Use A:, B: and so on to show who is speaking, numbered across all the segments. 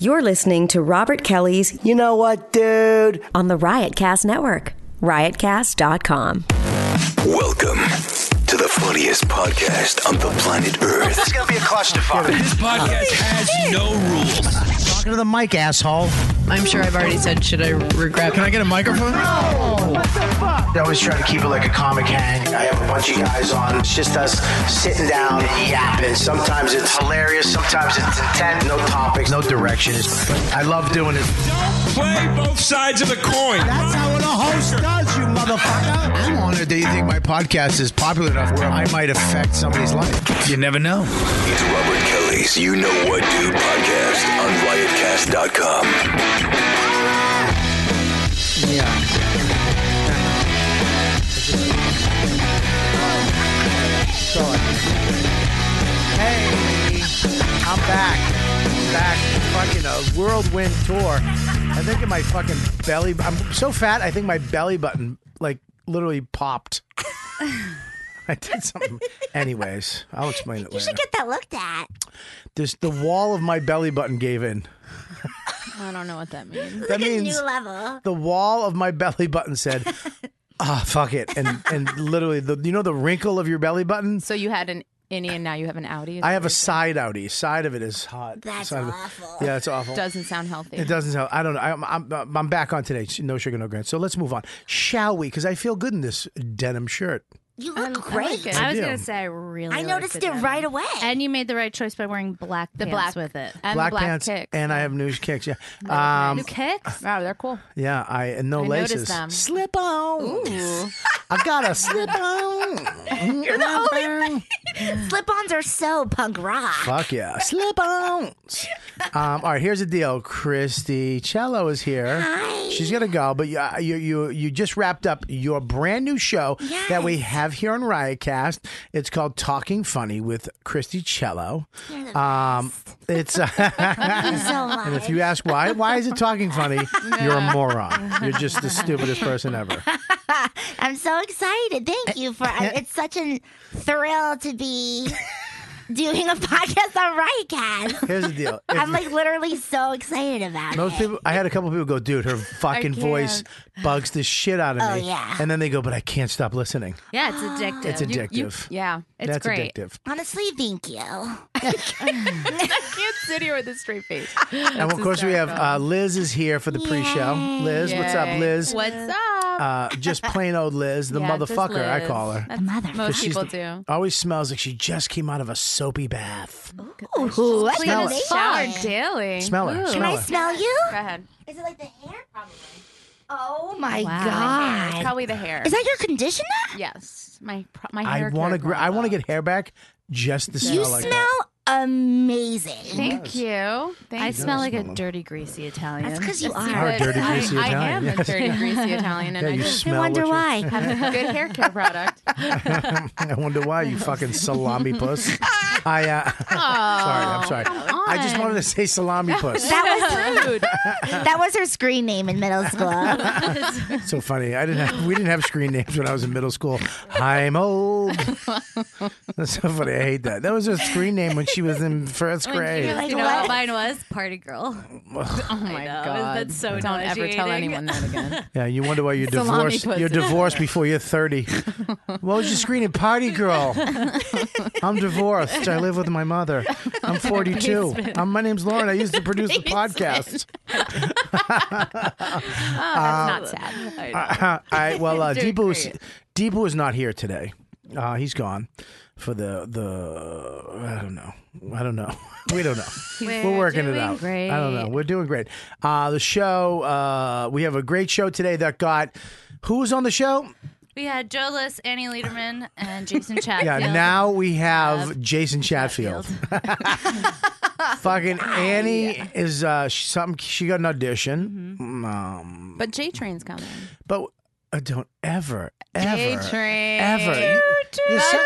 A: You're listening to Robert Kelly's
B: You know what, dude?
A: on the Riotcast Network, riotcast.com.
C: Welcome to the funniest podcast on the planet Earth.
D: It's gonna be a clusterfuck.
E: This podcast has no rules.
F: Talking to the mic, asshole.
G: I'm sure I've already said, should I regret?
H: Can I get a microphone?
D: I always try to keep it like a comic hang. I have a bunch of guys on. It's just us sitting down and yapping. Sometimes it's hilarious. Sometimes it's intent. No topics. No directions. I love doing it.
E: Play both sides of the coin.
F: That's how a host does, you motherfucker.
H: I'm honored that you think my podcast is popular enough where I might affect somebody's life. You never know.
C: It's Robert Kelly's You Know What Do podcast on riotcast.com.
F: Hey, I'm back. Back fucking a whirlwind tour. I think in my fucking belly I'm so fat, I think my belly button like literally popped. I did something. Anyways, I'll explain it
I: You
F: later.
I: should get that looked at.
F: This the wall of my belly button gave in.
G: I don't know what that
F: That
G: means.
I: Look at
F: means
I: new level.
F: the wall of my belly button said, "Ah, fuck it," and and literally the you know the wrinkle of your belly button.
G: So you had an innie and now you have an Audi.
F: I have a side outie. Side of it is hot.
I: That's
F: Side of it-
I: awful.
F: yeah, it's awful.
G: Doesn't sound healthy.
F: It doesn't sound. I don't know. I'm, I'm, I'm back on today. No sugar, no grants. So let's move on, shall we? Because I feel good in this denim shirt.
I: You look great.
G: it.
I: I,
J: I was
F: do.
J: gonna say I really.
I: noticed
J: liked
I: it right away.
J: And you made the right choice by wearing black
G: The
J: pants
G: black
J: with it.
G: and
F: black,
G: the black
F: pants,
G: kicks.
F: and I have new kicks. Yeah, um,
J: New kicks.
G: wow, they're cool.
F: yeah. I and no
G: I noticed
F: laces.
G: them.
F: Slip on.
G: Ooh.
F: I got a slip on. You're the only.
I: Slip-ons are so punk rock.
F: Fuck yeah. Slip ons. Um, all right, here's the deal. Christy Cello is here.
I: Hi.
F: She's gonna go, but you, uh, you you you just wrapped up your brand new show that we have here on Riotcast. It's called Talking Funny with Christy Cello. Um, it's
I: You're so live.
F: and if you ask why why is it talking funny, you're a moron. You're just the stupidest person ever.
I: I'm so excited. Thank you for uh, it's such a thrill to be doing a podcast on Riotcast.
F: Here's the deal. If-
I: I'm like literally so excited about
F: Most
I: it.
F: people, I had a couple people go, dude, her fucking voice bugs the shit out of
I: Oh,
F: me.
I: yeah.
F: And then they go, but I can't stop listening.
J: Yeah, it's addictive.
F: It's
G: You-
F: addictive.
G: you- yeah. It's
F: That's
G: great.
F: addictive.
I: Honestly, thank you.
G: I can't sit here with a straight face.
F: and of course, we have uh, Liz is here for the pre-show. Liz, what's up,
G: Yay.
F: Liz?
G: What's up?
F: Uh, just plain old Liz, the
G: Yeah, just
F: motherfucker, I
G: Liz.
F: call her.
I: Mother.
G: Most
F: She's
G: people
F: the-
G: do.
F: Always smells like she just came out of a soapy bath.
I: Ooh, I
F: Smell
I: can
F: it.
I: smell
J: Shower
I: it.
J: daily.
F: Smell her.
I: Can
F: Smell
I: I
F: her.
I: smell you?
G: Go ahead.
I: Is it like the hair? Probably. Oh my god.
G: Probably the hair.
I: Is that your conditioner?
G: yes. My pro- my
F: I
G: hair.
F: want to. Gr- I want to get hair back just to smell
I: You
F: like
I: smell
F: that.
I: amazing.
G: Thank you. Thank
J: I
G: you.
J: smell like a dirty, greasy Italian.
I: That's because you
F: You're
I: are.
F: a dirty,
G: I,
F: greasy
G: I
F: Italian.
G: am
F: Yes.
G: a dirty, greasy Italian, and
F: Yeah,
G: I
F: you
G: just
I: I
F: smell what
I: wonder
F: you-
I: why.
G: have a good hair care product.
F: I wonder why you fucking salami puss. I uh, sorry, I'm sorry. I just wanted to say salami puss.
I: Oh, That was That was her screen name in middle school.
F: so funny. I didn't. Have, we didn't have screen names when I was in middle school. I'm old. That's so funny. I hate that. That was her screen name when she was in first grade.
I: Like
J: You know what
I: what?
J: mine was? Party girl.
G: Oh my
J: know.
G: god,
J: That's so
G: Don't ever tell
J: nauseating.
G: anyone that again.
F: Yeah, you wonder why you're
G: Salami
F: divorced.
G: pussy.
F: You're divorced before you're 30. What was your screen name? Party girl. I'm divorced. I live with my mother. I'm 42. I'm, my name's Lauren. I used to produce the podcast.
G: Oh, That's not sad.
F: All right. Well, uh,
G: Doing
F: Deepu is
G: great.
F: Deepu is not here today. Uh, he's gone for the the I don't know. I don't know. We don't know. We're, working it
J: doing
F: out.
J: great.
F: I don't know. We're doing great. Uh, the show. Uh, we have a great show today that got. Who was on the show?
J: We had Joe List, Annie Liederman, and Jason Chatfield.
F: Yeah, now we have Jason Chatfield. Fucking Annie is uh, she, something. She got an audition,
J: Mm-hmm.
F: um,
G: But J Train's coming.
F: but uh, don't ever, ever,
G: J-Train.
F: ever. You're so-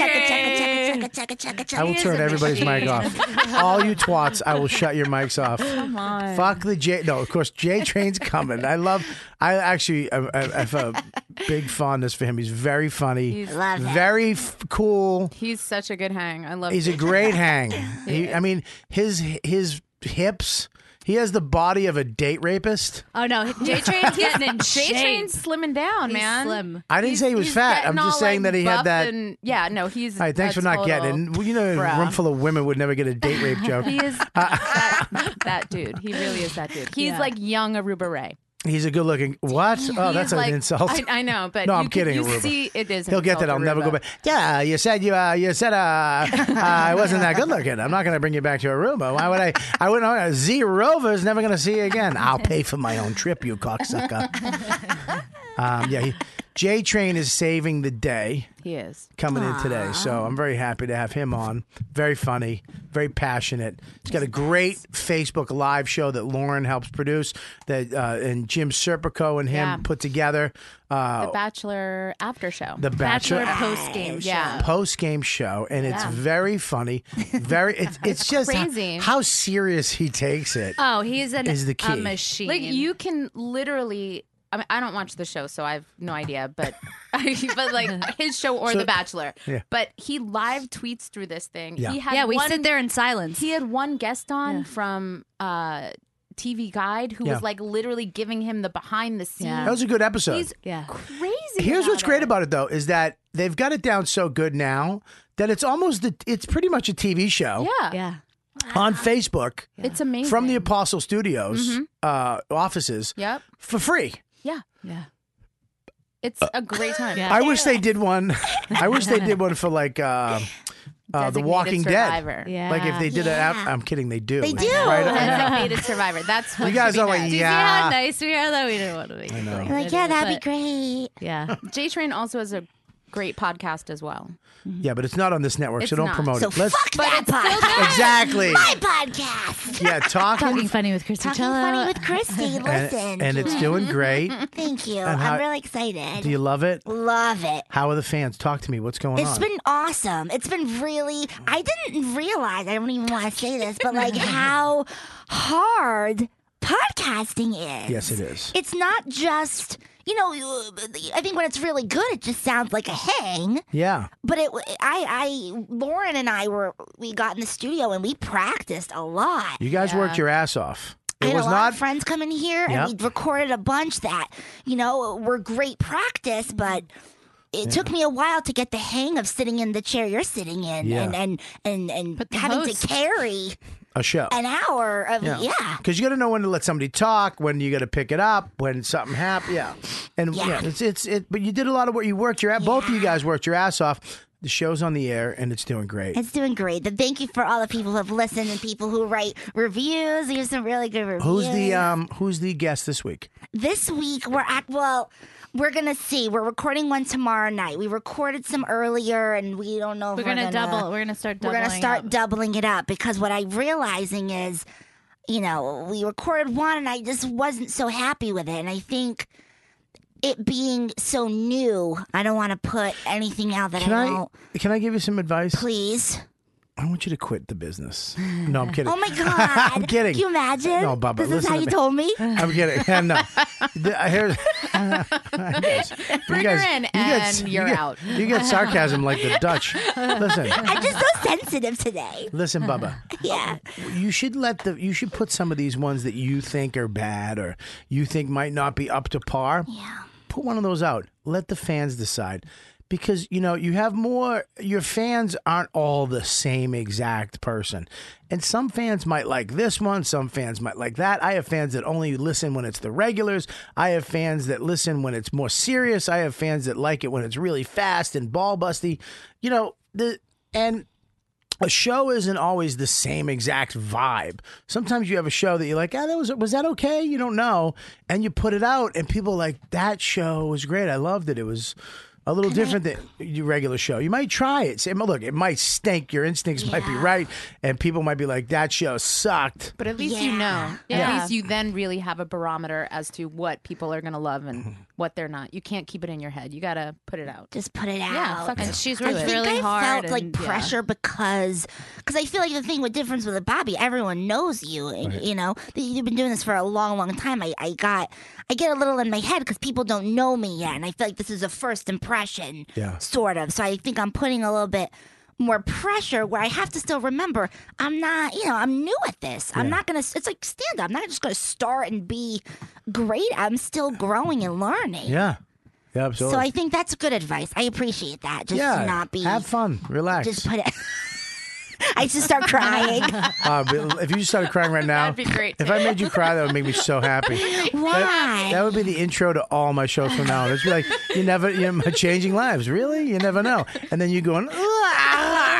I: Chugga, chugga, chugga, chugga, chugga, chugga,
F: I will
I: chugga.
F: turn everybody's mic off. All you twats, I will shut your mics off. Come on. Fuck the J. No, of course J Train's coming. I love. I actually I, I have a big fondness for him. He's very funny.
I: Love that.
F: very f- cool.
G: He's such a good hang. I love.
F: He's a great hang. He, I mean, his his hips. He has the body of a date rapist.
J: Oh no, J Train's getting in shape.
G: J Train's slimming down,
J: He's
G: man.
J: slim.
F: I didn't say he was
G: He's
F: fat.
G: getting
F: I'm just
G: all,
F: saying
G: like,
F: that he had
G: buff
F: that.
G: And, yeah, no, he's.
F: all right, thanks
G: a
F: for not
G: total
F: getting. Well, you know,
G: bruh.
F: a room full of women would never get a date rape joke. Uh,
G: He is that, that dude. He really is that dude. He's
J: Yeah.
G: like young Aruba Ray.
F: He's a good looking. What? Oh, that's
G: He's like,
F: an insult.
G: I, I know, but
F: No,
G: you
F: I'm
G: can-
F: kidding,
G: You
F: Aruba.
G: see, it is. an
F: He'll get that.
G: insult,
F: I'll never go
G: Aruba.
F: back. Yeah, you said you. Uh, you said uh, I wasn't that good looking. I'm not going to bring you back to Aruba. Why would I? I wouldn't. Uh, Z Rover's never going to see you again. I'll pay for my own trip, you cocksucker. um, yeah, he, J Train is saving the day
G: He is.
F: coming in today, so I'm very happy to have him on. Very funny, very passionate. He's got a great Facebook Live show that Lauren helps produce. That uh, and Jim Serpico and him
G: Yeah.
F: put together. Uh,
G: The Bachelor after show.
F: the Bachelor
J: Bachelor
F: Oh,
J: post game
G: yeah.
F: post game show, and it's
G: Yeah.
F: very funny. Very, it's, it's just
G: crazy. Uh,
F: How, serious he takes it.
J: Oh, he's an
F: Is the
J: a
F: key.
J: machine.
G: Like you can literally. I mean, I don't watch the show, so I have no idea. But, but like his show or
F: So-
G: The Bachelor.
F: Yeah.
G: But he live tweets through this thing.
F: Yeah.
G: He had
J: yeah, we
G: one,
J: sit there in silence.
G: He had one guest on
J: Yeah.
G: from uh, TV Guide who
F: Yeah.
G: was like literally giving him the behind the scenes.
J: Yeah.
F: that was a good episode.
G: He's
J: yeah.
G: crazy.
F: Here's what's great
G: it.
F: about it though is that they've got it down so good now that it's almost the, it's pretty much a TV show
G: Yeah.
J: Yeah.
F: on Facebook
G: It's amazing. Mm-hmm.
F: from the Apostle Studios uh, offices
G: Yep.
F: for free.
G: Yeah.
J: Yeah.
G: It's a great time.
J: Yeah.
F: I wish they did one. I wish they did one for like uh, uh, The
G: Designated
F: Walking Dead.
G: survivor.
J: Yeah.
F: Like if they did a,
I: Yeah.
F: I'm kidding, they do.
I: They do.
G: Designated survivor. That's what
F: You guys
G: should
F: are
G: be
F: like,
G: done.
J: See how
F: yeah.
J: nice we are that we didn't want to be. I know.
I: Like, yeah, that'd be great.
J: Yeah.
G: J Train also has a great podcast as well.
F: Yeah, but it's not on this network, so
G: Mm-hmm. It's
F: don't
G: not.
F: promote
I: So
F: it. Let's
I: fuck that podcast.
F: exactly.
I: My podcast.
F: Yeah,
J: Talking
F: talking
J: funny with Christy
I: Talking funny with Christy.
F: and,
I: Listen.
F: and it's
I: Julie.
F: doing great.
I: Thank you.
F: how-
I: I'm really excited.
F: Do you love it?
I: Love it.
F: How are the fans? Talk to me. What's going
I: It's
F: on?
I: been awesome. It's been really. I didn't realize. I don't even want to say this, but like how hard podcasting is.
F: yes, it is.
I: It's not just you know. I think when it's really good, it just sounds like a hang.
F: yeah.
I: But it, I, I, Lauren and I were we got in the studio and we practiced a lot.
F: You guys worked your ass off.
I: I
F: It
I: had
F: was
I: a lot
F: not
I: of friends come in here,
F: Yep.
I: and we recorded a bunch that you know were great practice, but it took me a while to get the hang of sitting in the chair you're sitting in,
F: Yeah.
I: and and and and
J: the
I: having
J: host-
I: to carry
F: a show.
I: an hour of yeah.
F: Because you got to know when to let somebody talk, when you got to pick it up, when something happens. Yeah. And yeah.
I: Yeah.
F: it's it's it. But you did a lot of work. You worked your ass. Both of you guys worked your ass off. The show's on the air and it's doing great.
I: It's doing great. But thank you for all the people who have listened and people who write reviews. We have some really good reviews.
F: who's the um? Who's the guest this week?
I: this week we're at well we're gonna see we're recording one tomorrow night we recorded some earlier and we don't know if
J: We're gonna double. We're gonna start
I: we're
J: doubling.
I: gonna start
J: up.
I: doubling it up because what i'm realizing is you know we recorded one and i just wasn't so happy with it and i think it being so new i don't want to put anything out that
F: Can
I: i
F: I
I: don't
F: can I give you some advice?
I: please
F: I want you to quit the business. No, I'm kidding.
I: oh my god
F: I'm kidding.
I: Can you imagine
F: No, Bubba,
I: this is
F: listen
I: how
F: to
I: you
F: me.
I: told me
F: I'm kidding. no, The- I hear. Bring
G: her in and you're out.
F: You get sarcasm like the Dutch. Listen,
I: i'm just so sensitive today
F: listen, Bubba.
I: yeah
F: You should let the. You should put some of these ones that you think are bad or you think might not be up to par. Yeah. Put one of those out. Let the fans decide. Because you know you have more. Your fans aren't all the same exact person, and some fans might like this one. Some fans might like that. I have fans that only listen when it's the regulars. I have fans that listen when it's more serious. I have fans that like it when it's really fast and ball busty. You know the and a show isn't always the same exact vibe. Sometimes you have a show that you're like, ah, that was was that okay? You don't know, and you put it out, and people are like that show was great. I loved it. It was a little different than your regular show. You might try it. Say, look, it might stink. Your instincts might be right, and people might be like, that show sucked.
G: But at least you
I: Yeah.
G: know.
J: Yeah.
G: At least you then really have a barometer as to what people are going to love and what they're not. You can't keep it in your head. You got to put it out.
I: just put it out
G: Yeah, fuck
J: And
G: it.
J: she's
I: I
J: worked
I: think
J: really
I: I
J: hard.
I: felt like
J: and- yeah.
I: pressure because because I feel like the thing with difference with Bobby, everyone knows you. eh, You know, you've been doing this for a long, long time. I, I got I get a little in my head because people don't know me yet, and I feel like this is a first impression,
F: Yeah.
I: sort of. So I think I'm putting a little bit more pressure where I have to still remember I'm not, you know, I'm new at this. I'm not going to, it's like stand up. I'm not just going to start and be great. I'm still growing and learning.
F: Yeah. Yeah, absolutely.
I: So I think that's good advice. I appreciate that. Just
F: yeah,
I: to not be.
F: have fun, relax.
I: Just put it. I just start crying.
F: Uh, but if you started crying right now,
J: That'd be great.
F: If I made you cry, that would make me so happy.
I: Why?
F: That would be the intro to all my shows from now on. It's like you never, you know, changing lives. Really, you never know. And then you going, "Ah."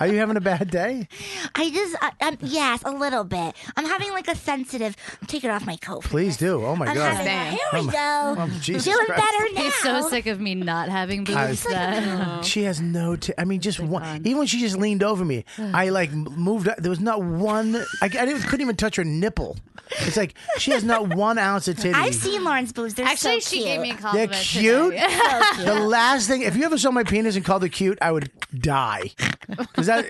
F: are you having a bad day?
I: I just, uh, um, yes, a little bit. I'm having like a sensitive. I'm taking off my coat.
F: Please do. Oh my
I: I'm
F: god.
I: having.
J: Dang.
I: Here we go.
F: Oh, Jesus
I: Feeling
F: Christ.
I: better now.
J: He's so sick of me not having boobs. that
F: She has no. T- I mean, just one. Even when she just leaned over me, I like m- moved. There was not one. I, I didn't, couldn't even touch her nipple. It's like she has not one ounce of titty.
I: I've seen Lauren's boobs. They're
J: Actually,
I: so
J: she
I: cute.
J: gave me a
F: They're
J: compliment.
F: cute.
J: today.
F: The last thing, if you ever saw my penis and called it cute, I would die. Because that,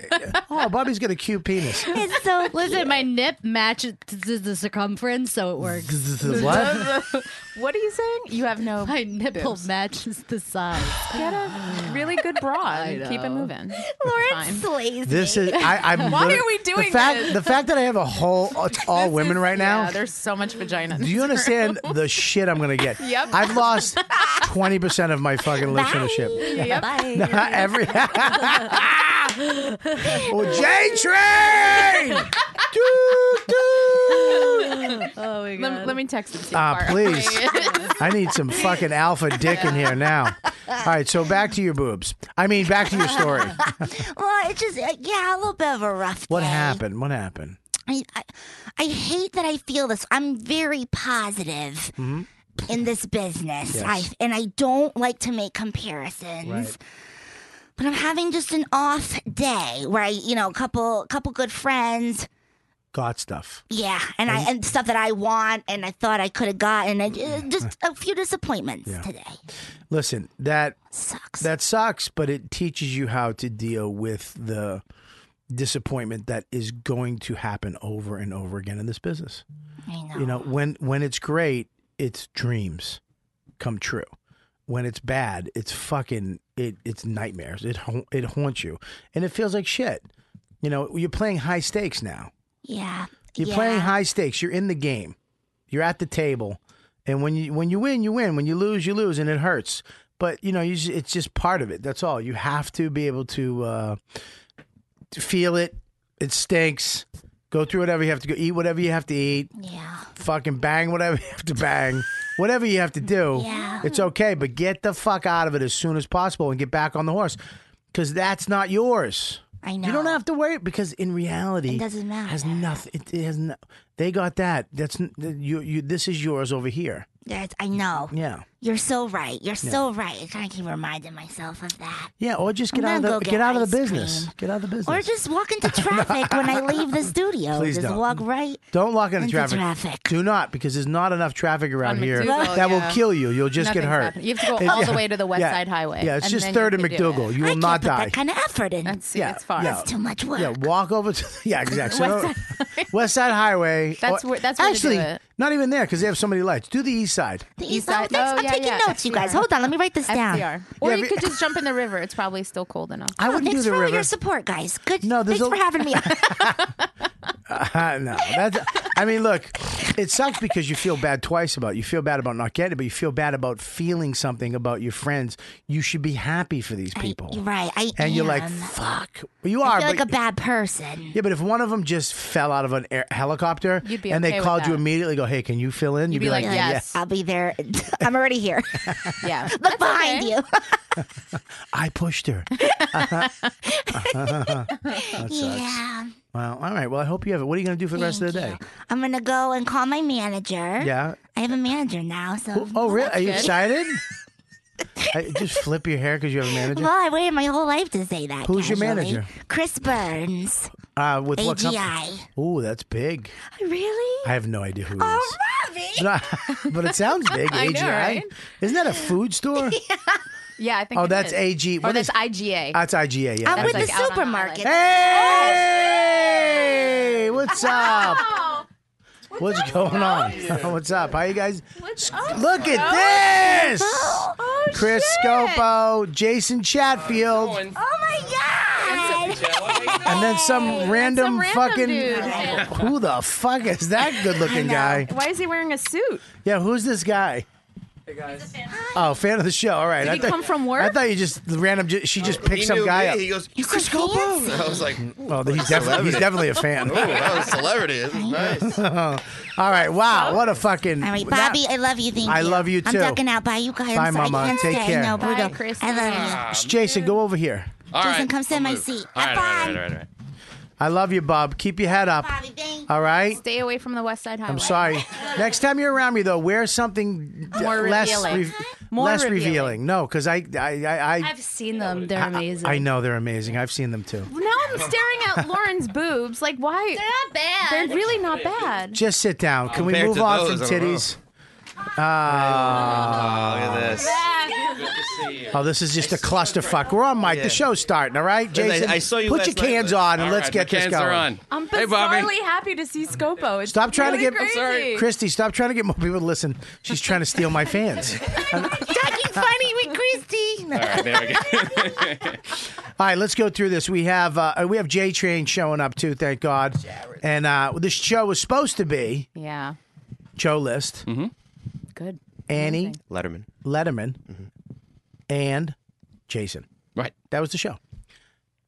F: oh, Bobby's got a cute penis.
I: It's so
J: Listen, my nip matches the circumference, so it works.
F: What?
G: What are you saying? You have no.
J: My nipple matches the size.
G: Get a really good bra and keep it moving.
I: Lauren slays
F: This
I: me.
F: is. I, I'm.
G: Why
F: lit-
G: are we doing
F: the fact,
G: this?
F: The fact that I have a whole. It's all women right now.
G: Yeah, there's so much vagina.
F: Do you understand the shit I'm gonna get?
G: Yep.
F: I've lost twenty percent of my fucking listenership.
I: Bye. Bye.
F: Every. oh, J Train. Doo, doo.
J: Oh my god.
G: Let, let me text it to you.
F: Ah,
G: Far
F: please.
G: away.
F: I need some fucking alpha dick in here now. All right, so back to your boobs. I mean, back to your story.
I: Well, it's just uh, yeah, a little bit of a rough.
F: What
I: day.
F: happened? What happened?
I: I, I I hate that I feel this. I'm very positive
F: Mm-hmm.
I: in this business. I and I don't like to make comparisons.
F: Right.
I: But I'm having just an off day where I, you know, a couple couple good friends,
F: Got stuff.
I: yeah, and I and stuff that I want and I thought I could have gotten and uh, just a few disappointments today.
F: Listen, that
I: Sucks.
F: that sucks, but it teaches you how to deal with the disappointment that is going to happen over and over again in this business.
I: I know.
F: You know, when when it's great, it's dreams come true. When it's bad, it's fucking it. It's nightmares. It ha- it haunts you, and it feels like shit. You know, you're playing high stakes now.
I: yeah.
F: You're
I: yeah.
F: playing high stakes. You're in the game. You're at the table, and when you when you win, you win. When you lose, you lose, and it hurts. But you know, you, just- it's just part of it. That's all. You have to be able to uh, to feel it. It stinks. Go through whatever you have to go. Eat whatever you have to eat.
I: Yeah.
F: Fucking bang whatever you have to bang. Whatever you have to do,
I: Yeah.
F: it's okay. But get the fuck out of it as soon as possible and get back on the horse, because that's not yours.
I: I know.
F: You don't have to worry because in reality,
I: It doesn't matter.
F: Has nothing. It, it has no, They got that. That's n- you. You. This is yours over here.
I: That's, I know.
F: Yeah.
I: You're so right. You're so right. I kind of keep reminding myself of that.
F: Yeah. Or just get
I: I'm
F: out of
I: gonna go
F: the get,
I: get
F: out of the
I: ice
F: business.
I: cream.
F: Get out of the business.
I: Or just walk into traffic when I leave the studio.
F: Please
I: just
F: don't.
I: walk right.
F: don't lock into
I: into
F: traffic.
I: traffic.
F: Do not because there's not enough traffic around
G: On
F: here
G: McDougal,
F: that will
G: yeah.
F: kill you. You'll just
G: Nothing's
F: get hurt.
G: happening. You have to go all the way to the West Side Highway,
F: Yeah. It's
G: and
F: just
G: then
F: Third and
G: you can do
F: McDougal.
G: it.
F: You
I: I
F: will
I: can't
F: not
I: put
F: die.
I: that kind of effort in.
G: That's,
F: Yeah,
G: It's far.
F: yeah.
I: It's too much work.
F: Yeah, walk over to yeah, exactly. So don't- West Side Highway.
G: That's
F: or-
G: where- that's where to do
F: actually
G: it.
F: not even there because they have so many lights. Do the East Side.
I: The East
G: Side-
I: Side. um, Thanks.
G: oh,
I: I'm
G: yeah,
I: taking
G: yeah,
I: notes, you guys.
G: FDR.
I: Hold on. Let me write this down. Oh,
G: FDR. Or
F: Yeah,
G: you
F: but-
G: could just jump in the river. It's probably still cold enough.
F: I wouldn't
I: Thanks
F: do the
I: for all
F: river.
I: your support, guys. Good.
F: No, there's
I: thanks
F: a-
I: for having me.
F: Uh, no, that's. I mean, look, it sucks because you feel bad twice about. It. You feel bad about not getting it, but you feel bad about feeling something about your friends. You should be happy for these people,
I: You're right. I
F: and you're like,
I: am.
F: fuck. Well, you
I: I
F: are,
I: feel
F: but
I: like a bad person.
F: yeah. But if one of them just fell out of an air- helicopter
G: You'd be
F: and they
G: okay with
F: called you
G: that.
F: immediately, go, hey, can you fill in? You'd,
G: be like, yes.
I: I'll be there. I'm already here.
G: Yeah.
I: Look behind you.
F: I pushed her.
I: yeah.
F: Wow. All right. Well, I hope you have it. What are you going to do for the rest of the day?
I: I'm gonna go and call my manager.
G: Er?
F: Yeah.
I: I have a manager now, so
F: Oh, really? Are you excited? I, just flip your hair because you have a manager.
I: Well, I waited my whole life to say that.
F: Who's your
I: casually.
F: manager?
I: Chris Burns,
F: Uh, with what company?
I: AGI.
F: Ooh, that's big.
G: Oh,
I: Really?
F: I have no idea who it
I: Oh,
F: is.
I: Robbie!
F: No, but it sounds big. AGI.
G: know, right?
F: Isn't that a food store?
G: Yeah, I think.
F: Oh,
G: it
F: that's
G: is.
F: AG.
G: Or
F: What
G: that's
F: is-
G: IGA.
F: That's IGA. Yeah.
I: I'm with
G: like
I: the
G: out on the
I: supermarket. Oh,
F: hey, what's up? What's, going on? what's up? How you guys? Look
G: Oh,
F: at this. Chris Scopo, Jason Chatfield.
I: Oh my god!
F: And then some random
G: some random
F: fucking
G: dude.
F: who the fuck is that good looking guy?
G: Why is he wearing a suit?
F: Yeah, who's this guy?
K: Hey guys.
F: Oh, fan of the show. All right.
G: Did
F: I
G: he come from work?
F: I thought you just random. ju- She just picked
K: he
F: some
K: knew
F: guy
K: me.
F: up.
K: He goes,
I: "You Chris
K: Copo?" I was like,
F: well, he's definitely
K: celebrity.
F: he's definitely a fan.
K: "Oh, that was a celebrity. This is nice."
F: All right. Wow. What a fucking.
I: All right,
F: that-
I: Bobby, I love you. Thank you.
F: I love you too.
I: I'm ducking out. Bye, you guys.
F: Bye,
I: I'm sorry,
F: Mama.
I: I can't
F: Take
I: stay.
F: care.
I: No,
F: Bye,
I: Brutal.
J: Kristen.
I: I love
G: Ah.
I: you.
F: Jason, go over here.
K: All
I: Jason,
K: right,
I: come sit
K: I'll
I: in my
K: move.
I: seat.
K: All right, all right, all right, all right.
F: I love you, Bob. Keep your head up.
I: Bobby, thank
F: All right.
G: Stay away from the West Side Highway.
F: I'm sorry. Next time you're around me, though, wear something d-
G: More
F: less
G: revealing.
F: re-
G: More
F: less
G: revealing.
F: revealing. No, because I I I, I,
J: I've seen them. They're amazing.
F: I know they're amazing. I've seen them too.
G: Now I'm staring at Lauren's boobs. Like, why?
J: They're not bad.
G: They're really not bad.
F: Just sit down. Can we
K: Compared
F: move
K: to
F: on
K: those,
F: from
K: I don't know.
F: titties? Ah.
K: Oh, look at this.
F: oh, this is just a clusterfuck. We're on mic.
K: Yeah.
F: The show's starting. All right,
K: I-
F: Jason.
K: I saw you
F: Put
K: last
F: your
K: night,
F: cans
K: but-
F: on and
K: All
F: let's
K: right,
F: get
K: my
F: this
K: cans
F: going.
K: Are on.
G: I'm
K: hey, Bobby.
G: bizarrely happy to see Scopo. It's
F: Stop trying
G: really
F: to get
G: crazy.
F: Christy. Stop trying to get more people to listen. She's trying to steal my fans.
I: Talking funny E. with Christy.
K: All right, there we go.
F: All right, let's go through this. We have uh, we have J Train showing up too, thank God. And uh, this show was supposed to be
G: Yeah.
F: Joe List,
G: Good.
F: Annie
K: Mm-hmm. Letterman.
F: Letterman, and Jason.
K: Right.
F: That was the show.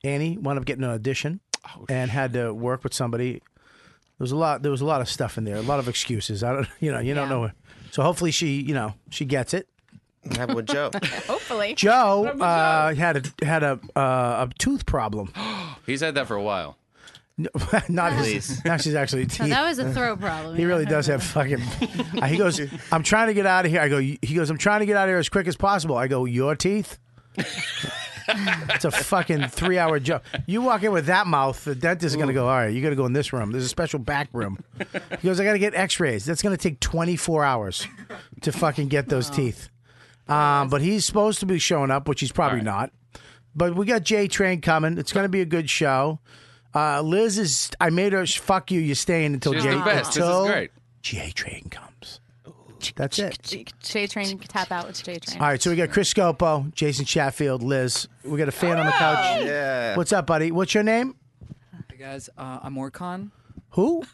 F: Annie wound up getting an audition
K: Oh,
F: and had to work with somebody. There was a lot. There was a lot of stuff in there. A lot of excuses. I don't. You know. You don't
G: Yeah.
F: know. her. So hopefully she. You know. She gets it.
K: Have with Joe.
G: Hopefully.
F: Joe uh, had a had a uh, a tooth problem.
K: He's had that for a while.
F: Not his.
K: Please.
F: Now she's actually.
J: No,
F: he-
J: that was a throat problem.
F: He really does have fucking. Uh, he goes, I'm trying to get out of here. I go, he goes, I'm trying to get out of here as quick as possible. I go, your teeth. it's a fucking three hour job. You walk in with that mouth, the dentist is going to go, all right, you got to go in this room. There's a special back room. He goes, I got to get x rays. That's going to take 24 hours to fucking get
K: Oh.
F: those teeth. Um, but he's supposed to be showing up, which he's probably not. But we got J Train coming. It's going to be a good show. Uh, Liz is. I made her sh- fuck you. You're staying until
K: She's
F: J.
K: the best. This
F: until
K: is great.
F: J Train comes. That's it.
G: J Train tap out with J Train.
F: All right. So we got Chris Scopo, Jason Chatfield, Liz. We got a fan on the couch.
K: Yeah.
F: What's up, buddy? What's your name?
L: Hey guys, uh, I'm Orkhan.
F: Who?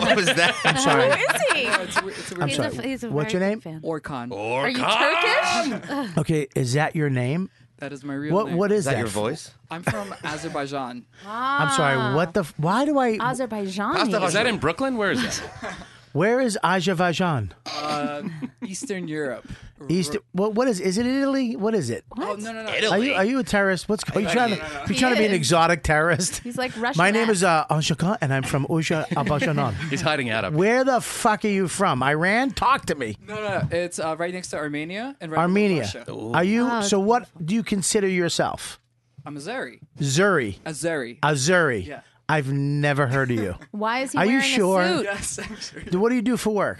K: What was
F: I'm
K: that?
G: Who
F: sorry.
G: is he?
L: It's, a- it's a
F: I'm
L: weird
F: sorry.
J: f- he's a
F: What's your
J: very
F: name?
J: big fan.
L: Orkhan.
K: Or
G: Are you Turkish?
F: Okay, is that your name?
L: That is my real
F: What?
L: name.
F: What is
K: Is that
F: that? Ah.
K: your voice?
L: I'm from Azerbaijan.
F: I'm sorry. What the? f- Why do I?
K: Is
G: Ah. Azerbaijan.
K: that in Brooklyn? Where is that?
F: Where is Azerbaijan?
L: Uh, Eastern Europe.
F: East. What? What is? Is it Italy? What is it?
L: Oh, no, no, no.
K: Italy.
F: Are you are you a terrorist? What's are you trying to you trying to be an
G: is.
F: exotic terrorist?
G: He's like Russian.
F: My name is uh, Anshakan, and I'm from Usha Abashanan.
K: He's hiding out up.
F: Where the fuck are you from? Iran? Talk to me.
L: No, no, no. It's uh, right next to Armenia and right below
F: Armenia.
L: Russia.
F: Are you?
G: Oh,
J: Oh.
F: so what do you consider yourself?
L: I'm Azeri.
F: Zuri,
L: Azeri.
F: Azuri.
L: Yeah.
F: I've never heard of you.
G: Why is he
F: Are you
G: wearing
F: sure?
G: a suit?
L: yes, actually.
F: what do you do for work?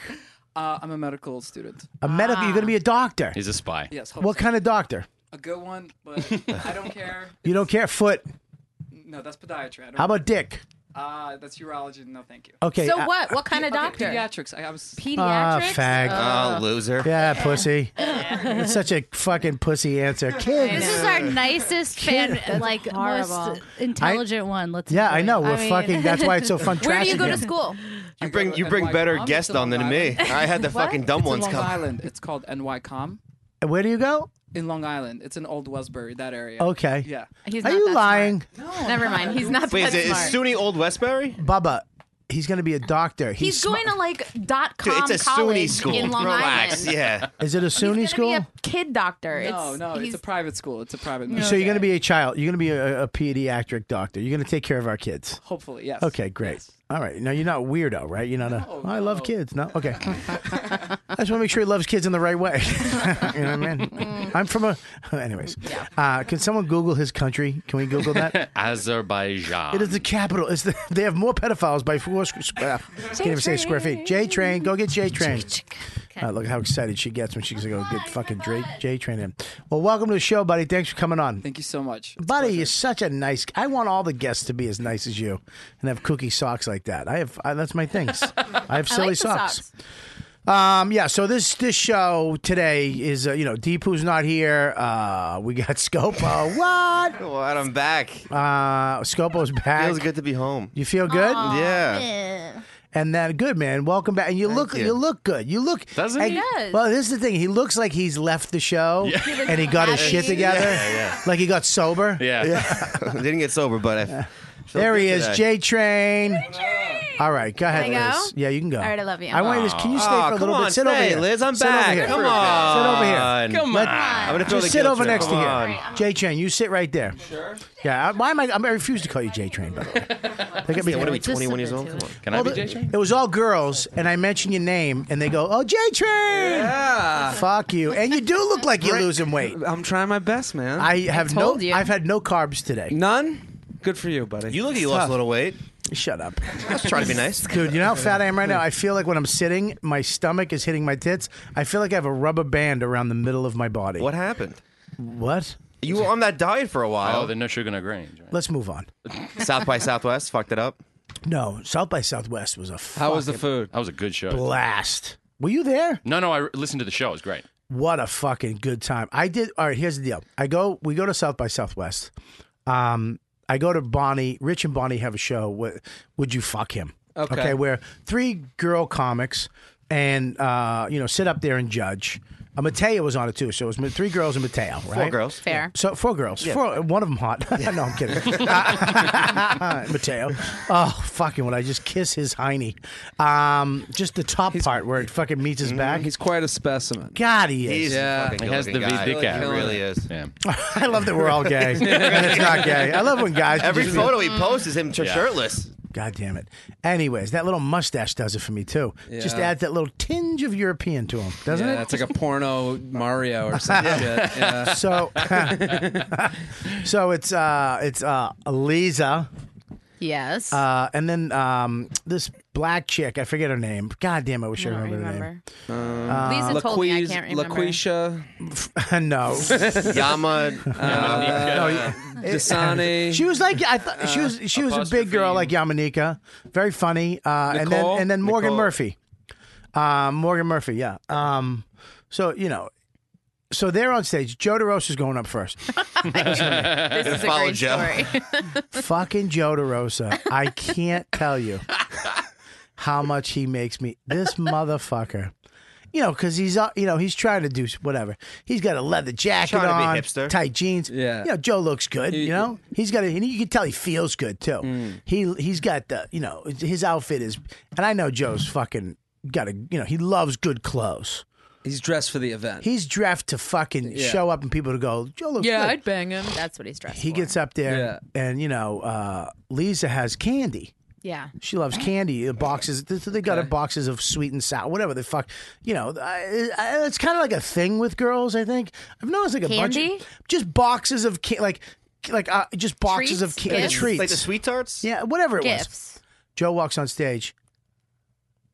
L: Uh, I'm a medical student.
G: Ah.
F: A medical? You're going to be a doctor.
K: He's a spy.
L: Yes. hope
F: What
L: so.
F: kind of doctor?
L: A good one, but I don't care.
F: You don't care. Foot.
L: No, that's podiatry. I don't
F: How about dick?
M: Ah,
L: Uh, that's urology. No, thank you.
F: Okay.
G: So
F: uh,
G: what? What kind of
L: Okay,
G: doctor?
L: Pediatrics. I, I was.
F: Ah,
G: Pediatrics. Uh,
F: fag.
K: Oh, loser.
F: yeah, pussy. It's such a fucking pussy answer. Kids.
J: This is our nicest fan, like most
G: horrible.
J: intelligent one. Let's
F: Yeah, I know. We're
J: I mean-
F: fucking. That's why it's so fun.
G: Where do you
F: trashing
G: go
F: him.
G: to school?
L: I go
K: You bring
L: to
K: you bring
L: NY
K: better
L: Com. It's
K: guests
L: in
K: on than
L: Long
K: me.
L: Island.
K: I had the fucking dumb
L: It's in
K: ones
L: Long
K: come.
L: Island. It's called NYCOM.
F: Where do you go?
L: In Long Island. It's in Old Westbury, that area.
F: Okay.
L: Yeah.
G: He's
F: Are
G: not
F: you
G: that
F: lying,
G: smart. Never mind. He's not
K: Wait,
G: that
K: is it is
G: smart.
K: SUNY Old Westbury?
F: Bubba? He's going to be a doctor.
G: He's,
F: sm-
G: going to like dot com
K: Dude, it's a SUNY
G: college
K: school.
G: in Long
K: Relax.
G: Island.
K: Yeah.
F: Is it a SUNY
G: He's
F: school?
G: gonna be a kid doctor.
L: No,
G: it's,
L: no, it's
G: he's-
L: a private school. It's a private.
F: so you're going to be a child. You're going to be a, a pediatric doctor. You're going to take care of our kids.
L: Hopefully, yes.
F: Okay, great. All right. Now you're not weirdo, right? You're not a.
L: No,
F: I love
L: no.
F: kids. No, okay. I just want to make sure he loves kids in the right way. you know what I
G: Mm.
F: mean? I'm from a. Anyways, uh, can someone Google his country? Can we Google that?
K: Azerbaijan.
F: It is the capital. It's the, they have more pedophiles by four. squ- Uh, can't even say square feet. J Train, go get J Train. Uh, look how excited she gets when she's gonna go get fucking Drake J Train in. Well, welcome to the show, buddy. Thanks for coming on.
L: Thank you so much. It's
F: Buddy,
L: a
F: you're such a nice. I want all the guests to be as nice as you, and have cookie socks like that. I have. I, that's my things. I have
G: I
F: silly
G: like the
F: socks.
G: socks.
F: Um, yeah, so this this show today is uh, you know Deepu's not here. Uh, we got Scopo. What?
K: Glad I'm back.
F: Uh, Scopo's back.
K: Feels good to be home.
F: You feel good?
K: Aw, Yeah.
F: And then good man, welcome back. And you look you.
K: you.
F: look good. You look
K: Doesn't
F: and-
K: he? He does.
F: Well, this is the thing. He looks like he's left the show
K: Yeah. He looks
F: and he got his
K: happy.
F: shit together.
K: Yeah, yeah.
F: Like he got sober.
K: Yeah. Didn't get sober, but I. feel
F: There he
K: good
F: is, J
K: today.
F: Train. All right, go ahead,
G: Can I go?
F: Liz. Yeah, you can go.
G: All right, I love you.
F: I want you to. Can you stay
K: Aw,
F: for a
K: come
F: little
K: on,
F: bit? Sit over
K: stay,
F: here,
K: Liz, I'm
F: Sit over
K: back.
F: here.
K: Come on.
F: Sit over here.
K: Come
F: Let-
K: on. I'm gonna throw
F: Just
K: the
F: sit
K: guilt
F: over
K: trip.
F: next
K: Come
F: to
K: on.
F: you. J Train, you sit right there. Sure. Yeah. I- Why am I? I'm, I refuse to call you J Train. By the way, they got me.
K: Yeah, what are we, 21 years old? Come on. Can I
F: Well,
K: be
F: the-
K: J Train?
F: It was all girls, and I mentioned your name, and they go, "Oh, J Train."
N: Yeah.
F: Fuck you. And you do look like you're losing weight.
N: I'm trying my best, man.
F: I have no. I've had no carbs today.
N: None. Good for you, buddy.
K: You look like you lost a little weight.
F: Shut up.
K: Let's try to be nice.
F: Dude, you know how fat I am right now? I feel like when I'm sitting, my stomach is hitting my tits. I feel like I have a rubber band around the middle of my body.
K: What happened?
F: What?
K: You were on that diet for a while.
O: Oh, the No Sugar No Grange.
F: Let's move on.
K: South by Southwest fucked it up.
F: No, South by Southwest was a fucking
O: food? That was a good show.
F: blast. Were you there?
O: No, no, I re- listened to the show. It was great.
F: What a fucking good time. I did. All right, here's the deal. I go. We go to South by Southwest. Um, I go to Bonnie. Rich and Bonnie have a show. Would, would you fuck him?
N: Okay.
F: where three girl comics and uh, you know sit up there and judge. Uh, Mateo was on it too, so it was ma- three girls and Mateo, right?
K: girls.
G: Fair.
F: So four girls.
G: Yeah.
F: Four, one of them hot. no, I'm kidding. Uh, Mateo. Oh, fucking! Would I just kiss his hiney? Um, just the top part where it fucking meets his back. He's
N: Mm, quite a specimen.
F: God, he is.
N: yeah.
O: He has the V
K: guy.
O: dick out.
K: He really is.
O: Yeah.
F: I love that we're all gay. and it's not gay. I love when guys.
K: Every
F: just be-
K: photo he posts is him ch-
F: Yeah.
K: shirtless.
F: God damn it. Anyways, that little mustache does it for me too. Just
N: Yeah.
F: adds that little tinge of European to him, doesn't
N: yeah,
F: it?
N: That's like a porno Mario or some shit. Yeah.
F: So, uh, so it's uh, it's uh, Lisa,
G: Yes.
F: uh, and then um, this black chick. I forget her name. God damn, I wish I,
G: I don't
F: remember,
G: remember.
F: her name. Uh,
N: Um,
G: Lisa told me I can't remember.
N: LaQuisha.
F: no.
K: Yama.
N: Uh, Dasani.
F: She was like I thought she was
G: Uh,
F: she was a big girl like Yamanika, very funny. Uh, and then
N: Nicole?
F: and then Morgan
N: Nicole.
F: Murphy, um, Morgan Murphy, yeah. Um, so you know, so they're on stage. Joe DeRosa's going up first.
G: this is a
K: Follow
G: great
K: Joe.
G: story.
F: Fucking Joe DeRosa, I can't tell you how much he makes me. This motherfucker. You know, because he's uh, you know he's trying to do whatever. He's got a leather jacket
K: Trying to be
F: on,
K: hipster.
F: tight jeans.
N: Yeah.
F: you know Joe looks good. you know he's got a, and you can tell he feels good too.
N: Mm.
F: He he's got the you know his outfit is, and I know Joe's fucking got a you know he loves good clothes.
N: He's dressed for the event.
F: He's dressed to fucking
N: Yeah.
F: show up and people to go Joe looks good.
G: bang him. That's what he's dressed
F: he
G: for.
F: gets up there and you know uh, Lisa has candy.
G: Yeah.
F: She loves candy. The boxes. th- They got her boxes of sweet and sour, whatever the fuck. You know, I, I, it's kind of like a thing with girls. I think I've noticed like a bunch
G: Candy?
F: of just boxes of ca- like like uh, just boxes of
G: Treats?
F: candy
G: Gifts?
F: treats,
K: Like the sweet tarts?
F: yeah, whatever it was.
G: Gifts.
F: Joe walks on stage,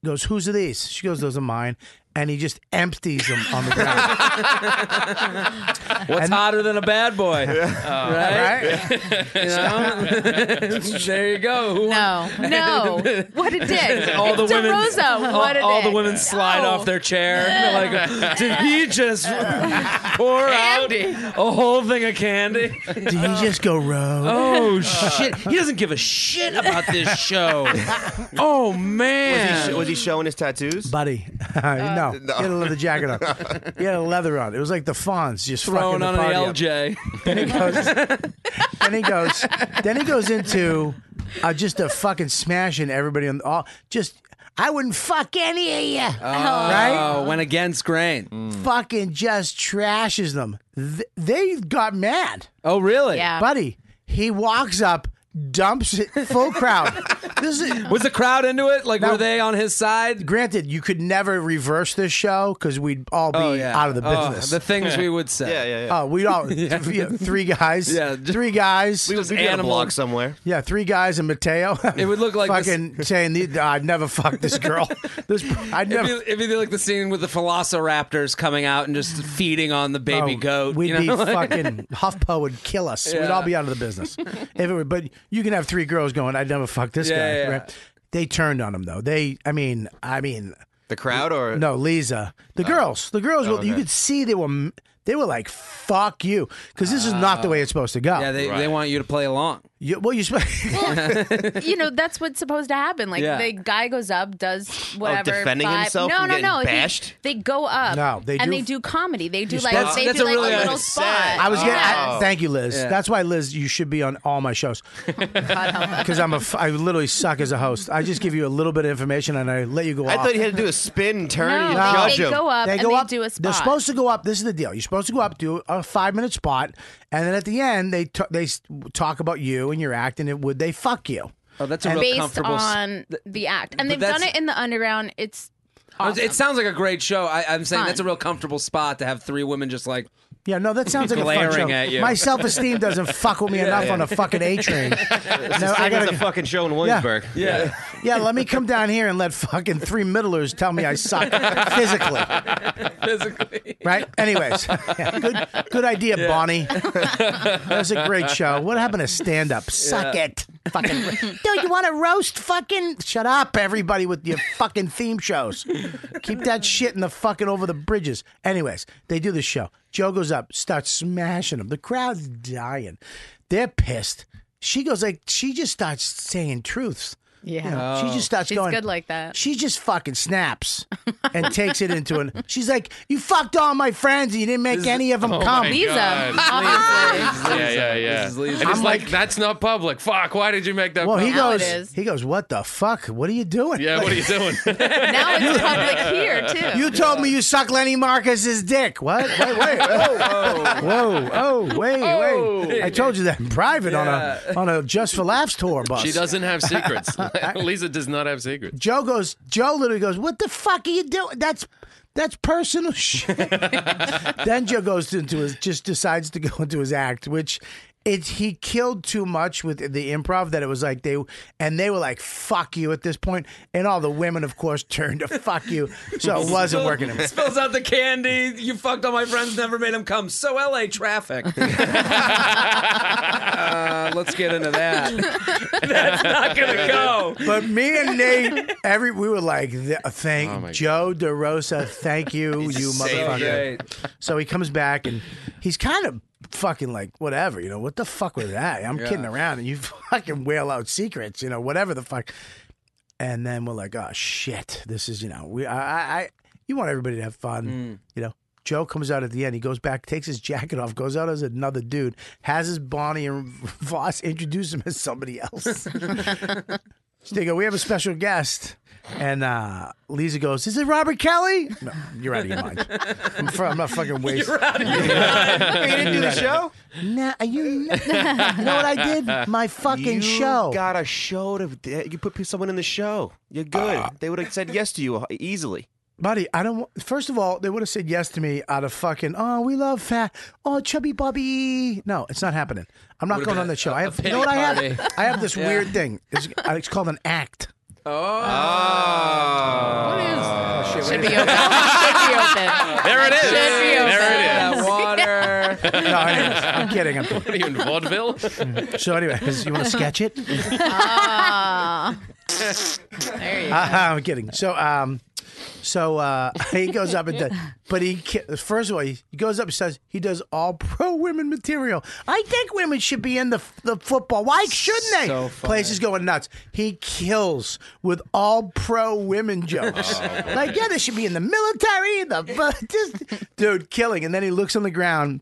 F: goes, "Whose are these?" She goes, "Those are mine," and he just empties them on the ground.
N: What's hotter than a bad boy? right?
F: Right?
N: You know? there you go. Who
G: No, no. What a dick.
N: all the
G: It's
N: women,
G: DeRosa,
N: all,
G: what a
N: all the
G: dick.
N: women slide
G: No.
N: off their chair. And they're like, did he just pour out
G: Candy.
N: a whole thing of candy?
F: Did he just go rogue? Uh.
N: Oh shit! He doesn't give a shit about this show. Oh
K: Was
N: man!
K: he, sh- was he showing his tattoos?
F: Buddy, no. He had a leather jacket on. He had a leather on. It was like the Fonz just fucking
N: thrown
F: the
N: on
F: party
N: an
F: up.
N: LJ.
F: then he goes then he goes into uh, just a fucking smashing everybody on all just I wouldn't fuck any of you, right?
N: Oh, went against grain.
F: Fucking just trashes them. Th- they got mad,
N: Oh really?
G: Yeah.
F: buddy. He walks up, dumps it, full crowd. this is
N: Was the crowd into it? Like,
F: No.
N: were they on his side?
F: granted. You could never reverse this show because we'd all be
N: Oh yeah.
F: out of the
N: Oh,
F: business.
N: the things we would say.
K: Yeah, yeah, yeah.
F: Oh, we'd all three guys,
N: Yeah, just-
F: three guys.
K: we was we got a
N: animal-
K: blog somewhere.
F: Yeah, three guys and Mateo.
N: It would look like this-
F: fucking saying, "The- "I'd never fuck this girl." This I'd
N: It'd
F: never.
N: be, it'd be like the scene with the velociraptors coming out and just feeding on the baby
F: Oh,
N: goat.
F: We'd
N: you know?
F: be fucking HuffPo would kill us. We'd all be out of the business. if it were, but you can have three girls going, "I'd never fuck this
N: Yeah,
F: guy."
N: yeah, yeah.
F: Right? They turned on him though. They, I mean, I mean,
K: The crowd or
F: No, Lisa. The girls. The girls.
K: Oh,
F: were You
K: okay.
F: could see they were they were like, "Fuck you," because this is not the way it's supposed to go.
N: Oh. Yeah, they, they want you to play along.
F: You, well, you. sp-
G: you know, that's what's supposed to happen. Like
F: Yeah.
G: the guy goes up, does
K: Oh,
G: whatever.
F: defending
G: five-
F: himself
G: No,
F: from
G: no,
F: getting
G: no. He-
F: bashed?
G: they go up.
F: No, they
G: and
F: do-
G: they do comedy. They do
F: You
G: like
F: spot-
G: they do like a little spot.
F: I was getting. I-
G: Yes.
F: thank you, Liz.
G: Yeah.
F: That's why, Liz, you should be on all my shows because I'm a. f- I literally suck as a host. I just give you a little bit of information and I let you go.
K: I
F: off.
K: thought you had to do a spin, turn,
G: No,
K: and you
F: No.
K: judge him.
F: They go up. They're supposed to go up. This is the deal. You're supposed to go up, do a five minute spot, and then at the end they t- they s- talk about you and your act, and it would they fuck you?
N: Oh, that's
G: based on the act, and
N: but
G: they've done
N: that's-
G: it in the underground. It's
N: I was- It sounds like a great show. I, I'm saying
G: Fun.
N: that's a real comfortable spot to have three women just like.
F: Yeah, no, that sounds like a fun
N: Glaring
F: show.
N: at you.
F: My self esteem doesn't fuck with me
N: Yeah,
F: enough
N: yeah.
F: on a fucking A train.
K: It's
F: No,
K: the
F: I
K: same as
F: gotta-
K: a fucking show in Williamsburg.
N: Yeah.
F: yeah, let me come down here and let fucking three middlers tell me I suck physically.
N: Physically.
F: Right? Anyways, yeah, good good idea, Bonnie. That was a great show. What happened to stand up? Suck
I: Yeah.
F: it. Fucking Dude, you want to roast fucking shut up everybody with your fucking theme shows. Keep that shit in the fucking over the bridges. Anyways, they do this show. Joe goes up, starts smashing them. The crowd's dying. They're pissed. She goes like she just starts saying truths.
G: Yeah.
F: You know, She just starts
G: She's
F: going
G: good like that.
F: She just fucking snaps and takes it into an. She's like, "You fucked all my friends, and you didn't make any of them
O: Oh
F: come."
O: my God. yeah, yeah, yeah.
N: This is
O: And
N: Lisa.
O: it's
F: I'm
O: like, that's not public. Fuck, why did you make that
F: Well, he
O: public?
F: goes. He goes. What the fuck? What are you doing?
O: Yeah, what are you doing?
G: now it's public here too.
F: You told me you suck Lenny Marcus's dick. What? Wait, wait, whoa, whoa, oh, wait, wait. I told you that in private on a on a Just for Laughs tour bus.
O: She doesn't have secrets. Lisa does not have secrets.
F: Joe goes. Joe literally goes. What the fuck are you doing? That's that's personal shit. then Joe goes into his just decides to go into his act, which it he killed too much with the improv that it was like they and they were like fuck you at this point, and all the women of course turned to fuck you, so it wasn't
N: Spill-
F: working.
N: Spills out the candy. You fucked all my friends. Never made them come. So LA traffic. uh, let's get into that. That's not gonna go.
F: But me and Nate, every we were like, th- thank Joe DeRosa, thank you, you
N: so
F: motherfucker.
N: great.
F: So he comes back and he's kind of fucking like, whatever, you know, what the fuck was that? I'm
N: Yeah.
F: kidding around, and you fucking wail out secrets, you know, whatever the fuck. And then we're like, oh shit, this is you know, we I I, I you want everybody to have fun, you know. Joe comes out at the end. He goes back, takes his jacket off, goes out as another dude, has his Bonnie and Voss introduce him as somebody else. So they go, we have a special guest. And uh, Lisa goes, is it Robert Kelly? No, you're out of your mind. I'm, fr- I'm not fucking wasting. You're out of your mind.
K: You didn't do the show?
F: No, you, you know what I did? My fucking
K: you
F: show.
K: got a show to. You put someone in the show. You're good.
N: Uh.
K: they would have said yes to you uh, easily.
F: Buddy, I don't. wa- First of all, they would have said yes to me out of fucking. Oh, we love fat. Oh, chubby Bobby. No, it's not happening. I'm not
N: Would've
F: going
N: been
F: on
N: a-
F: the show. I
N: a
F: have. You
N: pity
F: know what I
N: party.
F: have? I have this
N: Yeah.
F: weird thing. It's, uh, it's called an act.
N: Uh.
K: Ah.
N: Oh, shit,
G: Should
N: wait
G: be
N: a
G: open.
N: second.
G: Should be open.
O: There it is.
G: Should be open.
O: There it
N: That
O: is.
N: water.
F: No, anyways, I'm kidding. I'm kidding.
O: What are you in vaudeville?
F: So, anyways, you want to sketch it?
G: Ah. there you go.
F: Uh, I'm kidding. So, um, so uh, he goes up and does, but he ki- first of all he goes up and says he does all pro women material. I think women should be in the the football. Why shouldn't they?
N: So funny.
F: Place is going nuts. He kills with all pro women jokes.
N: Oh,
F: like yeah, they should be in the military. The just dude killing, and then he looks on the ground.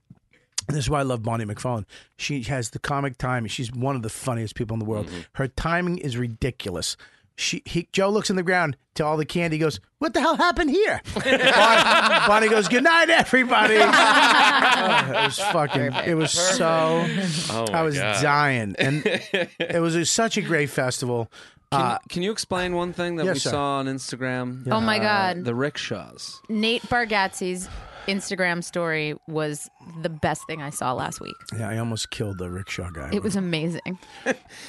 F: And this is why I love Bonnie McFarlane. She has the comic timing. She's one of the funniest people in the
O: Mm-hmm.
F: world. Her timing is ridiculous. She, he, Joe looks in the ground to all the candy. Goes, what the hell happened here? Bonnie, Bonnie goes, good night, everybody. Oh, it was fucking. It was so.
O: Oh my
F: I was
O: God.
F: dying, and it was a- such a great festival.
N: Can,
F: Uh,
N: can you explain one thing that
F: yes,
N: we
F: sir.
N: saw on Instagram?
G: Yeah. Oh my God.
N: The rickshaws.
G: Nate Bargatze's Instagram story was the best thing I saw last week.
F: Yeah, I almost killed the rickshaw guy.
G: It was amazing.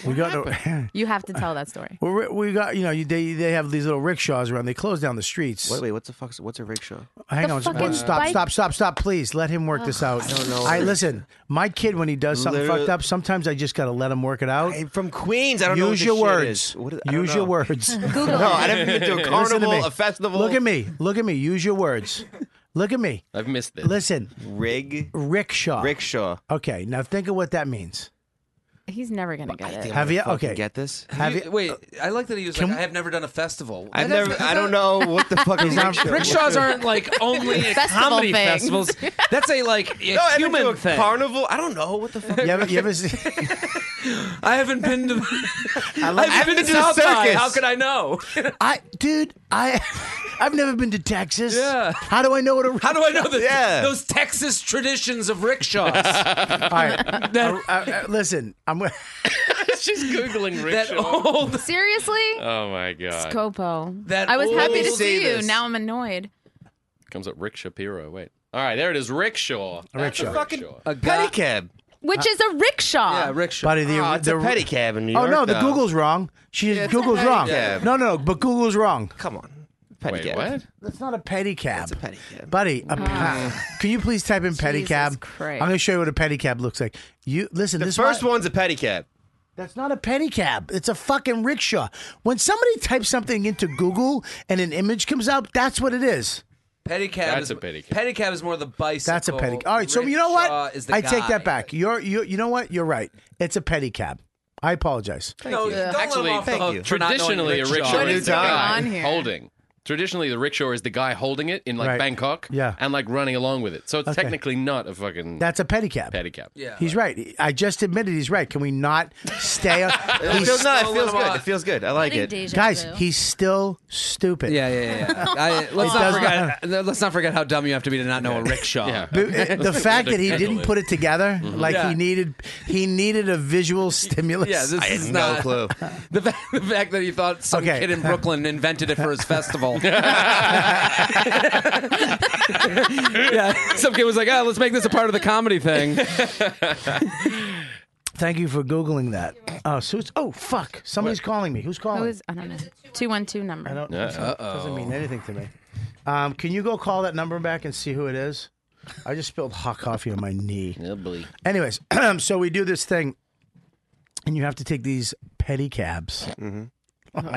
F: we got to,
G: You have to tell that story.
F: well, we- we got you know you, they they have these little rickshaws around. They close down the streets.
K: Wait, wait, what's the fuck's what's a rickshaw?
F: Hang on,
K: fucking
F: stop,
K: bike-
F: stop, stop, stop! Please let him work this out.
K: No, no.
F: I listen. My kid, when he does something
K: Literally-
F: fucked up, sometimes I just gotta let him work it out.
K: from Queens, I don't
F: Use
K: know what this
F: your
K: shit
F: words.
K: is. What is- I don't
F: Use
K: know.
F: your words.
K: Google No, it. I haven't been to a
F: Listen
K: carnival,
F: me.
K: a festival.
F: Look at me. Look at me. Use your words. Look at me.
O: I've missed this.
F: Listen.
K: Rig.
F: Rickshaw.
K: Rickshaw.
F: Okay, now think of what that means.
G: He's never gonna get it.
F: Have you? Okay.
K: Get this?
F: Have you?
N: wait, I like that he was like, I have never done a festival.
K: I've
N: That is-
K: never. I don't know what the fuck is rickshaw.
N: Rickshaws aren't like only at
K: Festival
N: comedy
K: thing.
N: festivals. That's a like a
K: No, I've been
N: human
K: to a
N: thing.
K: carnival. I don't know what the fuck.
F: You ever, you ever see,
N: I haven't been to. I
F: like-
N: have been, to South By. How could I know?
F: I, dude, I, I've never been to Texas. Yeah. How do I know what a?
N: How do I know the,
F: Yeah.
N: those Texas traditions of rickshaws?
F: All right. I- I- listen, I'm. gonna-
O: She's googling
N: That
O: rickshaw.
N: old.
G: Seriously?
O: Oh my god.
G: Scopo.
N: That
G: I was
N: old-
G: happy
N: Let
G: to
N: me
G: see
N: say
G: you.
N: this.
G: Now I'm annoyed.
F: Uh,
O: Comes up Rick Shapiro. Wait. All right, there it is. Rickshaw.
F: A rickshaw.
O: That's a rickshaw.
N: A
K: pedicab.
G: Which is a rickshaw.
N: rickshaw.
F: Buddy, the,
K: Oh, it's a
F: the-
K: pedicab in New
F: Oh
K: York,
F: no, the
K: though.
F: Google's wrong. She
K: Yeah, it's a
F: Google's wrong.
K: pedicab.
F: No, no, no, but Google's wrong.
K: Come on. Pedicab.
F: That's not a pedicab. It's a
K: pedicab.
F: Buddy, a pe- can you please type in pedicab?
K: Christ.
F: I'm going to show you what a pedicab looks like. You listen.
K: The
F: this
K: first
F: one,
K: one's a pedicab.
F: That's not a pedicab. It's a fucking rickshaw. When somebody types something into Google and an image comes up, that's what it is.
N: Pedicab
O: That's
N: is,
O: a pedicab.
N: Pedicab is more the bicycle.
F: That's a pedicab. All right, so you know
N: rickshaw
F: what?
N: Is the
F: I take
N: guy.
F: that back. You're you you know what? You're right. It's a pedicab. I apologize.
N: No,
O: you.
N: don't let him
O: Actually,
N: off the
O: thank
N: hook
O: you.
N: for not knowing
O: Traditionally, a
N: rickshaw.
O: rickshaw
N: What
O: is
N: is
O: the
N: going
O: guy
N: on here?
O: holding. Traditionally, the rickshaw is the guy holding it in like
F: Right.
O: Bangkok,
F: Yeah.
O: and like running along with it. So it's
F: Okay.
O: technically not a fucking
F: That's a pedicab.
O: pedicab.
F: He's right. I just admitted he's right. Can we not stay? on-
K: It
F: he's
K: feels, no, it
N: Still
K: feels
N: a little
K: good. It feels good. I like it.
F: guys. He's still stupid.
N: Yeah, yeah, yeah. I,
F: It
N: let's, not
F: does-
N: forget, let's not forget how dumb you have to be to not know a rickshaw.
F: But eh, the fact that he didn't put it together, like
N: Mm-hmm. Yeah.
F: he needed, he needed a visual stimulus.
N: Yeah, this is not The fact, the fact that he thought some
F: Okay.
N: kid in Brooklyn invented it for his festival. yeah, some kid was like, "Oh, let's make this a part of the comedy thing."
F: Thank you for googling that. Oh, so it's, oh fuck! Somebody's calling me. Who's calling?
G: Who is? I don't know. Two one two number.
F: I don't. Doesn't mean anything to me. Um, can you go call that number back and see who it is? I just spilled hot coffee on my knee. Anyways, so we do this thing, and you have to take these pedicabs. Mm-hmm.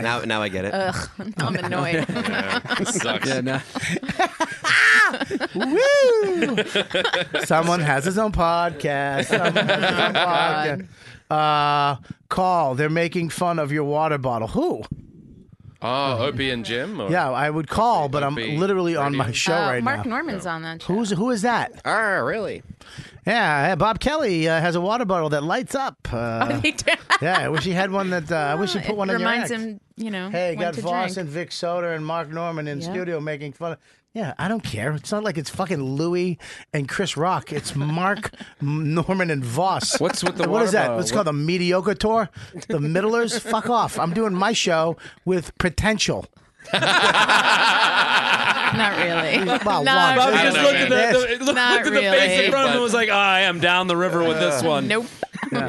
K: Now, now I get it.
G: Ugh, I'm annoyed.
O: sucks.
N: Yeah, no.
F: Woo! Someone has his own podcast. Someone has his own podcast. Uh, call. They're making fun of your water bottle. Who?
O: Oh, Opie and Jim. Or?
F: Yeah, I would call, but I'm
O: Opie
F: literally on my show
G: Uh,
F: right
G: Mark
F: now.
G: Norman's on that.
F: Who's who is that?
O: Ah, really?
F: Yeah, Bob Kelly uh, has a water bottle that lights up.
G: Oh,
F: Uh, yeah, I wish he had one that. Uh, I wish he put one
G: it
F: in your
G: reminds
F: act.
G: him, you know.
F: Hey,
G: when
F: got
G: to
F: Voss
G: drink.
F: and Vic Soda and Mark Norman in
G: Yeah.
F: studio making fun of. Yeah, I don't care. It's not like it's fucking Louis and Chris Rock. It's Mark M- Norman and Voss.
N: What's with the
F: What is
N: water
F: that?
N: bottle?
F: What's called the mediocre tour? The middlers? Fuck off. I'm doing my show with potential.
G: Not really.
F: Well,
G: Not
F: Bob
G: really.
N: just looked at the, the, looked
G: Not
N: at the face
G: really.
N: in front of him and was like, "Oh, "I am down the river with this
F: Uh,
N: one."
G: Nope.
F: They're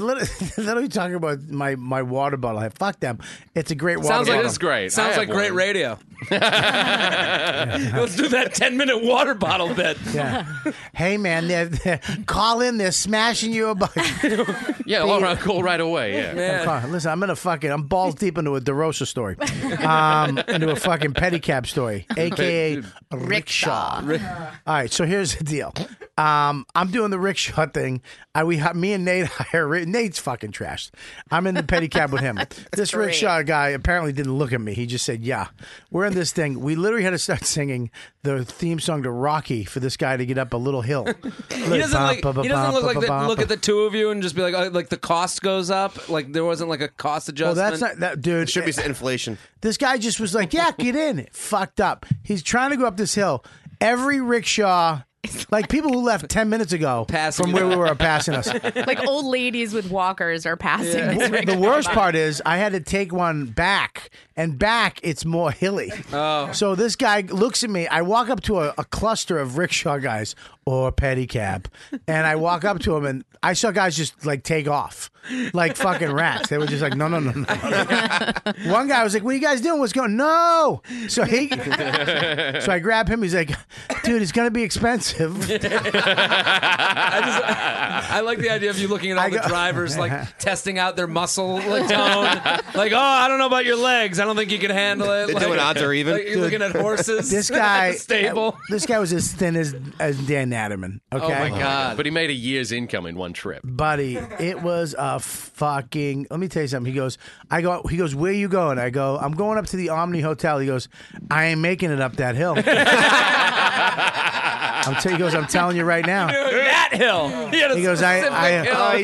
F: lit- they're literally talking about my, my water bottle. Hey, Fuck them. It's a great water
N: Sounds
F: bottle.
N: like
O: It's great. I
N: Sounds
O: have
N: like great
O: one.
N: radio. Let's do that ten-minute water bottle bit.
F: Yeah. hey, man, they're, they're- call in. They're smashing you about.
O: Yeah, all right, call right away. Yeah.
F: I'm calling- Listen, I'm in a fucking. I'm balls deep into a DeRosa story, um, into a fucking pedicab story, aka rickshaw. All right, so here's the deal. Um, I'm doing the rickshaw thing. I we ha- me and Nate hire Nate's fucking trashed. I'm in the pedicab with him. this
G: great.
F: rickshaw guy apparently didn't look at me. He just said, "Yeah, we're in this thing." We literally had to start singing the theme song to Rocky for this guy to get up a little hill.
N: He doesn't like. He doesn't look like the, look at the two of you and just be like, oh, like the cost goes up. Like there wasn't like a cost
F: Well, that's
N: adjustment.
F: not that dude.
K: It should be inflation.
F: This guy just was like, "Yeah, get in." Fucked up. He's trying to go up this hill. Every rickshaw Like people who left 10 minutes ago from where we were are passing us.
G: like old ladies with walkers are passing. This
F: The
G: rickshaw
F: worst
G: by.
F: part is I had to take one back, and back it's more hilly.
N: Oh.
F: So this guy looks at me. I walk up to a, a cluster of rickshaw guys or pedicab, and I walk up to him, and I saw guys just like take off, like fucking rats. They were just like, no, no, no, no. one guy was like, "What are you guys doing? What's going? No!" So he, so I grab him. He's like, "Dude, it's gonna be expensive."
N: I, just, I like the idea of you looking at all the drivers, like testing out their muscle like, tone. like, oh, I don't know about your legs. I don't think you can handle it.
K: They're
N: like,
K: doing odds or even.
N: Like, you're looking at horses.
F: This guy,
N: stable.
F: This guy was as thin as as Dan Natterman. Okay.
O: Oh my god! But he made a year's income in one trip.
F: buddy it was a fucking let me tell you something he goes i go he goes where you going i go i'm going up to the omni hotel he goes i ain't making it up that hill i'm t- he goes i'm telling you right now
N: that hill he,
F: Hmm. he goes i i uh,
P: Oh,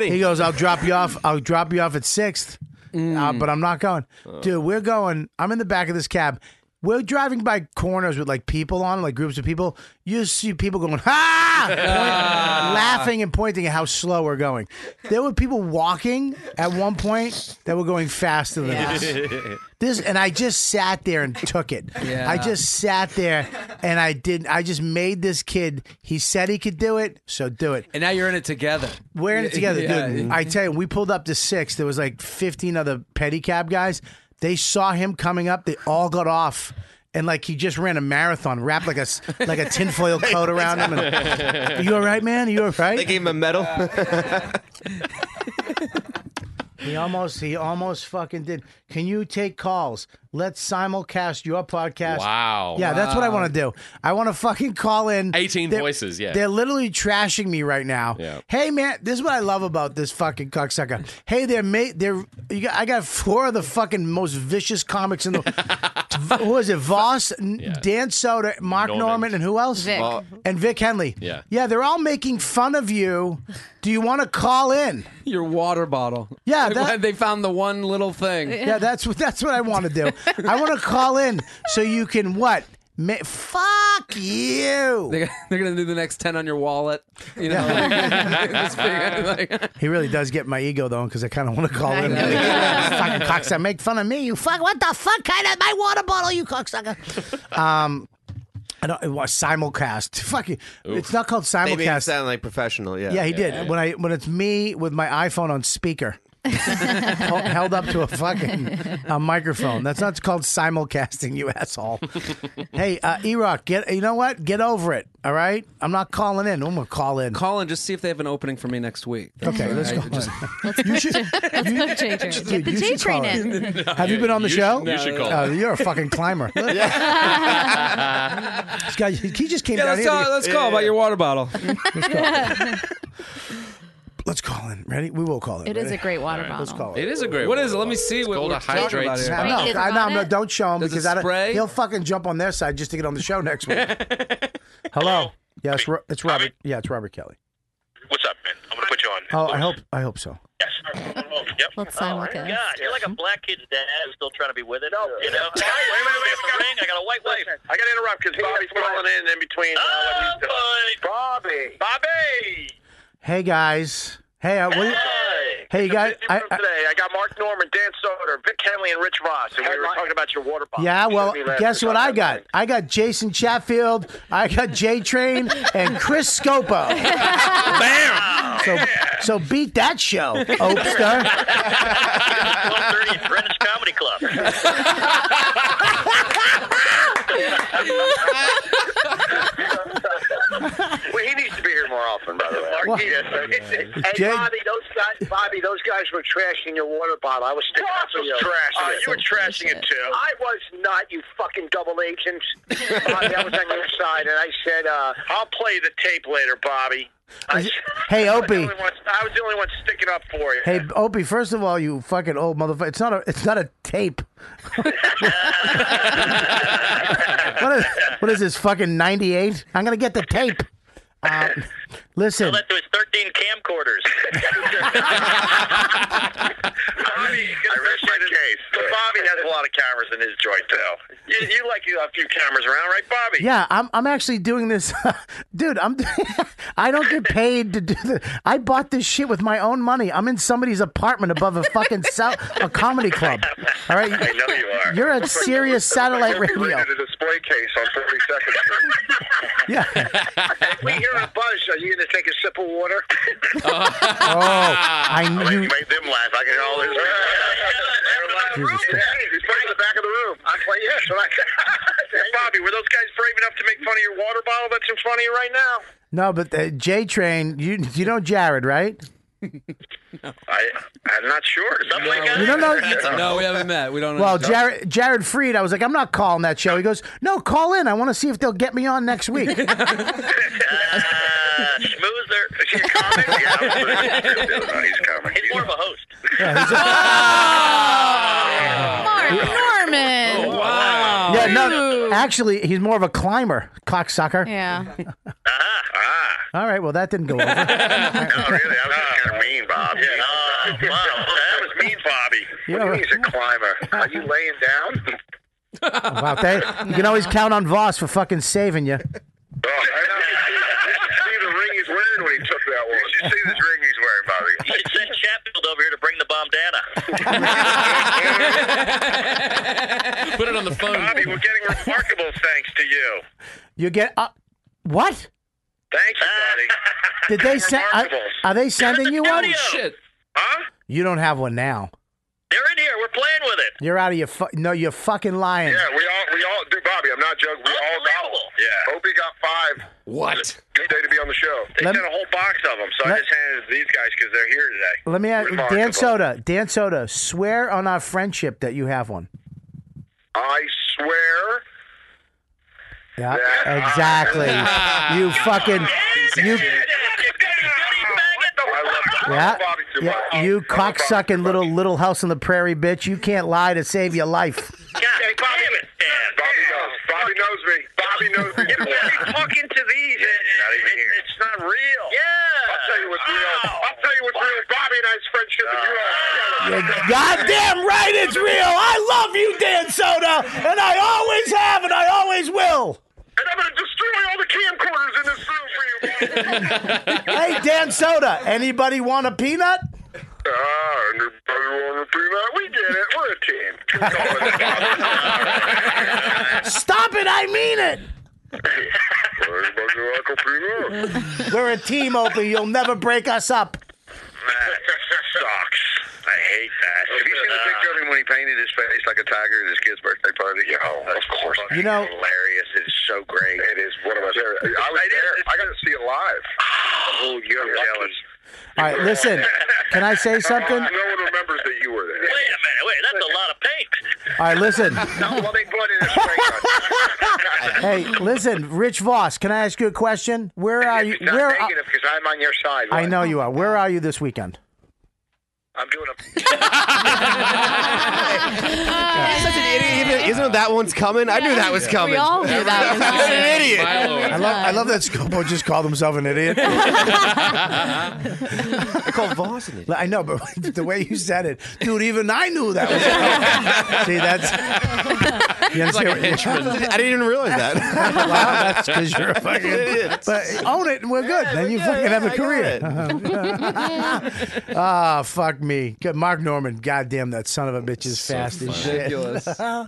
F: he goes i'll drop you off i'll drop you off at sixth uh,
N: Hmm.
F: but i'm not going
N: Oh.
F: dude we're going i'm in the back of this cab we're driving by corners with like people on, like groups of people. You see people going, ah, Point-
N: Ah.
F: laughing laughing and pointing at how slow we're going. There were people walking at one point that were going faster than us. This and I just sat there and took it.
N: Yeah.
F: I just sat there and I didn't. I just made this kid. He said he could do it, so do it.
N: and now you're in it together.
F: We're in it together,
N: Yeah.
F: dude. I tell you, we pulled up to six. There was like fifteen other pedicab guys. They saw him coming up. They all got off. And like he just ran a marathon, wrapped like a s- like a tinfoil coat around him. And, you all right, man? You all right?
K: They gave him a medal.
F: He almost he almost fucking did. Can you take calls? Let's simulcast your podcast.
O: Wow.
F: Yeah, that's what I
O: Wow.
F: want to do. I want to fucking call in
O: 18
F: They're-
O: voices, yeah.
F: They're literally trashing me right now.
O: Yeah.
F: Hey man, this is what I love about this fucking cocksucker. Hey, they're mate they're you got, I got four of the fucking most vicious comics in the Who is it? Voss, N- Dan Soder, Mark Norman.
O: Norman.
F: and who else?
O: Vic. Well-
F: And Vic Henley.
O: Yeah.
F: Yeah, they're all making fun of you. Do you want to call in?
N: Your water bottle.
F: Yeah,
N: I'm
F: that-
N: glad they found the one little thing.
F: Yeah, that's what that's what I want to do. I want to call in so you can what? Ma- fuck you.
N: They, they're gonna do the next ten on your wallet. You know, like, this big- like-
F: He really does get my ego though, because I kind of want to call in. fucking cocksucker, make fun of me. You fuck. What the fuck kind of my water bottle? You cocksucker. Um, I don't. It was simulcast. Fuck you. It's not called
K: They made him
F: simulcast.
K: sound like professional. Yeah.
F: Yeah, he did. When I when it's me with my iPhone on speaker. hel- held up to a fucking a microphone. That's not called simulcasting, you asshole. hey, uh, E-Rock, get you know what? Get over it. All right, I'm not calling in. I'm gonna call in.
N: Call and just see if they have an opening for me next week.
F: Okay, let's go.
G: Let's put J train.
F: Dude, you should call in. Have you been on the show?
O: you should call
F: Oh,
O: in.
F: you're a fucking climber. this guy, he just came
N: Yeah,
F: down
N: let's
F: here.
N: talk,
F: to-
N: let's call about your water bottle.
F: Let's call in. Ready? We will call in.
G: It is a great water bottle.
F: Let's call
O: It is a great.
N: What
O: water
N: is it? Let me
O: bottle.
N: see
O: It's
N: what
O: called
N: we're
O: a
N: talking
O: hydrate
N: about here.
F: I
O: spray.
F: know. I know. No, don't show him
N: Does it
F: because I don't,
N: spray?
F: he'll fucking jump on their side just to get on the show next week. Hello. Yeah, it's, Ro- it's Robert. Yeah, it's Robert Kelly.
P: What's up, man? I'm gonna put you on.
F: Oh, I hope. I hope so.
P: Yes. yep. Oh,
G: Let's simulcast.
P: God, you're like a black kid's dad still trying to be with it. Oh, you know. wait, wait, wait, wait. I got a ring. I got a white wife. I got to interrupt because Bobby's calling in in between. Oh, Bobby. Bobby.
F: Hey guys. Hey. Uh, what hey, you guys. I, I,
P: Today, I got Mark Norman, Dan Soder, Vic Henley, and Rich Voss, and we were talking about your water bottle.
F: yeah.
P: You
F: Well,
P: showed me last
F: guess
P: week.
F: what I got? I got Jason Chatfield. I got J Train and Chris Scopo.
P: Bam.
F: So, so beat that show, Opster.
P: 12:30 at Greenwich Comedy Club. well, he needs to be here more often, by the way.
F: What?
P: hey,
F: Jay-
P: Bobby, those guys, Bobby, those guys were trashing your water bottle. I was sticking up for you. Trashing you were trashing it too. I was not, you fucking double agent. Bobby, I was on your side, and I said, uh, "I'll play the tape later, Bobby." I,
F: Hey,
P: I was the
F: Opie.
P: only one- I was the only one sticking up for you.
F: Hey, Opie. First of all, you fucking old motherfucker. It's not a. It's not a tape. what, is, what is this fucking ninety eight? I'm gonna get the tape. Uh, listen,
P: That was 13 camcorders. Bobby, I rest my case. Bobby has lot of cameras in his joint, though. You, you like a few cameras around, right, Bobby?
F: Yeah, I'm. I'm actually doing this, dude. I'm. I don't get paid to do this. I bought this shit with my own money. I'm in somebody's apartment above a fucking sal- a comedy club. All right.
P: I know you are.
F: You're a
P: Looks like
F: serious
P: it looks
F: satellite
P: like you're
F: radio.
P: related to the display case on 42nd Street.
F: Yeah.
P: if we hear a buzz, are you going to take a sip of water?
F: Oh, I
P: You
F: knew.
P: made them laugh. I can hear all this.
F: Jesus Christ.
P: He's playing in the back of the room. I play, yes. Yeah, Bobby, were those guys brave enough to make fun of your water bottle that's in front of you right now?
F: No, but the J Train. You you know Jared, right?
P: I, I'm not sure. Is that no.
F: You don't know-
N: no, we haven't met. We don't.
F: Well,
N: know.
F: Jared Jared Freed, I was like, I'm not calling that show. He goes, No, call in. I want to see if they'll get me on next week.
P: Uh, smoother. Is he a comic? yeah, I'm smoother. No, he's a comic. He's more of a host.
G: Mark Norman. Oh.
P: wow.
F: Oh, yeah, no, actually, he's more of a climber, cocksucker.
G: Yeah.
P: Uh-huh,
F: All right, well, that didn't go over.
P: no, uh-huh. Oh, really, Oh, I was just kind of mean, Bob. Uh, Yeah. Oh, wow. That was mean, Bobby.
F: Yeah,
P: What do you mean
F: right.
P: he's a climber? Are you laying down?
F: Wow, they, Oh, you can always count on Voss for fucking saving you.
P: Oh, I know. You should see the ring he's wearing when he took that one. You should see this ring he's wearing, Bobby. You should send Chatfield over here to bring the bomb down.
O: Put it on the phone.
P: Bobby, we're getting remarkable thanks to you.
F: You get uh, what?
P: Thanks, buddy.
F: Did they send? Are, are they sending you one?
P: Shit. Huh?
F: You don't have one now.
P: They're in here. We're playing with it.
F: You're out of your fu- no. You're fucking lying.
P: Yeah, we all, we all, dude, Bobby, I'm not joking. We all got one. Yeah. Opie got five.
N: What?
P: Good day to be on the show. They
F: Lem-
P: sent a whole box of them, so I
F: Lem-
P: just handed it to these guys because they're here today.
F: Let me ask
P: Remarkable.
F: Dan Soda. Dan Soda, swear on our friendship that you have one.
P: I swear.
F: Yeah, exactly. you fucking you. Yeah, yeah, you cocksucking little little house on the prairie bitch. You can't lie to save your life.
P: Hey, Bobby, Bobby knows. Bobby knows me. Bobby knows me. If you're talking to these, not even here. it's not real. Yeah. I'll tell you what's real. I'll tell you what's real. Bobby and I's friendship and you are.
F: You're goddamn right, it's real. I love you, Dan Soda, and I always have, and I always will.
P: And I'm going to destroy all the camcorders in this room for you.
F: Hey, Dan Soda, anybody want a peanut?
P: Ah, and everybody want to do that? We get it. We're a team. Keep going, Bobby.
F: Stop it, I mean it.
P: Everybody like a peanut?
F: We're a team, Opie. You'll never break us up.
P: That sucks. I hate that. Have you seen the picture of him when he painted his face like a tiger at his kid's birthday party? Yeah, of course.
F: You know-
P: hilarious. It's so great. It is one of my favorite. I was there. I got to see it live. Oh, you're jealous.
F: All right, listen. Can I say something? All
P: No one remembers that you were there. Wait a minute. Wait, that's a lot of paint.
F: right, listen.
P: No, well, they brought in a
F: Hey,
P: spray gun.
F: listen, Rich Voss. Can I ask you a question? Where are you?
P: It's not
F: Where? Are,
P: negative because I'm on your side.
F: I
P: Roy.
F: know you are. Where are you this weekend?
P: I'm doing a.
K: He's such an idiot. Even- Isn't it that one's coming? I knew that was coming.
G: We all knew that was
K: What
G: coming.
K: an idiot.
F: I love. I love that Scopo just called himself an idiot.
K: I called Voss an idiot.
F: I know, but the way you said it, dude, even I knew that was. See, that's. You
K: He's like a
F: understand what-
K: henchman. I didn't even realize that.
F: well, that's because you're a fucking idiot. But own it, and we're good. then you fucking have a career. Ah, fuck me. Good. Mark Norman, goddamn, that son of a bitch is fast as shit.
L: Ridiculous.
F: um,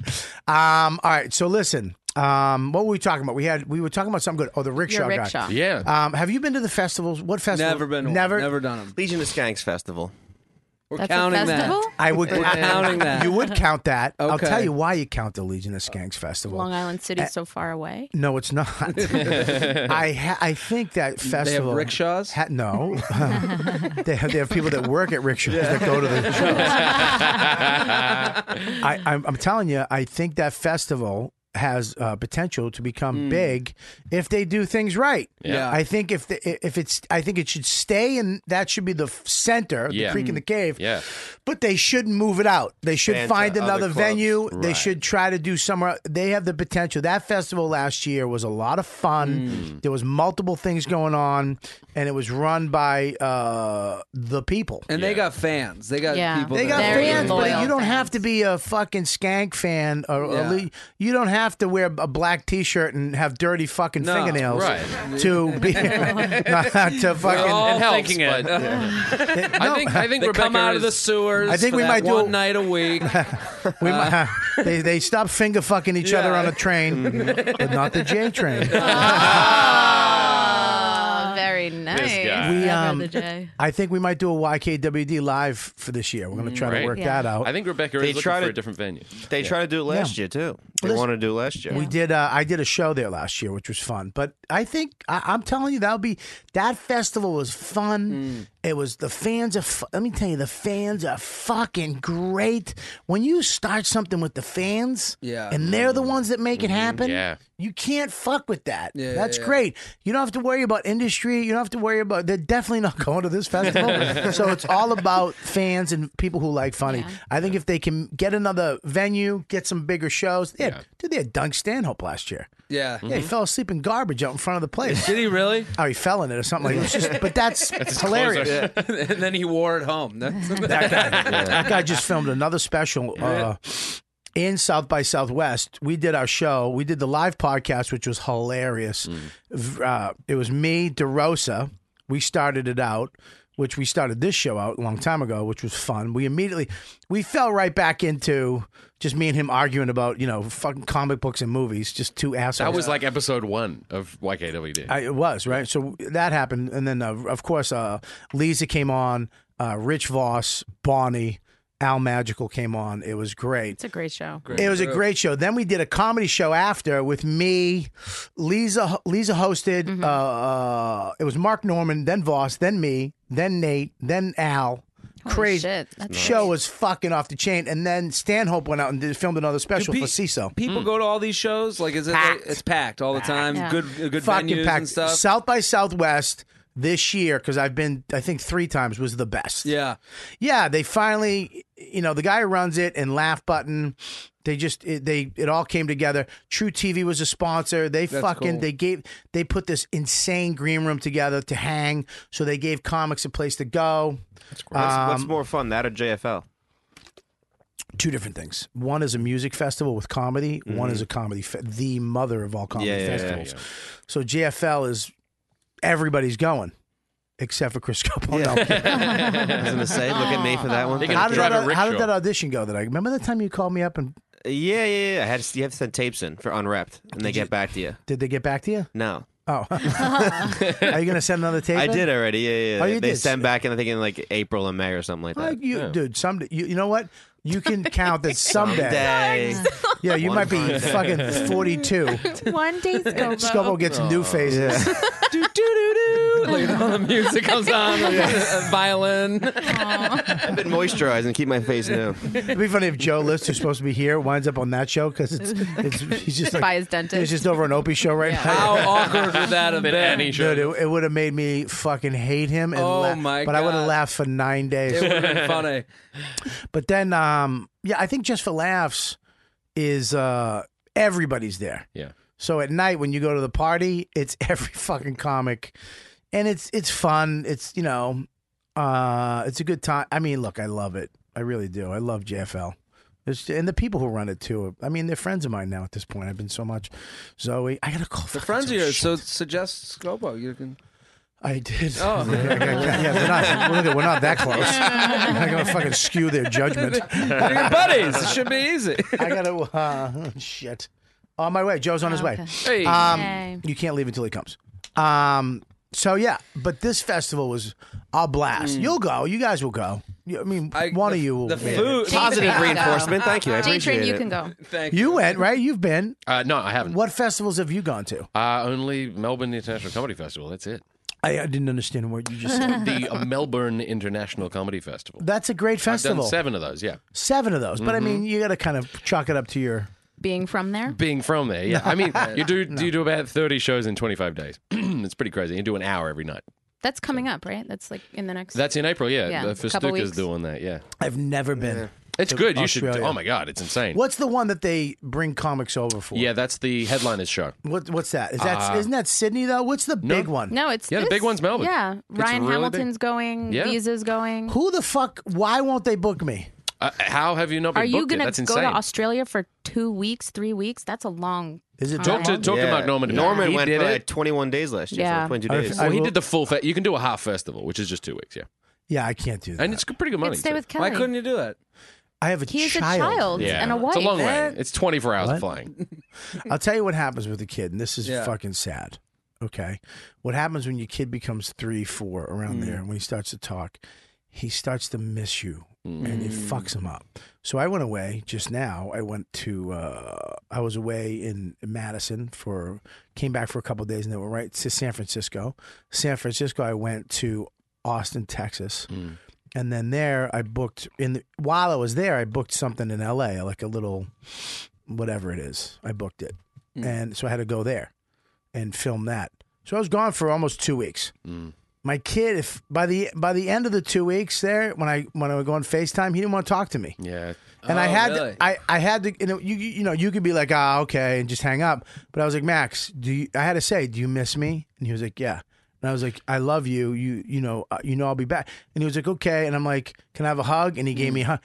F: all right, so listen. Um, what were we talking about? We had we were talking about something good. Oh, the rickshaw,
G: Your
F: guy.
G: rickshaw.
O: Yeah.
F: Um, have you been to the festivals? What festival?
N: Never been. to one.
F: Never.
N: Never done them.
K: Legion of Skanks Festival.
N: We're
G: That's a
N: counting
G: festival?
N: that.
F: I would
N: We're counting that.
F: You would count that. I'll
N: Okay.
F: tell you why you count the Legion of Skanks festival.
G: Long Island
F: Uh,
G: City's so far away.
F: No, it's not. I ha- I think that festival.
N: rickshaws?
F: Ha- no, they have they have people that work at rickshaws that go to the shows. I, I'm, I'm telling you, I think that festival has uh, potential to become big if they do things right.
Q: Hmm. Yeah.
F: I think if the, if it's I think it should stay and that should be the f-
Q: Yeah.
F: center,
Q: Hmm.
F: the creek in the cave.
Q: Yeah.
F: But they shouldn't move it out. They should
Q: Fanta,
F: find
Q: other
F: another
Q: clubs.
F: venue. They
Q: Right.
F: should try to do somewhere. They have the potential. That festival last year was a lot of fun.
Q: Hmm.
F: There was multiple things going on, and it was run by uh, the people.
Q: And they got fans. They got people.
F: They
Q: that
F: got
Q: are
F: fans,
Q: loyal.
F: but you don't have to be a fucking skank fan, or, or
Q: Yeah.
F: le- you don't have to wear a black T-shirt and have dirty fucking
Q: No,
F: fingernails
Q: right.
F: to be not to fucking.
N: We're all
F: It helps,
N: thinking it.
F: but- uh,
N: I think I think
F: They
N: we're
F: come
N: come out
F: is-
N: of the sewers.
F: I think
N: for
F: we
N: that
F: might do
N: one
F: a-
N: night a week.
O: Uh,
F: We mi- they they stop finger fucking each other on a train,
O: Mm-hmm.
F: but not the J train.
G: Oh, very nice.
F: We,
G: Ever
F: um,
G: the J.
F: I think we might do a YKWd live for this year. We're going to try to
O: Mm, Right.
F: work
O: Yeah.
F: that out.
O: I think Rebecca
K: They
O: is looking
K: try
O: for
K: to-
O: a different venue.
K: They
O: Yeah.
K: tried to do it last
F: Yeah.
K: year too. They
F: Listen-
K: wanted to do it last year.
F: We did. Uh, I did a show there last year, which was fun. But I think I, I'm telling you that'll be that festival was fun.
O: Mm.
F: It was the fans are. Fu- let me tell you, the fans are fucking great. When you start something with the fans,
Q: Yeah.
F: and they're the ones that make it happen.
Q: yeah.
F: you can't fuck with that.
Q: Yeah,
F: That's
Q: yeah, yeah.
F: great. You don't have to worry about industry. You don't have to worry about. They're definitely not going to this festival. so it's all about fans and people who like funny. I think if they can get another venue, get some bigger shows. Yeah, Mm-hmm. dude, they had Dunk Stanhope last year.
Q: Yeah.
F: Yeah, he fell asleep in garbage out in front of the place.
N: Did he really?
F: Oh, he fell in it or something like that. Just, but that's,
N: his
F: hilarious.
N: closer. and then he wore it home. That's that
F: That guy just filmed another special uh, in South by Southwest. We did our show. We did the live podcast, which was hilarious.
O: Mm.
F: V- Uh, it was me, DeRosa. We started it out, which we started this show out a long time ago, which was fun. We immediately we fell right back into just me and him arguing about you know fucking comic books and movies. Just two assholes.
O: That was like episode one of YKWd.
F: I, it was right. So that happened, and then uh, of course uh, Lisa came on, uh, Rich Voss, Bonnie, Al Magical came on. It was great.
G: It's a great show.
F: It was a great show. Then we did a comedy show after with me, Lisa. Lisa hosted.
Q: Mm-hmm.
F: Uh, uh, it was Mark Norman, then Voss, then me, then Nate, then Al. Crazy
Q: shit. That's
F: show
Q: nice.
F: was fucking off the chain, and then Stanhope went out and did, filmed another special
Q: pe-
F: for CISO.
Q: People go to all these shows. Like, is it? Like, it's packed all the time.
F: Yeah.
Q: Good, uh, good venues and stuff.
F: South by Southwest this year because I've been I think three times was the best.
Q: Yeah,
F: yeah. They finally, you know, the guy who runs it and Laugh Button, they just it, they it all came together. True TV was a sponsor. They
Q: That's
F: fucking
Q: cool.
F: they gave they put this insane green room together to hang. So they gave comics a place to go. Um, That's
K: What's, what's more fun, that or JFL?
F: two different things. One is a music festival with comedy. One
K: Mhm.
F: is a comedy, fe- the mother of all comedy
K: Yeah, yeah, yeah,
F: festivals.
K: yeah.
F: So JFL is everybody's going except for Chris Capo. No.
K: I was gonna say, look at me for that one.
F: How did that, how did that audition go? That I remember the time you called me up and
K: Yeah, yeah, yeah. I had to, you have to send tapes in for unwrapped, and they get back to you.
F: did they get back to you?
K: No,
F: Oh, are you gonna send another tape?
K: I
F: in?
K: did already. Yeah, yeah.
F: Oh,
K: they
F: you
K: they
F: did.
K: send back, and I think in like April and May or something like that.
F: Like you, dude. Someday, you, you know what? You can count that someday.
K: Someday.
F: Yeah, you
K: One
F: might be
K: fine day.
F: fucking forty-two.
G: One day, Scobo.
F: Scobo gets
K: Oh.
F: new faces.
N: Look at all the music comes on. a Violin.
K: I've been moisturizing, to keep my face new.
F: It'd be funny if Joe List, who's supposed to be here, winds up on that show because it's, it's he's just like,
G: By his dentist.
F: He's just over an Opie show right now.
N: How awkward would that have been? Any show.
F: Dude, it, would have made me fucking hate him. And
N: Oh,
F: la-
N: my
F: But I would have
N: God.
F: laughed for nine days.
N: It would've been funny.
F: But then, um, yeah, I think just for laughs is uh, everybody's there.
O: Yeah.
F: So at night when you go to the party, it's every fucking comic, and it's it's fun. It's you know, uh, it's a good time. I mean, look, I love it. I really do. I love JFL. It's, and the people who run it too. I mean, they're friends of mine now at this point. I've been so much. Zoe, I gotta call.
Q: the friends of yours. So suggest Scobo. You can.
F: I did.
Q: Oh.
F: yeah, we're not, look, we're not that close. I'm not gonna fucking skew their judgment.
Q: They're your buddies. It should be easy.
F: I gotta. Uh, shit. On my way. Joe's on
K: Oh,
F: his way.
Q: Hey.
F: Um,
Q: Yay.
F: You can't leave until he comes. Um, so yeah, but this festival was a
Q: Mm.
F: blast. You'll go. You guys will go. You- I mean, one of you will.
K: the
F: make it.
K: food- Positive Jason, reinforcement. go. Thank you. I Jason, appreciate you it. can
G: go.
Q: Thank
F: you. went right. You've been.
O: Uh, no, I haven't.
F: What festivals have you gone to?
O: Uh, only Melbourne International Comedy Festival. That's it.
F: I, I didn't understand what you just said.
O: the uh, Melbourne International Comedy Festival.
F: That's a great
O: I've done
F: festival.
O: seven of those. Yeah.
Q: Mm-hmm.
F: Seven of those. But I
O: Mhm.
F: mean, you got to kind of chalk it up to your
G: being from there.
O: Being from there, yeah. I mean, you do
G: No.
O: you do about thirty shows in twenty five days. it's pretty crazy. You do an hour every night.
G: That's coming up, right? That's like in the next.
O: That's in April, yeah.
G: Yeah,
O: the
G: couple
O: Festuca's
G: weeks.
O: doing that, yeah.
F: I've never been.
O: It's
F: to
O: good. You should.
F: Australia.
O: Oh my god, it's insane.
F: What's the one that they bring comics over for?
O: Yeah, that's the headliners show.
F: What, what's that? Is that
O: Uh,
F: isn't that Sydney though? What's the big one?
G: No, it's
O: Yeah, the
G: this-
O: big one's Melbourne.
G: Yeah,
O: It's
G: Ryan
O: really
G: Hamilton's
O: big.
G: going.
O: Yeah.
G: Visa's going.
F: Who the fuck? Why won't they book me?
O: Uh, how have you not been
G: Are you
O: booked? it?
G: gonna
O: That's
G: go
O: insane.
G: to Australia for two weeks, three weeks? That's a long.
O: Talk to
G: time.
O: talk to Mark Norman. about it.
K: Norman
O: He
K: went
O: did
K: for
O: it.
K: like 21 days last year.
G: Yeah.
K: So 22
O: I-
K: days.
O: well, he did the full. Fe- you can do a half festival, which is just two weeks. Yeah,
F: Yeah, I can't do that.
O: and it's good- pretty good
G: You'd
O: money.
G: stay
O: too.
G: with Kelly. Why couldn't
O: you do that?
F: I have a
G: He's a
F: child.
G: child and a wife.
O: It's a long
F: Eh.
O: way. It's twenty four hours
F: What?
O: of flying.
F: I'll tell you what happens with a kid, and this is
O: Yeah.
F: fucking sad. Okay. What happens when your kid becomes three, four,
O: Mm.
F: around there, when he starts to talk, he starts to miss you and it fucks him up. So I went away just now. I went to, uh, I was away in Madison for, came back for a couple of days and then went right to San Francisco. San Francisco, I went to Austin, Texas. And then there, I booked in. The, while I was there, I booked something in L.A., like a little, whatever it is. I booked it, and so I had to go there and film that. So I was gone for almost two weeks.
O: Mm.
F: My kid, if by the by the end of the two weeks there, when I when I would go on Facetime, he didn't want to talk to me.
O: Yeah.
F: And I
O: Oh,
F: had
O: really?
F: to, I, I had to you know you you know you could be like ah okay and just hang up, but I was like Max, do you, I had to say do you miss me? And he was like yeah, and I was like I love you you you know uh, you know I'll be back, and he was like okay, and I'm like can I have a hug? And he gave me a hug.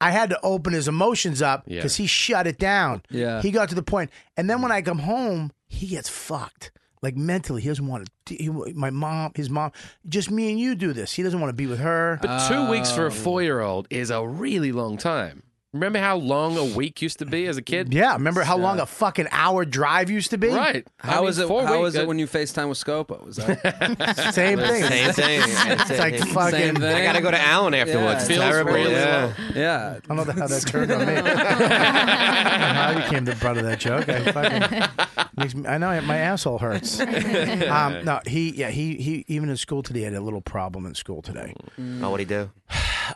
F: I had to open his emotions up
O: Yeah.
F: because he shut it down.
O: Yeah.
F: he got to the point, and then when I come home, he gets fucked. Like mentally, he doesn't want to. He, my mom, his mom, just me and you do this. He doesn't want to be with her.
O: But two weeks
F: Oh.
O: for a four year old is a really long time. Remember how long a week used to be as a kid?
F: Yeah, remember how long a fucking hour drive used to be?
O: Right.
F: How
O: I
F: is was
O: mean, four
F: how
O: weeks-
F: was
O: uh,
L: When you FaceTime with Scopo, was that?
F: Same thing.
K: Same thing.
F: it's like
K: Same
F: fucking.
K: thing. I gotta go to Allen afterwards. It's terrible. Yeah.
F: yeah. I don't know how that turned on me. I don't know how I became the butt of that joke. I fucking makes me, I know my asshole hurts. Um, no, he yeah he he even in school today had a little problem in school today.
K: Oh, what'd he do?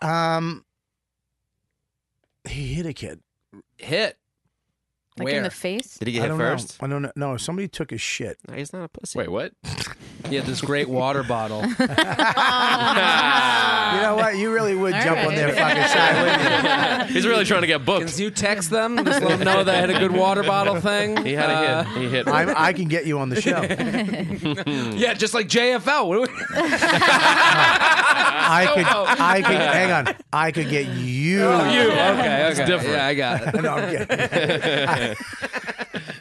F: Um, he hit a kid.
O: Hit.
G: Like in the face.
K: Did he get
F: I
K: hit
F: don't know.
K: first?
F: I don't know. No, somebody took his shit.
K: he's not a pussy.
O: Wait, what?
N: He had this great water bottle.
F: You know what? You really would
N: All
F: jump on
N: right.
F: their fucking side, wouldn't you?
O: He's really trying to get booked.
N: Can you text them? Just let them know that I had a good water bottle thing.
O: He had a hit. He hit.
F: I'm, I can get you on the show.
N: yeah, just like JFL. What do we-
F: I could, I could, hang on. I could get you.
N: Oh, you. Okay,
F: It's
N: okay.
F: different.
N: Yeah, I got it.
F: No, I'm kidding.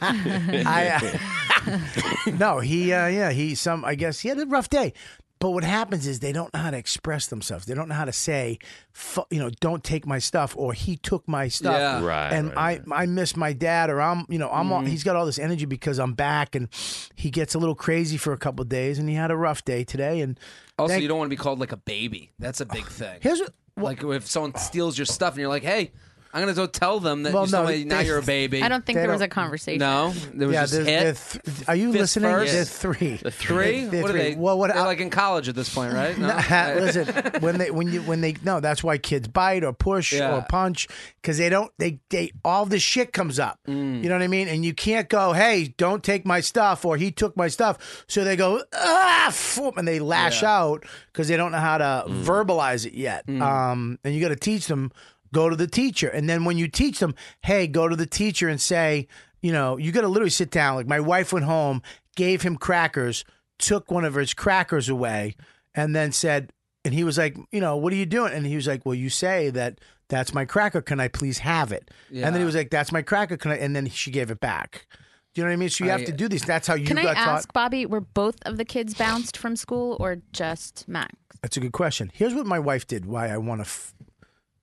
F: I, uh, no, he, uh, yeah, he, some, I guess he had a rough day. But what happens is they don't know how to express themselves. They don't know how to say, fu- you know, don't take my stuff or he took my stuff.
O: Yeah. Right,
F: And
O: right,
F: I, I miss my dad or I'm, you know, I'm,
N: Mm-hmm.
F: all, he's got all this energy because I'm back and he gets a little crazy for a couple of days and he had a rough day today. And
N: Also,
F: thank-
N: you don't want to be called like a baby. That's a big thing.
F: Here's what-
N: like if someone steals your stuff and you're like, "Hey, I'm gonna go tell them that
F: Well,
N: you
F: no,
N: somebody, now
F: they-
N: you're a baby."
G: I don't think
F: They
G: there was a
F: don't-
G: conversation.
N: No, there was
F: yeah,
N: just
F: there's-
N: hit.
F: there's th- are you
N: fist
F: listening?
N: first.
F: There's three. The
N: Three? What are they?
F: Well, what?
N: They're like in college at this point, right? No?
F: Nah, listen, when they when you when they no, that's why kids bite or push
N: Yeah.
F: or punch because they don't they they all this shit comes up.
N: Mm.
F: You know what I mean? And you can't go, hey, don't take my stuff or he took my stuff. So they go ah, foom, and they lash out because they don't know how to
N: Mm.
F: verbalize it yet.
G: Hmm.
F: Um, and you got to teach them. Go to the teacher, and then when you teach them, hey, go to the teacher and say, you know, you got to literally sit down. Like my wife went home, gave him crackers, took one of his crackers away and then said, and he was like, you know, what are you doing? And he was like, well, you say that that's my cracker. Can I please have it? And then he was like, that's my cracker. Can I? And then she gave it back. Do you know what I mean? So you have
G: I-
F: to do these. That's how you
G: Can I
F: got taught.
G: ask, Bobby, were both of the kids bounced from school or just Max?
F: That's a good question. Here's what my wife did. Why I want to, f-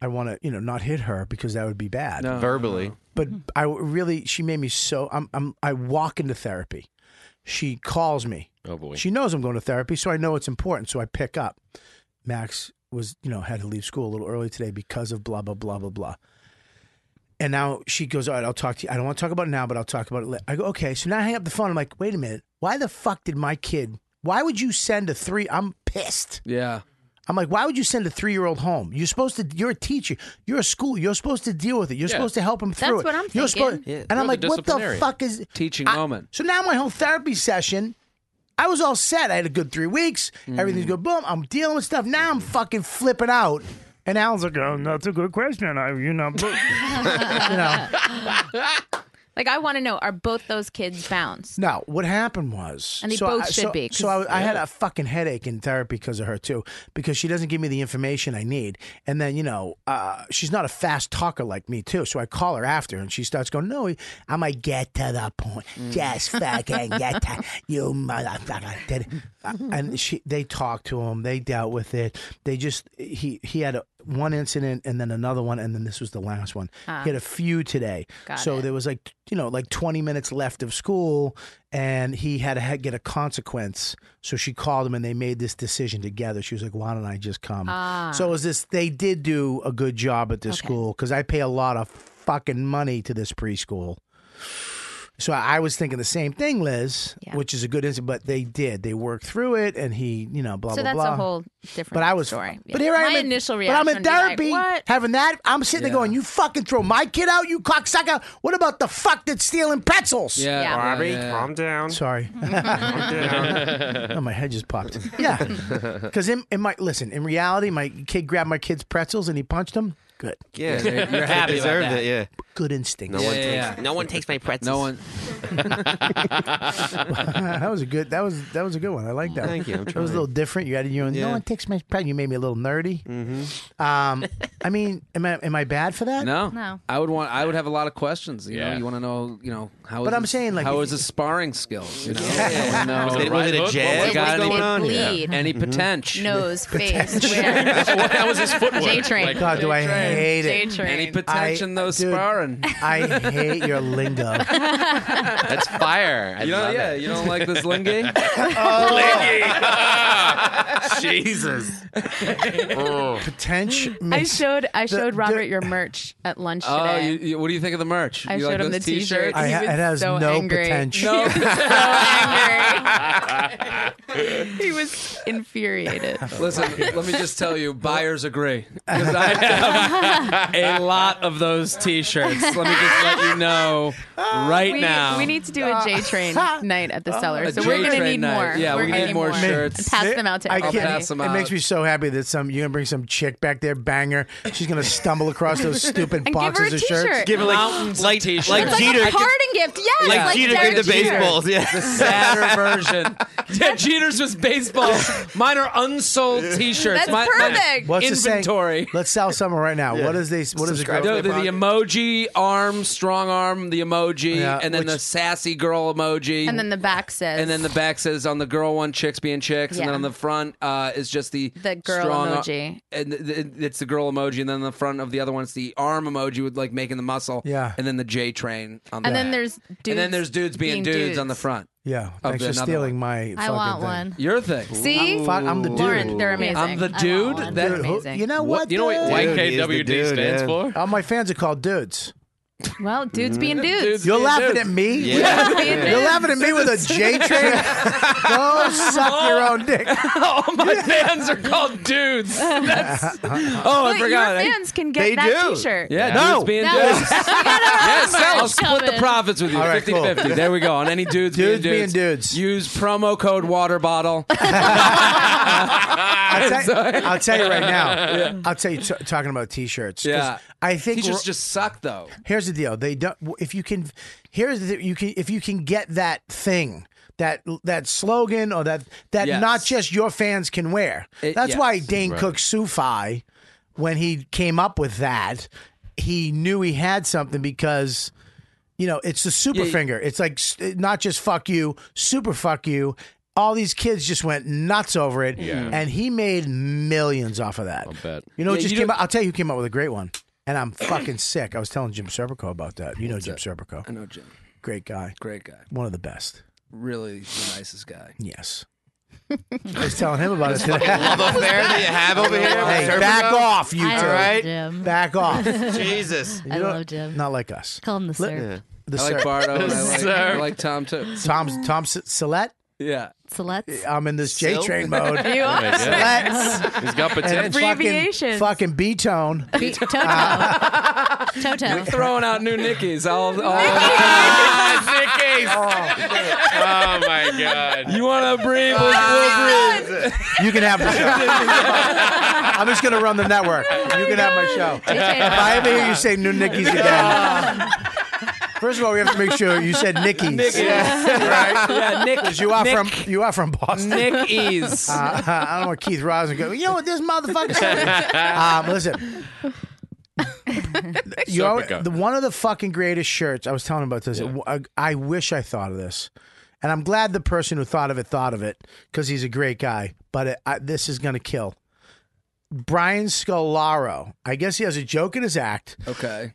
F: I want to, you know, not hit her because that would be bad.
O: Verbally.
F: But I really, she made me so. I'm, I'm, I walk into therapy. She calls me.
O: Oh boy.
F: She knows I'm going to therapy, so I know it's important. So I pick up. Max was, you know, had to leave school a little early today because of blah blah blah blah blah. And now she goes, all right, I'll talk to you. I don't want to talk about it now, but I'll talk about it later. I go, okay. So now I hang up the phone. I'm like, wait a minute. Why the fuck did my kid? Why would you send a three? I'm pissed.
N: Yeah.
F: I'm like, why would you send a three year old home? You're supposed to. You're a teacher. You're a school. You're supposed to deal with it. You're
R: Yeah.
F: supposed to help him
R: That's
F: through it.
R: what I'm
F: You're
R: thinking.
F: supposed-
R: Yeah,
F: and I'm
R: you're
F: like,
R: the
F: what the
R: disciplinarian.
F: fuck is
R: Teaching
F: I-
R: moment.
F: So now my whole therapy session. I was all set. I had a good three weeks.
R: Mm.
F: Everything's good. Boom. I'm dealing with stuff. Now I'm
R: Mm-hmm.
F: fucking flipping out. And Alan's like, oh, that's a good question. I, you know, but, you know.
G: like I want to know: Are both those kids bounced?
F: No, what happened was,
G: And they
F: so
G: both
F: I,
G: should
F: so,
G: be, 'cause-
F: So I, I had
G: Yeah.
F: a fucking headache in therapy because of her too, because she doesn't give me the information I need, and then you know, uh, she's not a fast talker like me too. So I call her after, and she starts going, "No," I'm like, "Get to the point,
G: Mm.
F: just fucking get to you, motherfucker." Did it." Uh, And she, they talked to him, they dealt with it. They just he he had a, one incident, and then another one, and then this was the last one.
S: Ah.
F: He had a few today,
S: Got
F: so
S: it.
F: there was like you know like 20 minutes left of school and he had to ha- get a consequence so she called him and they made this decision together she was like why don't i just come
S: Ah.
F: so it was this they did do a good job at this school because i pay a lot of fucking money to this preschool so I I was thinking the same thing, Liz, which is a good insight. But they did; they worked through it, and he, you know, blah
G: so
F: blah
G: that's
F: blah.
G: a whole different.
F: But I was,
G: story. Yeah.
F: but here I am.
G: My
F: in-
G: initial
F: But I'm
G: reaction
F: in
G: would be like,
F: therapy,
G: "What?"
F: having that. I'm sitting there going, "You fucking throw my kid out, you cocksucker! What about the fuck that's stealing pretzels?"
K: Yeah, Yeah. Bobby, calm
F: down. Sorry, oh, my head just popped. Yeah, because in, in my listen, in reality, my kid grabbed my kid's pretzels and he punched him. Good.
K: Yeah, you're happy about Deserved that. it, yeah.
F: Good instinct.
K: No one takes. No one takes my pretzels.
F: No one- that was a good. That was that was a good one. I like that.
K: Thank you. I'm
F: It was a
K: trying.
F: little different. You added your own. No
K: Yeah. Mm-hmm.
F: one takes my. pride." You made me a little nerdy. Um, I mean, am I am I bad for that?
N: No, I would want. I would have a lot of questions. You know, you want to know. You know how.
F: But
N: is
F: I'm
N: his-
F: saying, like,
N: how
F: if-
N: is his sparring skills? You know,
F: Yeah.
N: I wanna
F: Was
N: know-
F: it- was it a
N: What's
F: jab?
N: going
F: Got any
N: on?
F: bleed?
N: Any
F: Mhm.
N: Mm-hmm. potential?
G: Nose, face,
N: that was his footwork.
G: J train.
N: Like,
F: God, do I hate it?
G: J-train.
N: Any potential in those sparring?
F: I hate your lingo.
P: That's fire. I
N: You
P: love
N: don't, yeah,
P: it.
N: you don't like this lingy?
P: Jesus.
N: Oh.
F: Potential.
G: I showed I showed Robert your merch at lunch
N: Oh,
G: today.
N: you, you, what do you think of the merch?
G: I
N: you
G: showed
N: like
G: him the
N: those
G: t-shirt.
N: t-shirts?
G: He I- was it has so no angry. potential.
N: No.
G: He was he was infuriated.
N: Listen, let me just tell you, buyers agree. 'Cause I have a lot of those T-shirts. Let me just let you know right
G: we,
N: now.
G: we need to do a
F: Ah.
G: J train night at
F: Oh,
G: the cellar.
N: A
G: So we're gonna
N: J-train
G: need
N: night.
G: more.
N: Yeah,
G: we're
N: we
G: gonna
N: need more
G: more
N: shirts.
G: And Pass them out to
F: I
G: everybody.
F: can't- It makes me so happy that some you're gonna bring some chick back there, banger. She's gonna stumble across those stupid
G: And give her a
F: boxes of shirts.
G: t-shirt. Give her, like, Mountains
K: like
N: t-shirts.
K: like
G: It's
K: Jeter.
G: like a parting gift. Yes,
K: like Jeter did
G: Derek
K: the baseballs, yeah.
N: the sadder version. Yeah, Jeter's was baseballs. Mine are unsold T-shirts.
G: That's
N: My- my
G: perfect.
F: What's the saying?
N: inventory.
F: Let's sell some right now. What is they? What is it?
N: No, the, the emoji arm, strong arm, the emoji,
F: Yeah,
N: and then
F: which-
N: the sassy girl emoji,
G: And then the back says.
N: And then the back says on the girl one, chicks being chicks, and
G: Yeah.
N: then on the front uh, is just the
G: The girl
N: strong ar-
G: emoji.
N: and th- th- it's the girl emoji, and then on the front of the other one it's the arm emoji with like making the muscle,
F: Yeah.
N: and then the J train on the
G: And then
N: back.
G: there's dudes
N: and then there's dudes being, dudes, on the front.
F: Yeah, thanks
N: of
F: for
N: the- Oh, another
F: stealing
N: one.
F: my.
G: I
F: fucking
G: want
F: thing.
G: one.
N: Your thing.
G: See?
F: I'm, fuck, I'm the dude.
G: Lauren, they're amazing.
N: I'm the
G: I want
N: dude.
G: one.
N: That-
G: They're amazing.
F: You know
N: What-
F: what?
N: you know what
F: dude?
K: YKWD dude, stands yeah. for?
F: All my fans are called dudes.
G: Well, dudes being dudes.
F: You're laughing at me.
K: Yeah. Yeah.
F: You're
K: Yeah.
F: laughing at me with a J train. Go suck your own dick.
N: oh, my fans are called dudes. That's, oh,
G: But
N: I forgot.
G: Your fans can get that T-shirt.
N: Yeah, dudes being
G: That was-
N: dudes.
G: We got our
N: Yes,
G: merch
N: I'll split the
G: coming.
N: profits with you.
F: All right,
N: 50 50.
F: cool.
N: There we go. On any dudes,
F: Dudes
N: being, dudes
F: being
N: Use promo code water bottle.
F: I'll tell,
N: Ah, Sorry.
F: I'll tell you right now.
N: Yeah.
F: I'll tell you t- talking about t-shirts. 'cause
N: Yeah.
F: I think
N: T-shirts
F: we're-
N: just suck, though.
F: Here's the deal. They don't. If you can, here's the you can if you can get that thing that that slogan or that that
N: Yes.
F: not just your fans can wear.
N: It-
F: That's why
N: yes.
F: Dane
N: Right.
F: Cook Sufi, when he came up with that, he knew he had something because. You know, it's the super
N: Yeah.
F: finger. It's like s- not just fuck you, super fuck you. All these kids just went nuts over it,
P: Yeah.
F: and he made millions off of that. I'll bet. You know, what
P: Yeah,
F: just
P: you
F: came
P: don't-
F: out. I'll tell you who came out with a great one, and I'm fucking sick. I was telling Jim Serpico about that. You know Jim Serpico.
N: I know Jim.
F: Great guy.
N: Great guy.
F: One of the best.
N: Really the nicest guy.
F: Yes. I was telling him about it today.
K: love affair that you have over here with
F: Hey,
K: Serpico?
F: back off, you two.
K: I love
T: Jim.
F: Back off.
K: Jesus.
T: I
F: You don't-
T: love Jim.
F: Not like us.
T: Call him the
F: Let-
T: Serp.
F: The
N: I like
F: Serp.
N: Bardo. and I like, I like Tom, too.
F: Tom's Tom S- Sillette.
N: Yeah.
J: So let's.
F: I'm in this J
J: Still?
F: train mode.
J: You are.
F: Let's.
J: He's
F: And
J: got potential.
F: Fucking,
J: Abbreviations.
F: fucking Uh, B tone.
J: Be- Toto. Toto.
N: We're throwing out new Nickies all, all
O: Nickies.
F: Um,
O: Oh my god.
N: You want to breathe?
F: We'll breathe. You can have the show. I'm just gonna run the network.
N: Oh
F: You can have my show.
N: J Train.
F: If I ever hear you say new Nickies again. First of all, we have to make sure you said Nickies.
N: Nickies.
F: Right?
N: Yeah, Nick-
F: 'Cause you are
N: Nick-
F: from you are from Boston.
N: Nickies.
F: Uh, I don't want Keith Rosen go, you know what this motherfucker said? um, listen. You know,
O: Serpico.
F: the, one of the fucking greatest shirts, I was telling him about this. I, I wish I thought of this. And I'm glad the person who thought of it thought of it because he's a great guy. But it, I, this is going to kill. Brian Scalaro. I guess he has a joke in his act.
N: Okay.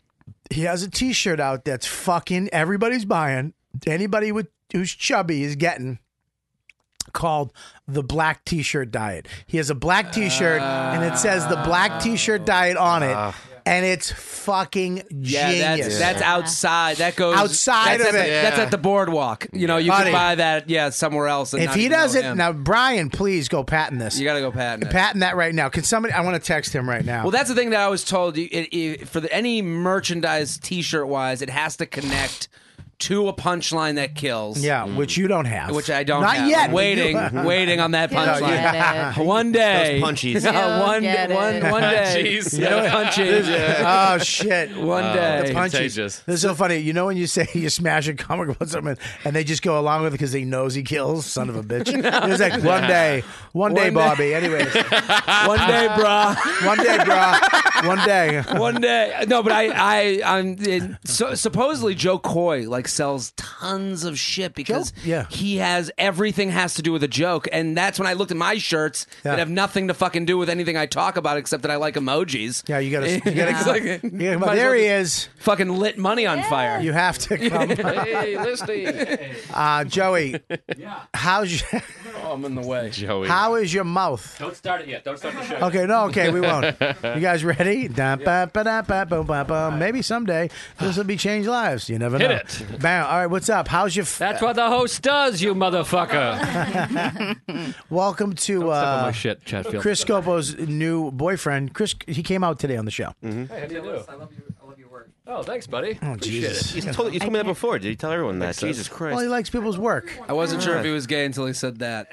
F: He has a t shirt out that's fucking everybody's buying. Anybody with who's chubby is getting called the black t-shirt diet. He has a black t-shirt and it says the black t-shirt diet on it and it's fucking
N: Yeah,
F: genius.
N: that's that's outside. That goes
F: Outside
N: that's
F: of
N: at
F: it.
N: the-
F: Yeah.
N: That's at the boardwalk. You know, you
F: Buddy.
N: can buy that. Yeah, somewhere else. and
F: if
N: not
F: he
N: even know
F: doesn't
N: him.
F: now Brian please go patent this.
N: you got to go patent. it.
F: patent that right now. Can somebody I want to text him right now.
N: Well, that's the thing that I was told. You- It, it, for the, any merchandise T-shirt wise, it has to connect to a punchline that kills.
F: yeah, which you don't have.
N: Which I don't
F: Not
N: have.
F: yet.
N: Waiting, waiting on that
F: You'll
N: punchline.
F: get it.
N: One day,
F: Those punchies.
N: Yeah,
F: You'll
N: one,
F: get
N: one,
F: it.
N: one day.
F: Punchies.
N: You know,
F: Yeah.
N: punchies.
F: Oh shit!
N: One Oh, day.
F: the punches.
N: contagious.
F: This is so funny. You know when you say you smash a comic book or something, and they just go along with it because they knows he kills. Son of a bitch! It was like one day, one, day,
N: One day.
F: Bobby. Anyways,
N: one day, brah.
F: One day, brah. One day.
N: One day. No, but I, I, I'm. It, so, supposedly, Joe Coy like sells tons of shit because
F: yeah.
N: he has everything has to do with a joke, and that's when I looked at my shirts
F: Yeah.
N: that have nothing to fucking do with anything I talk about except that I like emojis.
F: Yeah, you gotta- you gotta-
N: It's like-
F: you gotta-
N: might as
F: there he
N: well
F: is.
N: Fucking lit money on fire.
F: You have to come.
O: Hey, listening.
F: Uh, Joey, how's your,
O: Oh, I'm in the way. Joey.
F: how is your mouth?
M: Don't start it yet. Don't start the show.
F: Okay, no, okay, we won't. You guys ready? Da, ba, ba, da, ba, boom, ba, bum. Maybe someday this will be changed lives. You never
M: Hit
F: know.
M: it.
F: Bam. All right, what's up? How's your? F-
M: That's what the host does, you motherfucker.
F: Welcome to uh,
M: on my shit, Chatfield.
F: Chris Scopo's new boyfriend. Chris, he came out today on the show.
M: Hey, how do you do? I love, you, I love your work. Oh, thanks, buddy.
F: Oh, Jesus.
K: You told, you told me that before. Did you tell everyone that?
N: so.
K: Jesus Christ.
F: Well, he likes people's work.
N: I wasn't sure if he was gay until he said that.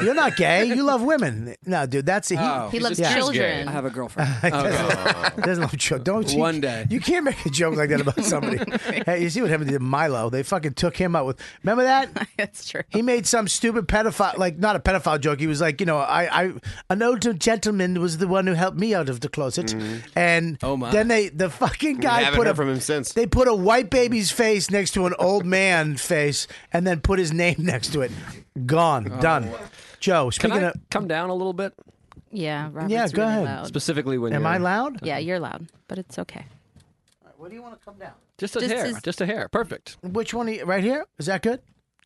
F: You're not gay. You love women. No, dude, that's he.
N: Oh. He loves children.
U: I have a girlfriend.
K: Uh-uh.
F: Doesn't doesn't love joke. Don't you,
N: One day.
F: you can't make a joke like that about somebody. hey, you see what happened to Milo? They fucking took him out with. Remember that?
G: That's true.
F: He made some stupid pedophile, like not a pedophile joke. He was like, you know, I, I an older gentleman was the one who helped me out of the closet, and
K: Oh, my.
F: then they the fucking
K: I
F: guy
K: haven't
F: put
K: heard
F: a
K: from him since.
F: they put a white baby's face next to an old man face, and then put his name next to it. Gone,
K: Oh,
F: done. Joe,
M: Can
F: speaking
M: I
F: of,
M: come down a little bit?
G: Yeah, Robert's
F: Yeah, go
G: really
F: ahead.
G: Loud.
M: Specifically when
F: am
M: you're,
F: I loud?
G: Yeah, you're loud, but it's okay.
F: What do you want to come down?
M: Just a
G: Just
M: hair.
G: his-
M: Just a hair. Perfect.
F: Which one? Are you, right here? Is that good?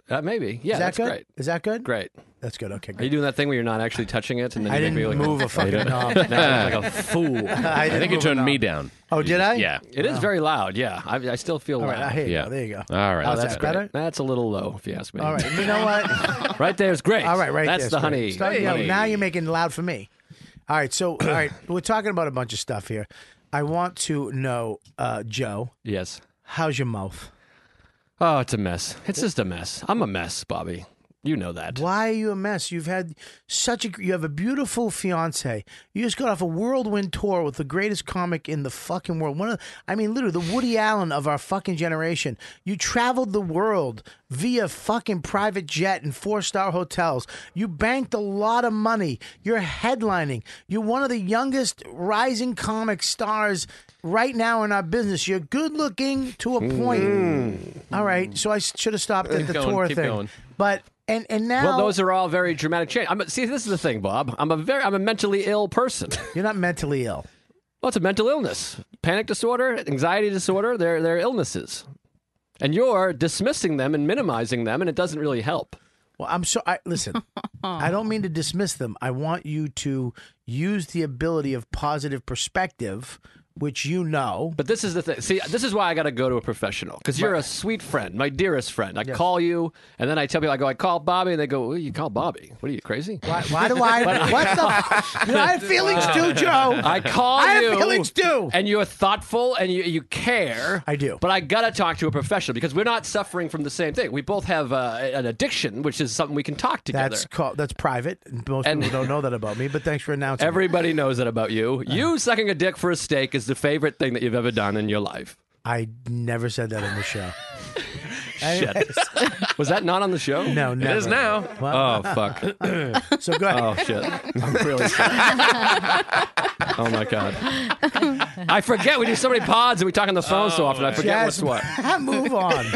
M: Uh, maybe. Yeah,
F: Is that
M: that's
F: good?
M: great.
F: Is that good?
M: Great.
F: That's good. Okay,
M: Are you
F: good.
M: doing that thing where you're not actually touching it? And then
F: I
M: you make me
F: didn't
M: look
F: move a
M: like,
F: fucking knob.
M: Now I look like a fool.
F: I didn't
O: think you
F: move
O: turned
F: it
O: me
F: up.
O: down.
F: Oh, did I?
O: Yeah.
M: It is
F: Wow.
M: very loud. Yeah, I, I still feel
F: All
M: loud.
F: right, I hear you.
O: Yeah.
F: There you go.
O: All right.
F: How's
O: that's
F: that
O: great.
F: better?
M: That's a little low, if you ask me.
F: All right. You know what?
M: right there's great.
F: All right, right.
M: That's
F: there's
M: the
F: great.
M: honey.
F: Start-
M: Hey.
F: yeah, now you're making it loud for me. All right. So, all right, we're talking about a bunch of stuff here. I want to know, uh, Joe,
M: Yes.
F: how's your mouth?
M: Oh, it's a mess. It's just a mess. I'm a mess, Bobby. You know that.
F: Why are you a mess? You've had such a you have a beautiful fiance. You just got off a whirlwind tour with the greatest comic in the fucking world. One of I mean literally the Woody Allen of our fucking generation. You traveled the world via fucking private jet and four-star hotels. You banked a lot of money. You're headlining. You're one of the youngest rising comic stars right now in our business. You're good looking to a point. All right. So I should have stopped at
M: Keep
F: the
M: going,
F: tour
M: keep
F: thing.
M: going.
F: But and and now
M: Well, those are all very dramatic change. I'm a, see, this is the thing, Bob. I'm a very, I'm a mentally ill person.
F: You're not mentally ill.
M: well, it's a mental illness, panic disorder, anxiety disorder. They're they're illnesses, and you're dismissing them and minimizing them, and it doesn't really help.
F: Well, I'm so I listen. I don't mean to dismiss them. I want you to use the ability of positive perspective which you know.
M: But this is the thing. See, this is why I got to go to a professional because you're a sweet friend, my dearest friend. I call you, and then I tell people, I go, I call Bobby, and they go, well, You call Bobby? What are you crazy?
F: Why, why do I?
M: But I
F: what
M: call-
F: the? You know, I have feelings too, Joe.
M: I call
F: I
M: you.
F: have feelings too.
M: And you're thoughtful and you, you care.
F: I do.
M: But I got to talk to a professional because we're not suffering from the same thing. We both have uh, an addiction, which is something we can talk together.
F: That's called, that's private. Most
M: And-
F: people don't know that about me, but thanks for announcing. it.
M: Everybody knows that about
F: Uh-huh.
M: you. You sucking a dick for a steak is the favorite thing that you've ever done in your life.
F: I never said that on the show.
M: Shit. Was that not on the show?
F: No,
M: no.
F: never.
M: It is now.
F: Well-
M: Oh, fuck.
F: so go ahead.
M: Oh, shit. I'm really sorry. Oh, my God. I forget. We do so many pods and we talk on the phone so often. I forget
F: Jazz,
M: what's what.
F: Ah, move on. Laura,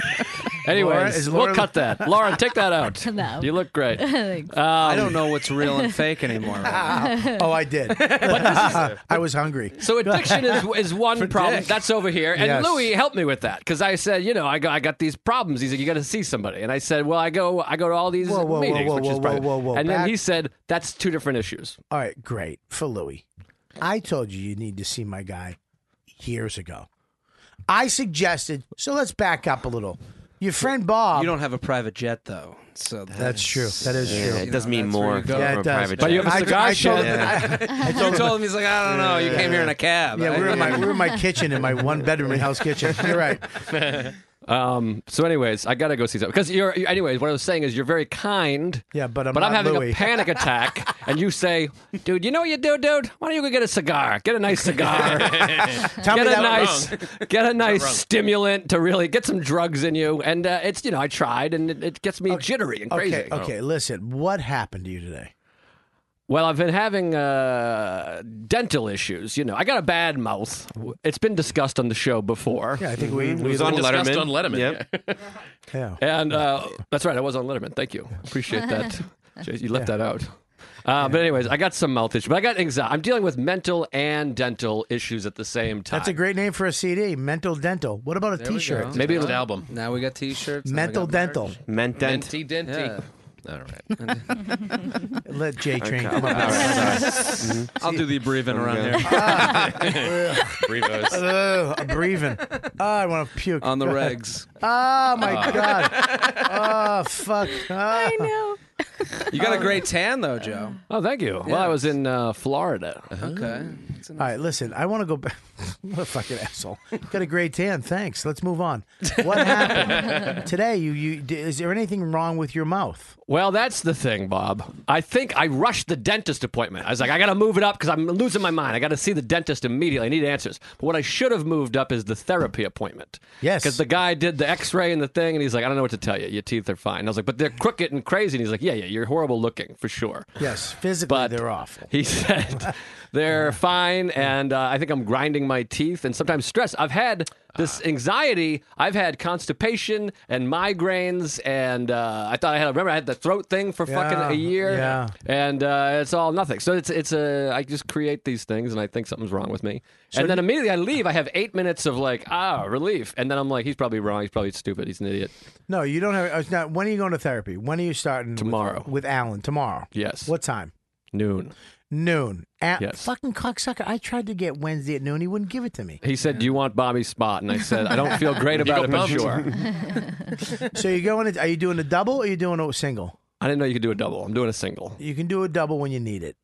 M: Anyways,
F: is Laura-
M: we'll cut that. Lauren, take that out.
F: No.
M: You look great. Um,
F: Thanks.
M: I
N: don't know what's real and fake anymore.
F: oh, I did. I was hungry.
M: So addiction is is one
F: For
M: problem.
F: dick.
M: That's over here. And
F: Yes.
M: Louis helped me with that because I said, you know, I got I got these problems. He's like, you got to see somebody. And I said, well, I go I go to all these
F: Whoa, whoa, whoa,
M: meetings,
F: whoa,
M: which
F: whoa,
M: is
F: whoa,
M: private.
F: whoa, whoa,
M: And
F: back-
M: then he said, that's two different issues.
F: All right, great for Louis. I told you you need to see my guy years ago. I suggested. So let's back up a little. Your friend Bob.
N: You don't have a private jet though, so
F: That's true. That is
K: Yeah,
F: true.
K: it does mean
N: that's where
K: more
N: you go.
K: Yeah, from it a does. private
M: But you have a
F: I-
M: cigar
F: I
M: shop.
F: told him- I- I
N: You told him he's like, I don't know. You came here in a cab.
F: Yeah, we were in my we were in my kitchen in my one bedroom in house kitchen. You're right.
M: Um. So, anyways, I gotta go see something because you're. you- Anyways, what I was saying is you're very kind.
F: Yeah, but I'm
M: but I'm
F: not
M: having
F: Louis.
M: a panic attack, and you say, "Dude, you know what you do, dude? Why don't you go get a cigar? Get a nice cigar.
F: Tell me
M: get a
F: that-
M: nice, get a nice
F: wrong.
M: stimulant to really get some drugs in you." And uh, it's you know I tried, and it, it gets me jittery and crazy.
F: Okay, okay. Listen, what happened to you today?
M: Well, I've been having uh, dental issues. You know, I got a bad mouth. It's been discussed on the show before.
F: Yeah, I think
O: Mm-hmm.
F: we- Mhm. we-
M: Mm-hmm. It was on
F: discussed
M: Letterman.
F: on Letterman, Yeah.
M: And uh, that's right. I was on Letterman. Thank you. Appreciate that. Jeez, you left that out. Uh, But anyways, I got some mouth issues. But I got anxiety. I'm dealing with mental and dental issues at the same time.
F: That's a great name for a CD. Mental Dental. What about a shirt
M: Maybe an
N: album. Now we got T-shirts. now we
F: Mental
N: got
F: Dental.
N: merch.
K: Ment
N: Denty, denty.
M: All right.
F: Let J Train
N: Okay.
F: come up.
N: All right, sorry. I'll do the abbreviating around
F: Okay.
N: there.
F: Brevos. Ugh, I'm breathing. Oh, I want to puke.
N: On the regs.
F: Oh my
N: Ah.
F: god. Oh fuck. Ah. I know.
N: You got a great tan though, Joe.
M: Oh, thank you. Well, I was in uh, Florida.
N: Okay.
F: Uh-huh. All right, listen. I want to go back. what a fucking asshole. Got a great tan. Thanks. Let's move on. What happened today? You you d- is there anything wrong with your mouth?
M: Well, that's the thing, Bob. I think I rushed the dentist appointment. I was like, I got to move it up because I'm losing my mind. I got to see the dentist immediately. I need answers. But what I should have moved up is the therapy appointment.
F: Yes.
M: Because the guy did the x ray and the thing, and he's like, I don't know what to tell you. Your teeth are fine. And I was like, but they're crooked and crazy. And he's like, yeah, yeah, you're horrible looking for sure.
F: Yes, physically they're awful.
M: He said they're fine, and uh, I think I'm grinding my teeth and sometimes stress. I've had this
F: Ah.
M: anxiety. I've had constipation and migraines, and uh, I thought I had. Remember, I had the throat thing for
F: Yeah,
M: fucking a year,
F: yeah.
M: and uh, it's all nothing. So it's it's a. I just create these things, and I think something's wrong with me, and then immediately I leave. I have eight minutes of like ah relief, and then I'm like, he's probably wrong. He's probably stupid. He's an idiot.
F: No, you don't have. It's not, when are you going to therapy? When are you starting with-
M: Tomorrow.
F: with, Alan? Tomorrow.
M: Yes.
F: What time?
M: Noon.
F: Noon. At,
M: Yes.
F: Fucking cocksucker! I tried to get Wednesday at noon. He wouldn't give it to me.
M: He said, "Do you want Bobby's spot?" And I said, "I don't feel great
F: You
M: about it
F: go
M: for sure."
F: so you're going. To, are you doing a double or are you doing a single?
M: I didn't know you could do a double. I'm doing a single.
F: You can do a double when you need it.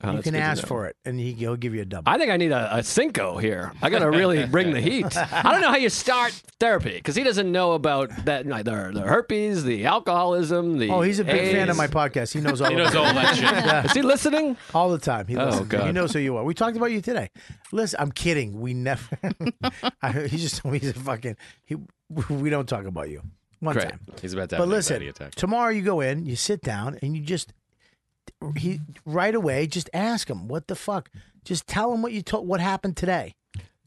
M: Oh,
F: you
M: that's
F: can
M: good to
F: ask
M: know.
F: for it, and he, he'll give you a double.
M: I think I need a, a Cinco here. I got to really bring the heat. I don't know how you start therapy because he doesn't know about that like, the, the herpes, the alcoholism, the.
F: Oh, he's a big fan of
M: AIDS.
F: my podcast. He knows all.
M: He knows
F: about
M: all
F: it.
M: that shit. Is he listening?
F: All the time. He
M: Oh,
F: listens.
M: God.
F: He knows who you are. We talked about you today. Listen, I'm kidding. We never. I, he just told me he's a fucking. He, we don't talk about you. One
L: Great.
F: time.
L: He's about to have
F: But
L: an
F: listen,
L: anxiety attack.
F: tomorrow you go in, you sit down, and you just he right away just ask him what the fuck. Just tell him what you told. What happened today?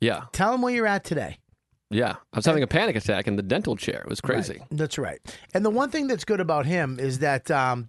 M: Yeah,
F: Tell him where you're at today.
M: yeah. I was having a panic attack in the dental chair. It was crazy.
F: That's right. And the one thing that's good about him is that um,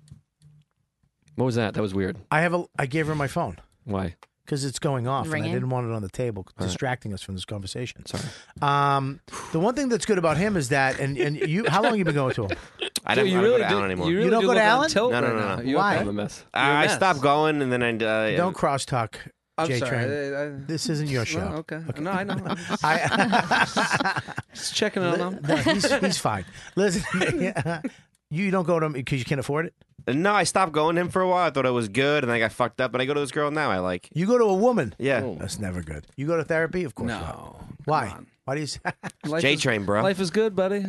M: What was that? That was weird.
F: I have a I gave her my phone.
M: Why?
F: because it's going off,
M: Ringing?
F: and I didn't want it on the table,
M: right.
F: distracting us from this conversation. Sorry. Um, the one thing that's good about him is that, and and you, how long you been going to him?
K: I
F: Dude,
K: don't,
F: you
K: I don't
F: really
K: go to
F: do-
K: Allen anymore.
F: you really You don't do go to look on Allen?
K: No,
F: tilt
K: no,
F: right
K: no,
F: now.
K: no.
F: Why? I'm a
K: Uh,
F: mess. You're a
K: I
F: mess.
K: stopped going, and then I. Uh,
F: Don't crosstalk.
L: I'm
F: Jay
L: sorry,
F: Train.
L: I- I-
F: this isn't your show.
N: Oh,
L: No, okay. No, I know.
F: I-
L: just checking on them.
F: No, he's, he's fine. Listen, you don't go to him because you can't afford it.
K: No, I stopped going to him for a while. I thought it was good, and I got fucked up. And I go to this girl now. I like.
F: You go to a woman.
K: Yeah,
M: Oh.
F: that's never good. You go to therapy, of course. No. Not. Why? Why do you? Say-
K: J Train, bro.
N: Life is good, buddy.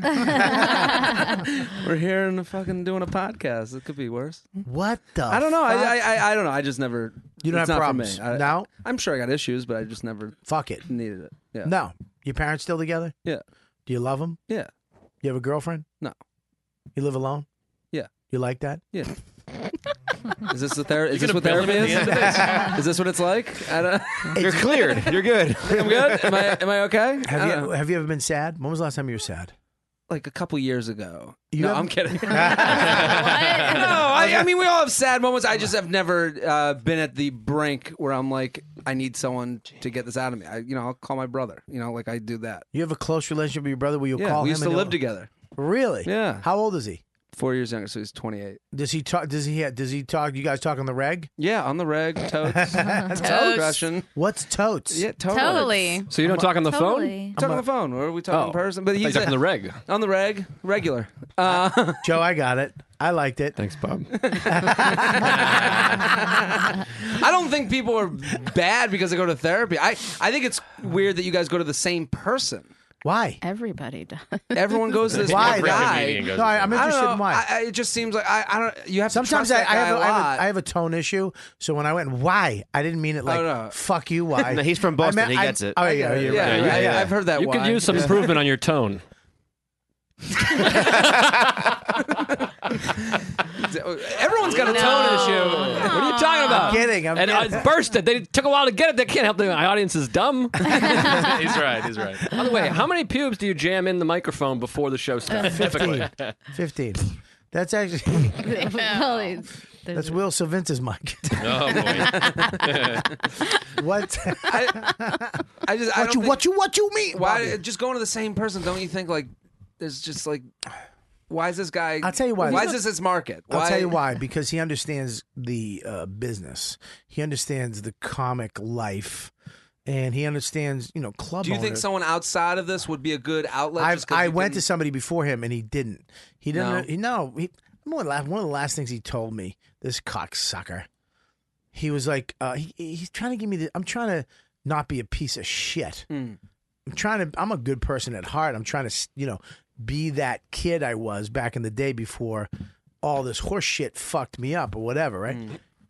N: We're here and fucking doing a podcast. It could be worse.
F: What the?
N: I don't know.
F: fuck?
N: I, I I I don't know. I just never.
F: You don't
N: it's
F: have
N: not for
F: problems
N: me. I,
F: now?
N: I'm sure I got issues, but I just never
F: fuck it
N: needed it. Yeah.
F: No. Your parents still together?
N: Yeah.
F: Do you love them?
N: Yeah.
F: You have a girlfriend?
N: No.
F: You live alone?
N: Yeah.
F: You like that?
N: Yeah. Is this the therapy? Is
F: You're
N: this what
F: gonna
N: therapy
F: bill
N: is?
F: him at the end of
N: is this what it's like? I don't.
K: You're cleared. You're good.
N: I'm good. Am I? Am I okay? I
F: Have
N: don't
F: you
N: know.
F: have you ever been sad? When was the last time you were sad?
N: Like a couple years ago.
F: You
N: no,
F: haven't-
N: I'm kidding. no, I, I mean we all have sad moments. I just have never uh, been at the brink where I'm like, I need someone to get this out of me. I, you know, I'll call my brother. You know, like I do that.
F: You have a close relationship with your brother where you
N: Yeah,
F: call
N: we
F: him
N: used
F: and
N: to
F: he'll-
N: live together.
F: Really?
N: Yeah.
F: How old is he?
N: Four years younger, so he's 28.
F: Does he talk does he does he talk you guys talk on the reg?
N: Yeah, on the reg, totes,
F: Totes.
N: Russian.
F: What's totes?
N: Yeah, totally.
J: Totally.
M: So you don't talk on the
J: Totally.
M: phone?
N: Talk on the phone, or are we talking
M: Oh.
N: in person? But
M: I thought you
N: he's
M: talked
N: a-
M: on the reg.
N: On the reg, regular. Uh,
F: Joe, I got it. I liked it.
M: Thanks, Bob.
N: I don't think people are bad because they go to therapy. I, I think it's weird that you guys go to the same person.
F: Why?
G: Everybody does.
N: Everyone goes to this
F: Why?
N: one
F: Every
N: guy.
F: comedian goes No, to I- I'm the same interested
N: I don't
F: in
N: know.
F: why.
N: I, I, it just seems like I, I don't. You have
F: Sometimes
N: to
F: I,
N: trust
F: I,
N: that guy
F: have a, I,
N: a
F: have
N: lot. Oh,
F: a, I have a tone issue, so when I went why, I didn't mean it like
N: no.
F: fuck you why.
K: No, he's from
F: I
K: Boston.
F: meant-
K: He
F: I-
K: gets it.
F: Oh
K: I
F: yeah,
K: get it.
F: you're
K: Yeah,
F: right.
K: yeah,
F: right.
K: yeah.
N: I've heard that.
M: You could
N: why.
M: use some
N: Yeah.
M: improvement on your tone.
N: Everyone's got a tone issue.
M: What are you talking about?
F: I'm kidding, I'm
M: and
F: kidding.
M: I burst it. They took a while to get it. They can't help. it. My audience is dumb.
O: he's right. He's right.
M: By the way, how many pubes do you jam in the microphone before the show starts? Typically,
F: 15. 15. That's actually
J: Well, it's-
F: that's Will Savinta's mic.
O: Oh boy.
F: what?
N: I just. I
F: what
N: don't
F: you
N: think-
F: what you what you mean?
N: Why
F: Bobby?
N: just going to the same person? Don't you think like there's just like why is this guy?
F: I'll tell you why.
N: Why is this his market?
F: I'll tell you why. Because he understands the uh, business. He understands the comic life, and he understands you know club.
N: Do you think
F: owners.
N: someone outside of this would be a good outlet?
F: I've,
N: just 'cause
F: I
N: you
F: went
N: can-
F: to somebody before him and he didn't. He didn't.
N: No?
F: know- He, no he, one, of the last, one of the last things he told me, this cocksucker, he was like, uh, he, he's trying to give me the. I'm trying to not be a piece of shit. I'm trying to. I'm a good person at heart. I'm trying to, you know, be that kid I was back in the day before all this horse shit fucked me up or whatever, right?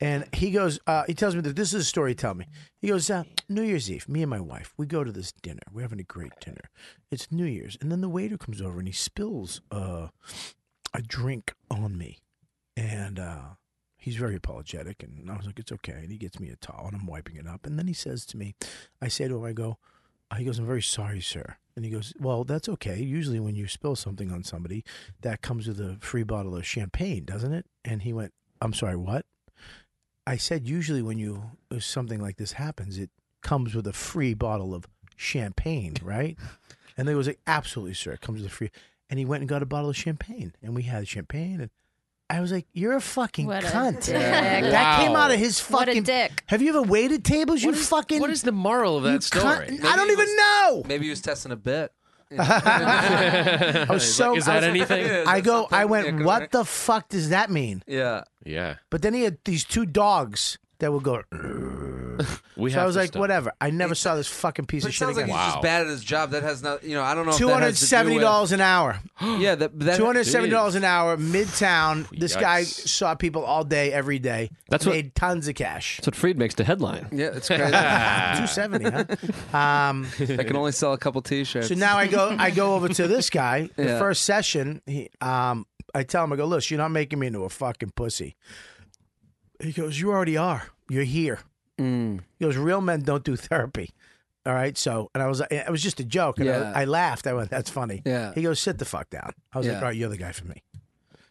F: And he goes, uh, he tells me that this is a story. He tell me. He goes, uh, New Year's Eve, me and my wife, we go to this dinner. We're having a great dinner. It's New Year's, and then the waiter comes over and he spills uh, a drink on me, and uh, he's very apologetic. And I was like, it's okay. And he gets me a towel, and I'm wiping it up. And then he says to me, I say to him, I go, uh, he goes, I'm very sorry, sir. And he goes, Well, that's okay. Usually, when you spill something on somebody, that comes with a free bottle of champagne, doesn't it? And he went, I'm sorry, what? I said, Usually, when you if something like this happens, it comes with a free bottle of champagne, right? and they was like, Absolutely, sir. It comes with a free. And he went and got a bottle of champagne, and we had champagne. And I was like, You're a fucking
J: What a
F: cunt.
J: dick.
F: That came out of his fucking.
J: What a dick.
F: Have you ever waited tables? you fucking.
O: What is the moral of
F: you
O: that story?
F: cunt- I don't even know.
N: Maybe he was testing a bit.
F: I was
O: He's
F: so.
O: like, "Is
F: I
O: that
F: was-
O: anything?" Yeah,
F: I
N: that's
F: go.
N: something.
F: I
N: Yeah,
F: went.
N: go
F: What
N: ahead."
F: the fuck does that mean?
N: Yeah.
O: Yeah.
F: But then he had these two dogs that would go.
O: We
F: so
O: have
F: I was
O: to
F: like,
O: stop.
F: whatever. I never saw this fucking piece of
N: But it
F: shit
N: sounds like
F: again.
N: he's just bad at his job. That has not, you know, I don't know. if
F: Two
N: that
F: hundred
N: has to do
F: seventy
N: with-
F: dollars an hour.
N: Yeah, that, that
F: Two hundred seventy dollars an hour. Midtown. This guy
M: Yikes.
F: saw people all day, every day.
M: That's what-
F: made tons of cash.
M: that's what Freed makes the headline.
N: Yeah, it's crazy.
F: Two seventy. huh? Um,
N: I can only sell a couple T-shirts.
F: So now I go I go over to this guy. The
N: Yeah.
F: first session, he um I tell him I go, "Look, you're not making me into a fucking pussy." He goes, "You already are. You're here."
N: Mm.
F: He goes, "Real men don't do therapy." All right, so and I was it was just a joke, and
N: Yeah.
F: I, I laughed. I went, "That's funny."
N: Yeah.
F: He goes, "Sit the fuck down." I was
N: Yeah.
F: like, "All right, you're the guy for me."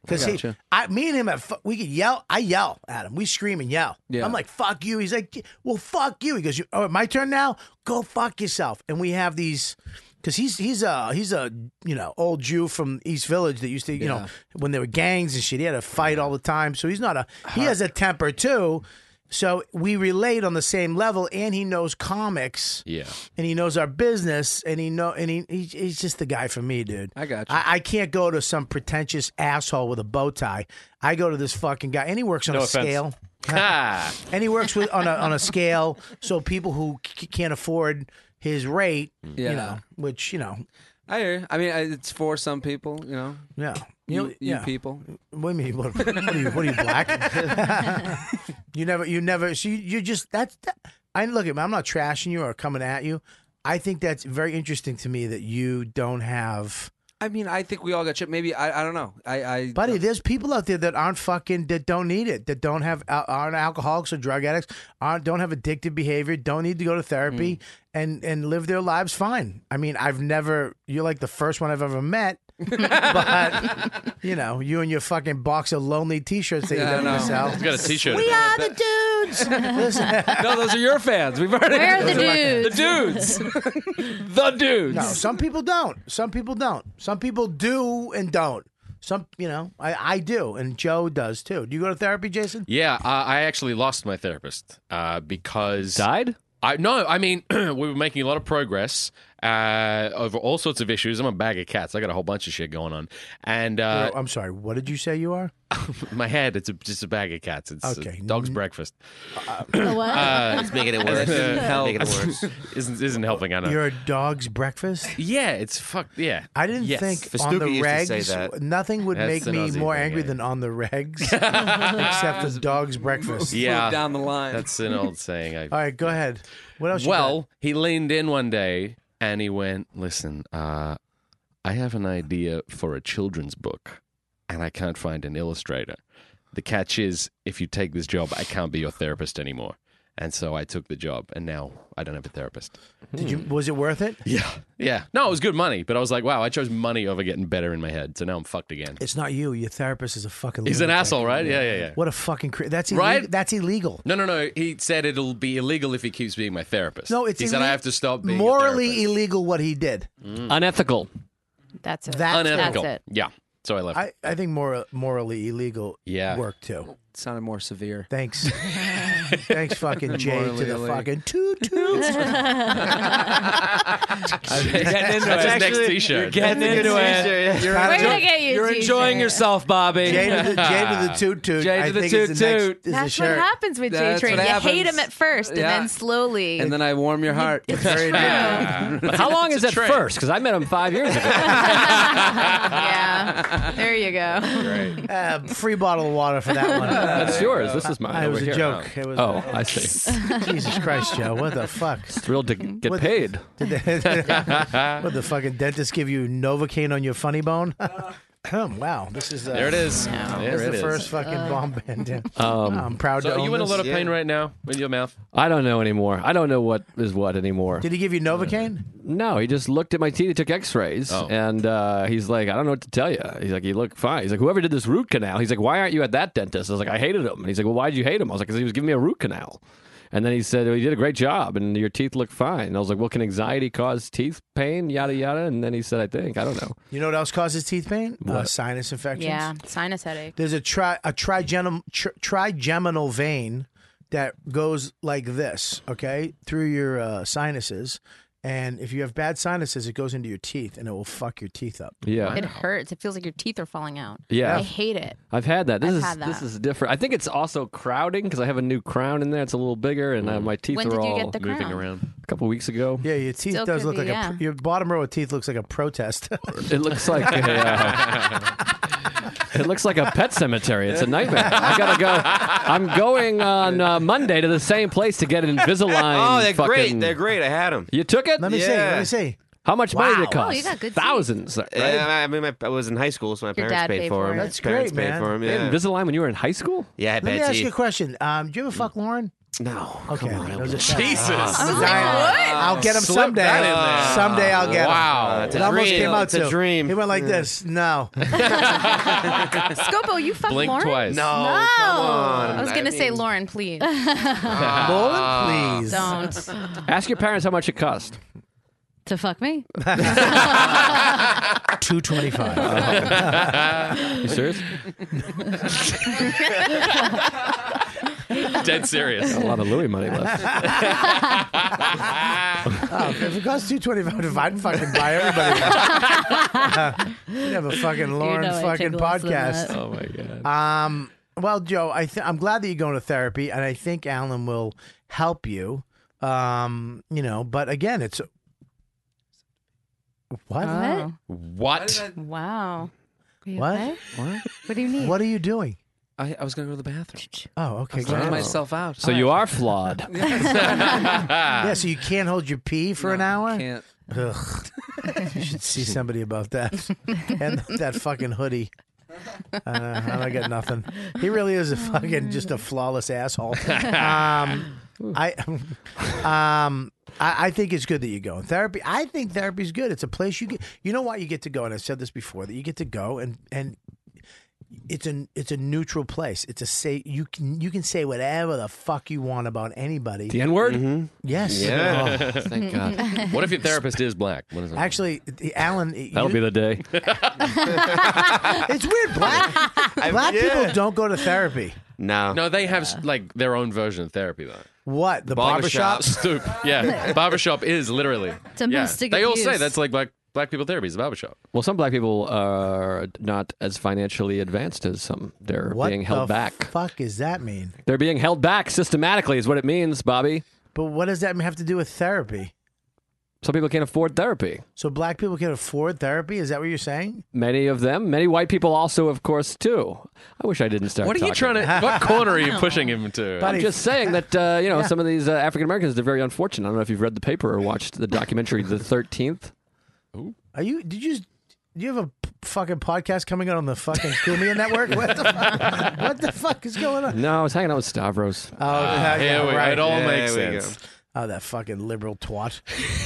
F: Because
N: gotcha.
F: I, me and him, have, fu- we could yell. I yell at him. We scream and yell.
N: Yeah.
F: I'm like, "Fuck you." He's like, "Well, fuck you." He goes, "You- "Oh, my turn now. Go fuck yourself." And we have these, because he's he's a he's a you know old Jew from East Village that used to you know when there were gangs and shit. He had to fight all the time, so he's not a he has a temper too. So we relate on the same level, and he knows comics.
P: Yeah.
F: and he knows our business, and he know, and he, he he's just the guy for me, dude. I
N: got
F: you. I, I can't go to some pretentious asshole with a bow tie. I go to this fucking guy, and he works on
P: No
F: a
P: offense.
F: scale.
P: Ah.
F: and he works with on a on a scale, so people who c- can't afford his rate,
N: Yeah.
F: you know, which you know,
N: I hear. you. I mean, I- it's for some people, you know.
F: yeah.
N: You, you
F: yeah.
N: people.
F: What do you mean? What, what are you? What are you black? you never. You never. So you, you just that's. That, I look at. me, I'm not trashing you or coming at you. I think that's very interesting to me that you don't have.
N: I mean, I think we all got chipped. Maybe I. I don't know. I. I
F: Buddy, there's people out there that aren't fucking that don't need it, that don't have al- aren't alcoholics or drug addicts, aren't don't have addictive behavior, don't need to go to
P: Mm.
F: therapy, and and live their lives fine. I mean, I've never you're like the first one I've ever met, but you know, you and your fucking box of lonely t-shirts that
P: Yeah, I
F: you
P: know.
F: never sell.
P: He's got a t-shirt.
F: We are the dudes. Listen,
N: no, those are your fans. We've already.
F: Where are the
N: those are my- The dudes. the dudes.
F: No, some people don't. Some people don't. Some people do and don't. Some, you know, I, I do, and Joe does too. Do you go to therapy, Jason?
O: Yeah, uh, I actually lost my therapist uh, because died. I no, I mean we were making a lot of progress uh, over all sorts of issues. I'm a bag of cats. I got a whole bunch of shit going on, and uh,
F: Oh, I'm sorry. What did you say you are?
O: my head it's a, just a bag of cats. It's
F: Okay.
O: a dog's breakfast. Uh,
F: what? It's making it worse. Help.
O: Making it worse. isn't isn't helping. I know.
F: You're a dog's breakfast.
O: yeah, it's fucked. Yeah,
F: I didn't
O: Yes.
F: think on the regs. Nothing would
O: That's
F: make
O: an
F: me
O: Aussie
F: more
O: thing,
F: angry
O: yeah.
F: than on the regs, except the dog's breakfast.
O: Yeah,
N: the line.
O: That's an old saying. I
F: All right, go ahead. What else? you got?
O: Well, he leaned in one day and he went, "Listen, uh, I have an idea for a children's book, and I can't find an illustrator. The catch is, if you take this job, I can't be your therapist anymore." And so I took the job, and now I don't have a therapist.
F: did you? Was it worth it?
O: Yeah, yeah. No, it was good money, but I was like, "Wow, I chose money over getting better in my head." So now I'm fucked again.
F: It's not you. Your therapist is a fucking.
O: He's an
F: lunatic.
O: asshole, right? Yeah, yeah, yeah.
F: What a fucking. Cre- that's illegal.
O: Right?
F: That's illegal.
O: No, no, no. He said it'll be illegal if he keeps being my therapist.
F: No, it's
O: he said I
F: ille-
O: have to stop being a Mm.
F: morally illegal what he did.
O: therapist." unethical.
G: That's it.
O: unethical.
G: That's
O: Yeah. So I left.
F: I, I think more morally illegal
O: Yeah.
F: work too.
N: sounded more severe.
F: Thanks. Thanks, fucking Jay,
N: Morally
F: to the
N: illegal.
F: fucking toot toot.
N: getting into
O: That's
N: it.
O: his next Actually, t-shirt.
N: You're getting into it. You're
F: We're
N: enjoy-
F: gonna
B: get you a
N: You're enjoying
B: t-shirt.
N: yourself, Bobby.
F: Jay to the, Jay to the toot toot.
N: Jay
F: I
N: to the
F: think is
N: toot
F: the next-
N: toot.
F: is the
G: That's what
F: shirt.
G: happens with J
N: That's
G: Train. You
N: what
G: hate
N: happens.
G: him at first, and
N: Yeah.
G: then slowly.
N: And then I warm your heart.
G: Very true. nice.
N: But
M: how long is
N: It's a
M: it
N: trick.
M: first? Because I met him five years ago.
G: yeah, there you go.
F: Uh, free bottle of water for that one.
M: That's yours. This is mine.
F: I, it
M: over
F: was a
M: here.
F: joke. It was
M: oh, I see.
F: Jesus Christ, Joe! What the fuck?
M: Thrilled to get
F: What-
M: paid.
F: Did the, what the fucking dentist give you Novocaine on your funny bone? Ahem, wow, this is uh,
O: There it is. There
F: That's
O: it
F: the
O: is.
F: first fucking bomb band. Yeah.
M: Um,
F: I'm proud
O: So
F: to
O: are
F: own
O: you in a
F: this.
O: lot of pain right now with your mouth?
M: I don't know anymore. I don't know what is what anymore.
F: Did he give you Novocaine?
M: No, he just looked at my teeth. He took X-rays, and uh, he's like, "I don't know what to tell you." He's like, "You look fine." He's like, "Whoever did this root canal?" He's like, "Why aren't you at that dentist?" I was like, "I hated him." And he's like, "Well, why did you hate him?" I was like, "Because he was giving me a root canal." And then he said, well, "You did a great job, and your teeth look fine." And I was like, "Well, can anxiety cause teeth pain? Yada yada." And then he said, "I think I don't know."
F: You know what else causes teeth pain? Uh, sinus infections.
G: Yeah, sinus headache.
F: There's a tri a trigeminal tri- trigeminal vein that goes like this, okay, through your uh, sinuses, and if you have bad sinuses, it goes into your teeth and it will fuck your teeth up.
M: Yeah,
G: It hurts. It feels like your teeth are falling out.
M: Yeah.
G: I hate it.
M: I've had that. This
G: I've
M: is
G: had that.
M: this is different. I think it's also crowding because I have a new crown in there. It's a little bigger, and uh,
K: Mm.
M: my teeth
G: When
M: are
G: did you
M: all
G: get the
M: moving
G: crown?
M: around. A couple weeks ago,
F: Yeah, your teeth
G: Still
F: does
G: could
F: look
G: be,
F: like a
G: yeah.
F: your bottom row of teeth looks like a protest.
M: it looks like a, uh, it looks like a pet cemetery. It's a nightmare. I gotta go. I'm going on uh, Monday to the same place to get an Invisalign.
K: Oh, they're
M: fucking-
K: great. They're great. I had them.
M: You took it?
K: Let me see, let Yeah. me
F: see.
M: How much money did
K: Wow.
M: it cost?
K: Oh, you got good teeth.
M: Thousands. Right?
K: I mean, my, I was in high school, so my
F: Your
K: parents
F: dad
K: paid,
F: paid
K: for
F: for
K: them.
F: it. That's
K: parents
F: great,
K: paid
F: man.
K: for them.
M: They had
K: Yeah.
M: Invisalign when you were in high school?
K: Yeah, I
F: Let me
K: bad
F: ask you a
K: teeth.
F: question. Um, do you ever fuck Lauren?
K: No.
F: Okay. that was a shame.
K: Jesus. I was
F: I'm
K: like,
F: dying.
K: what?
F: I'll get him
K: Slip
F: someday.
K: that in there.
F: Someday I'll get him.
K: Wow. It's a
F: It almost
K: dream.
F: came out
K: It's a
F: too.
K: dream.
F: He went like this. No.
G: Scopo, you fuck
F: Blink
G: Lauren?
F: twice. No,
G: no.
F: come on.
G: I was gonna
F: I
G: say
F: mean-
G: Lauren, please.
K: uh,
M: Lauren, please.
G: Don't.
M: Ask your parents how much it cost.
B: To fuck me?
F: Two twenty-five.
M: you serious?
O: Dead serious.
U: Got a lot of Louis money left.
F: Oh, if it costs two twenty five, I'd fucking buy everybody. Uh, we'd have a fucking Lauren
V: know I'd
F: fucking
V: take less than
F: podcast.
V: that. Oh,
O: my god.
F: Um. Well, Joe, I th- I'm glad that you're going to therapy, and I think Alan will help you. Um. You know, but again, it's what?
G: Oh.
O: What?
G: Wow. Are you
F: What?
G: okay?
F: What?
G: What do you need?
F: What are you doing?
N: I, I was going to go to the bathroom.
F: Oh, okay.
N: I'm sorting
F: good.
N: myself out.
U: So you are flawed.
F: yeah, so you can't hold your pee for an hour.
N: Can't.
F: Ugh. you should see somebody about that and that fucking hoodie. Uh, I got nothing. He really is a fucking just a flawless asshole. Um, I, um, I, I think it's good that you go in therapy. I think therapy's good. It's a place you get. You know why you get to go, and I said this before that you get to go and and it's a it's a neutral place. It's a say you can you can say whatever the fuck you want about anybody.
U: The N word?
F: Yes.
O: Mm-hmm. Yeah.
F: Oh.
O: Thank God. What if your therapist is black? What is it?
F: Actually, the- Alan.
U: That'll
F: you-
U: be the day.
F: it's weird. Black black people don't go to therapy.
K: No.
O: No, they have s like their own version of therapy though.
F: What the
O: Barbershop
F: barbershop?
O: stoop. Yeah. barbershop is literally.
U: Domestic
O: They all say
U: abuse.
O: that's like black black people therapy is a barbershop.
U: Well, some black people are not as financially advanced as some. They're
F: What
U: being held
F: the
U: back.
F: Fuck is that mean?
U: They're being held back systematically, is what it means, Bobby.
F: But what does that have to do with therapy?
U: Some people can't afford therapy.
F: So black people can afford therapy? Is that what you're saying?
U: Many of them, many white people also, of course, too. I wish I didn't start.
O: What are you
U: talking.
O: trying to? What corner are you pushing him to?
U: I'm just saying that uh, you know some of these uh, African Americans they're very unfortunate. I don't know if you've read the paper or watched the documentary The Thirteenth.
F: Are you? Did you? Do you have a p- fucking podcast coming out on the fucking Kumia network? What the fuck? What the fuck is going on?
U: No, I was hanging out with Stavros.
F: Oh, yeah,
O: Ah, here
F: yeah,
O: we-
F: right.
O: it all There makes we sense.
F: Oh, that fucking liberal twat.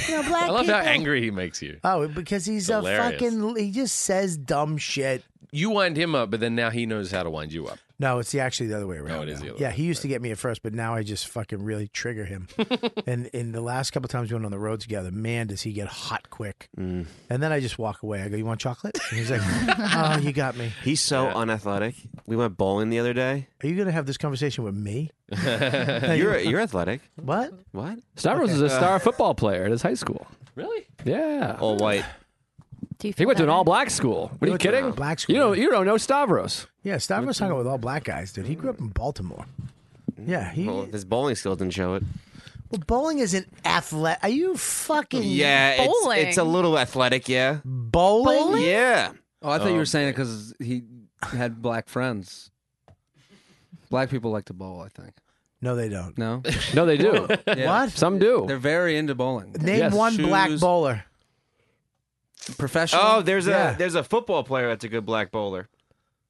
F: You know,
O: I
F: black
O: love
F: people.
O: how angry he makes you.
F: Oh, because he's
O: Hilarious.
F: a fucking. He just says dumb shit.
O: You wind him up, but then now he knows how to wind you up.
F: No, it's the, actually the other way around.
O: it is
F: now.
O: the other
F: yeah, he used to get me at first, but now I just fucking really trigger him. and in the last couple times we went on the road together, man, does he get hot quick.
K: mm.
F: And then I just walk away. I go, "You want chocolate?" And he's like, "Oh, you got me."
K: He's so unathletic. We went bowling the other day.
F: Are you gonna have this conversation with me?
K: you're you're athletic.
F: What?
K: What?
U: Stavros is a star football player at his high school.
O: Really?
U: Yeah,
K: All white.
G: Do you
U: he
G: feel
U: went to an
G: better?
U: all-black school. What are you
F: went to
U: kidding?
F: a black school.
U: You don't you don't know Stavros.
F: Yeah, Stavros hung out with all black guys, dude. He grew up in Baltimore. Yeah, he.
K: Well,
F: Well,
K: his bowling skill didn't show it.
F: bowling is an athlete. Are you fucking
K: Yeah, it's,
G: Bowling?
K: it's a little athletic. Yeah.
F: bowling?
K: Yeah.
N: Oh, I thought you
K: Oh,
N: were saying it because he had black friends. Black people like to bowl, I think.
F: No, they don't.
N: No,
U: No, they do.
N: Yeah.
F: What?
U: Some do.
N: they're very into bowling.
F: Name
U: Yes.
F: one black
N: Shoes.
F: bowler.
N: Professional.
K: Oh, there's
F: Yeah.
K: a there's a football player that's a good black bowler.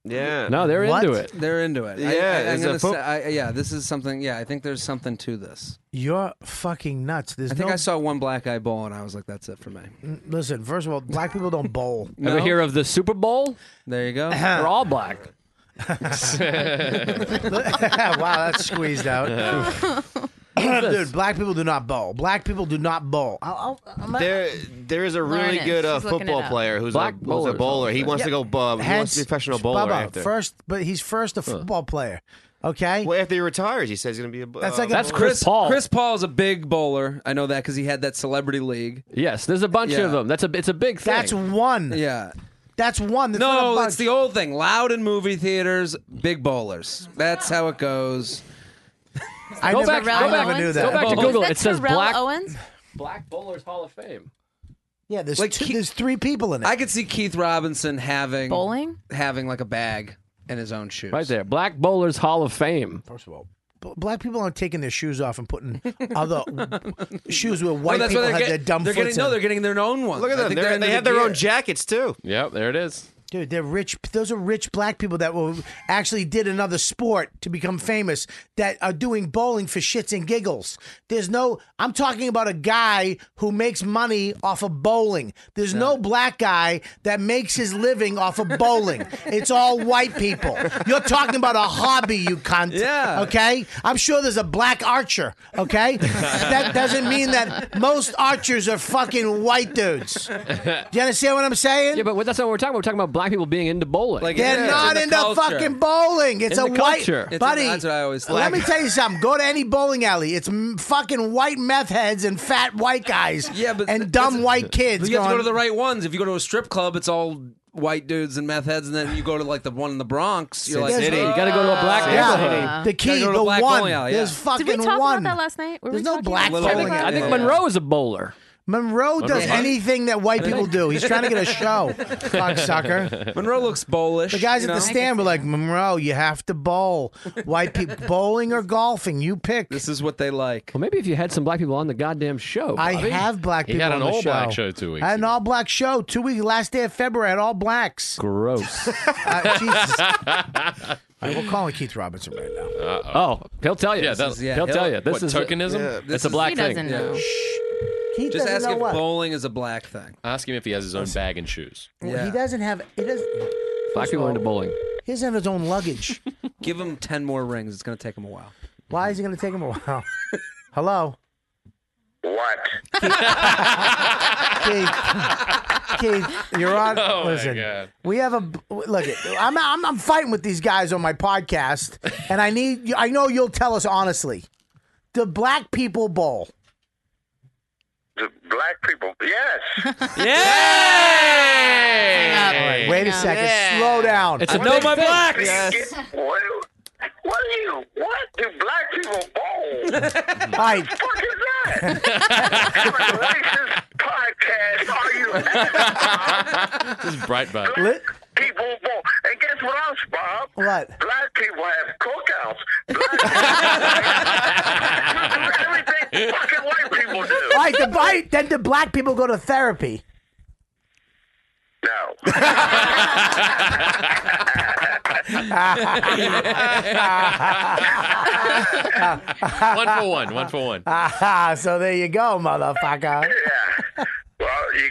K: Yeah.
U: No, they're
F: What?
U: into it.
N: they're into it. I-
K: Yeah,
N: I, am
K: it's a
N: gonna
K: fo-
N: say, I, yeah. This is something. Yeah, I think there's something to this.
F: You're fucking nuts. There's
N: I think
F: no.
N: I saw one black guy bowl, and I was like, "That's it for me."
F: Listen, first of all, black people don't bowl.
U: Ever
N: No?
U: hear of the Super Bowl?
N: There you go.
U: They're all black.
F: wow, that's squeezed out. Dude, black people do not bowl. Black people do not bowl. I'll, I'll, I'm
K: There, there is a really
J: Lauren is.
K: good uh,
J: She's looking it
K: football
J: up.
K: player who's,
U: Black
K: a, who's
U: bowlers,
K: a bowler. He
U: obviously.
K: wants to go. Uh, he wants to be a professional bowler
F: Bubba,
K: after.
F: First, but he's first a football player. Okay,
K: well, after he retires, he says he's gonna be a. bu-
F: That's
K: uh,
F: like a-
U: That's
F: Chris
U: Chris Paul.
N: Chris Paul's a big bowler. I know that because he had that celebrity league.
U: Yes, there's a bunch
N: Yeah.
U: of them. That's a it's a big thing.
F: that's one.
N: Yeah.
F: That's one. That's not a
N: No,
F: bunch.
N: it's the old thing. Loud in movie theaters, big bowlers. That's how it goes.
F: I
U: go
F: never,
U: back-
F: I
U: go
F: never
U: back-
F: knew
U: go
F: that.
U: back to
N: Is
U: Google.
J: Is that
U: It says
J: Terrell
U: black
J: Owens?
U: Black Bowlers Hall of Fame.
F: Yeah, there's
N: Like,
F: two,
N: he-
F: there's three people in it.
N: I could see Keith Robinson having
G: Bowling?
N: having like a bag in his own shoes.
U: Right there. Black Bowlers Hall of Fame.
F: First of all, b- black people aren't taking their shoes off and putting other shoes where
N: Well,
F: white
N: that's
F: people
N: why
F: have
N: they're, get-
F: their dumb
N: they're
F: foots
N: getting no,
F: in.
N: they're getting their own ones.
K: Look at
N: I
K: them.
N: think
K: They're-
N: into
K: they
N: the
K: have their own
N: gear.
K: jackets too.
O: Yep, there it is.
F: Dude, they're rich. Those are rich black people that will actually did another sport to become famous that are doing bowling for shits and giggles. There's no. I'm talking about a guy who makes money off of bowling. There's no, black guy that makes his living off of bowling. it's all white people. You're talking about a hobby, you cunt.
N: Yeah.
F: Okay. I'm sure there's a black archer. Okay. that doesn't mean that most archers are fucking white dudes. Do you understand what I'm saying?
U: Yeah, but what- that's not what we're talking about. We're talking about
M: black people being into bowling.
F: Like, They're not into fucking bowling. It's
M: In
F: a
M: the
F: white
M: culture. It's
F: buddy.
M: in- that's what I always
F: Let
M: thought.
F: me tell you something. Go to any bowling alley. It's m- fucking white meth heads and fat white guys. yeah, but and dumb white kids.
Q: But you have to go
F: going-
Q: to the right ones. If you go to a strip club, it's all white dudes and meth heads, and then you go to like the one in the Bronx. You're like,
F: Yes.
Q: oh.
F: Yeah. The key,
Q: Gotta go to
F: the
Q: black
F: one.
Q: bowling alley, yeah.
F: There's fucking
G: Did we talk
F: one.
G: about that last night? Were
F: There's
G: we
F: no
G: talking
F: black
G: about
M: I
G: that?
M: think, I think Monroe is a bowler.
F: Monroe does
M: Okay.
F: anything that white people do. He's trying to get a show. Cocksucker.
Q: Monroe looks bowlish.
F: The guys
Q: you
F: at the
Q: know?
F: stand were like, Monroe, you have to bowl. White people, bowling or golfing, you pick.
Q: This is what they like.
M: Well, maybe if you had some black people on the goddamn show,
F: I
M: Bobby.
F: have black people on the I had an all black show two weeks. Last day of February, I had all blacks.
M: Gross.
F: Uh, Jesus. All right, we're calling Keith Robinson right now.
M: Oh, he'll tell you.
O: Yeah, that-
M: This is- he'll, tell you. This
O: what,
M: is
O: tokenism?
M: A,
O: Yeah,
M: it's a black thing.
F: Keith
Q: Just
F: doesn't
Q: ask
F: know
Q: if
F: what.
Q: bowling is a black thing.
O: Ask him if he has his own bag and shoes.
F: He doesn't have. He doesn't.
M: Black people are into bowling.
F: He doesn't have his own luggage.
Q: Give him ten more rings. It's gonna take him a while.
F: Why is it going to take him a while? Hello.
P: What?
F: Keith, you're on.
P: Oh, my
F: listen,
P: God.
F: we have a look. I'm, I'm I'm fighting with these guys on my podcast, and I need. I know you'll tell us honestly. The black people bowl.
P: The black people. Yes.
F: All right, wait a second. Slow down.
P: It's a
F: no
P: by
F: black.
P: What, what are you? What do black people bowl?
F: All right.
P: podcast are you?
O: This is bright bag.
P: people bowl. And guess what else, Bob?
F: What?
P: Black people have cookouts. Black people everything fucking white people do.
F: All right. The white. Then the black people go to therapy.
P: No.
O: one for one. One for one.
F: Ah, so there you go, motherfucker.
P: Yeah. Well, you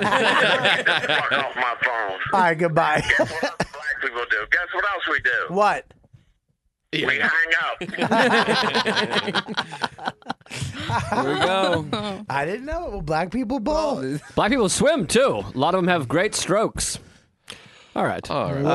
P: me. Get the fuck off my phone.
F: All right. Goodbye.
P: Guess what else black people do? Guess what else we do?
F: what?
P: We hang out.
Q: Here we go.
F: I didn't know it. Well, black people bowl.
M: Black people swim too. A lot of them have great strokes. All right.
F: Wow.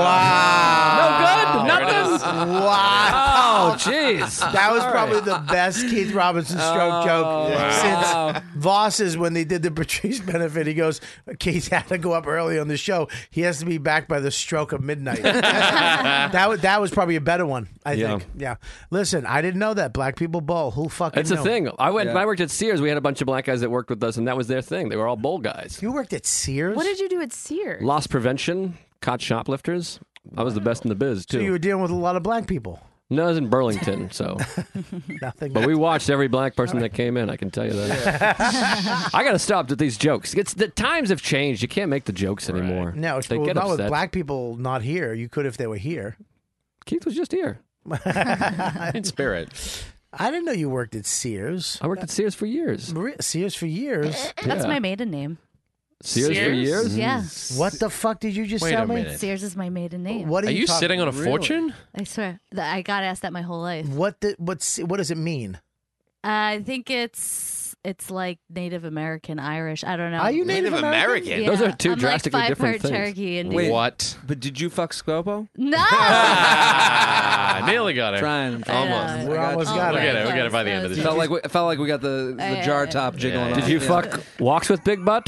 M: No good? Nothing?
F: Wow.
M: Oh, jeez.
F: That was
M: All
F: probably
M: right.
F: the best Keith Robinson stroke joke
M: wow.
F: since Voss's when they did the Patrice benefit. He goes, Keith had to go up early on the show. He has to be back by the stroke of midnight. that was that was probably a better one, I
M: Yeah.
F: think. Yeah. Listen, I didn't know that. Black people bowl. Who fucking
M: It's a
F: knew?
M: thing. I went. When
F: Yeah.
M: I worked at Sears. We had a bunch of black guys that worked with us, and that was their thing. They were all bowl guys.
F: You worked at Sears?
G: What did you do at Sears?
M: Loss prevention, caught shoplifters. I was the best in the biz
F: So you
M: too.
F: were dealing with a lot of black people.
M: No, I was in Burlington, so.
F: Nothing.
M: But we watched every black person that came in. I can tell you that. I got to stop at these jokes. It's the times have changed. You can't make the jokes anymore.
F: No, it's
M: they
F: well,
M: get
F: not with
M: upset.
F: black people not here. You could if they were here.
M: Keith was just here.
O: In spirit.
F: I didn't know you worked at Sears.
M: I worked at Sears for years.
F: Re- Sears for years.
J: That's
M: Yeah.
J: my maiden name.
M: Sears, for years.
J: Yeah.
F: What the fuck did you just
O: Wait
F: tell
O: a
F: me?
O: minute.
J: Sears is my maiden name.
F: What are,
O: Are you
F: talking-
O: sitting on a fortune?
J: I swear. Th- I got asked that my whole life. Uh,
F: What the, what's what does it mean?
J: I think it's it's like Native American Irish. I don't know.
F: Are you Native Native American?
J: Yeah.
M: Those are two
J: I'm
M: drastically
J: like five
M: different
J: part
M: things.
J: Cherokee and
O: What?
Q: But did you fuck Scopo?
J: No.
O: Ah, nearly got it.
Q: Trying.
O: Almost.
F: We almost
O: We'll
F: got it.
O: get it. We'll get it by the end of the
Q: Felt
O: show.
Q: like we, felt like we got the, the jar top jiggling.
M: Did
Q: on.
M: you
Q: Yeah.
M: fuck walks with big butt?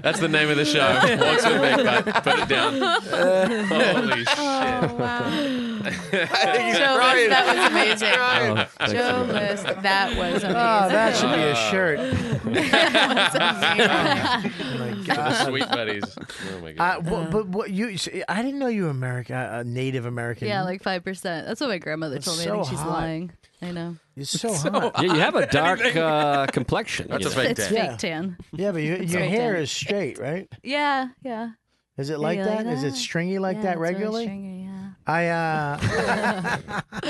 O: That's the name of the show. Walks with Big Butt. Put it down.
N: Oh,
O: Holy shit.
G: Joe List, that was amazing.
M: Oh, thanks,
G: Joe
M: everybody.
G: List, that was amazing.
F: Oh, that should be a
N: Uh,
F: shirt.
G: that was amazing.
F: Oh my
O: The
F: god.
O: Sweet buddies. Oh my
F: Uh,
O: god.
J: Uh-huh.
F: wh- but what you? I didn't know you were American, uh, Native American.
J: yeah, like five percent. That's what my grandmother
F: That's
J: told me.
F: so
J: I think she's
F: hot.
J: lying. I know.
F: you're so, hot.
M: yeah, you have a dark uh, complexion.
O: That's
M: you
O: a
M: know.
O: fake
J: It's
O: tan.
J: fake
F: Yeah.
J: tan.
F: Yeah, but your, your
J: right
F: hair
J: down.
F: is straight, right?
J: Yeah, yeah.
F: Is it like
J: Yeah,
F: that?
J: like
F: Is it
J: that.
F: stringy like
J: yeah,
F: that
J: it's really
F: regularly?
J: stringy, yeah.
F: I uh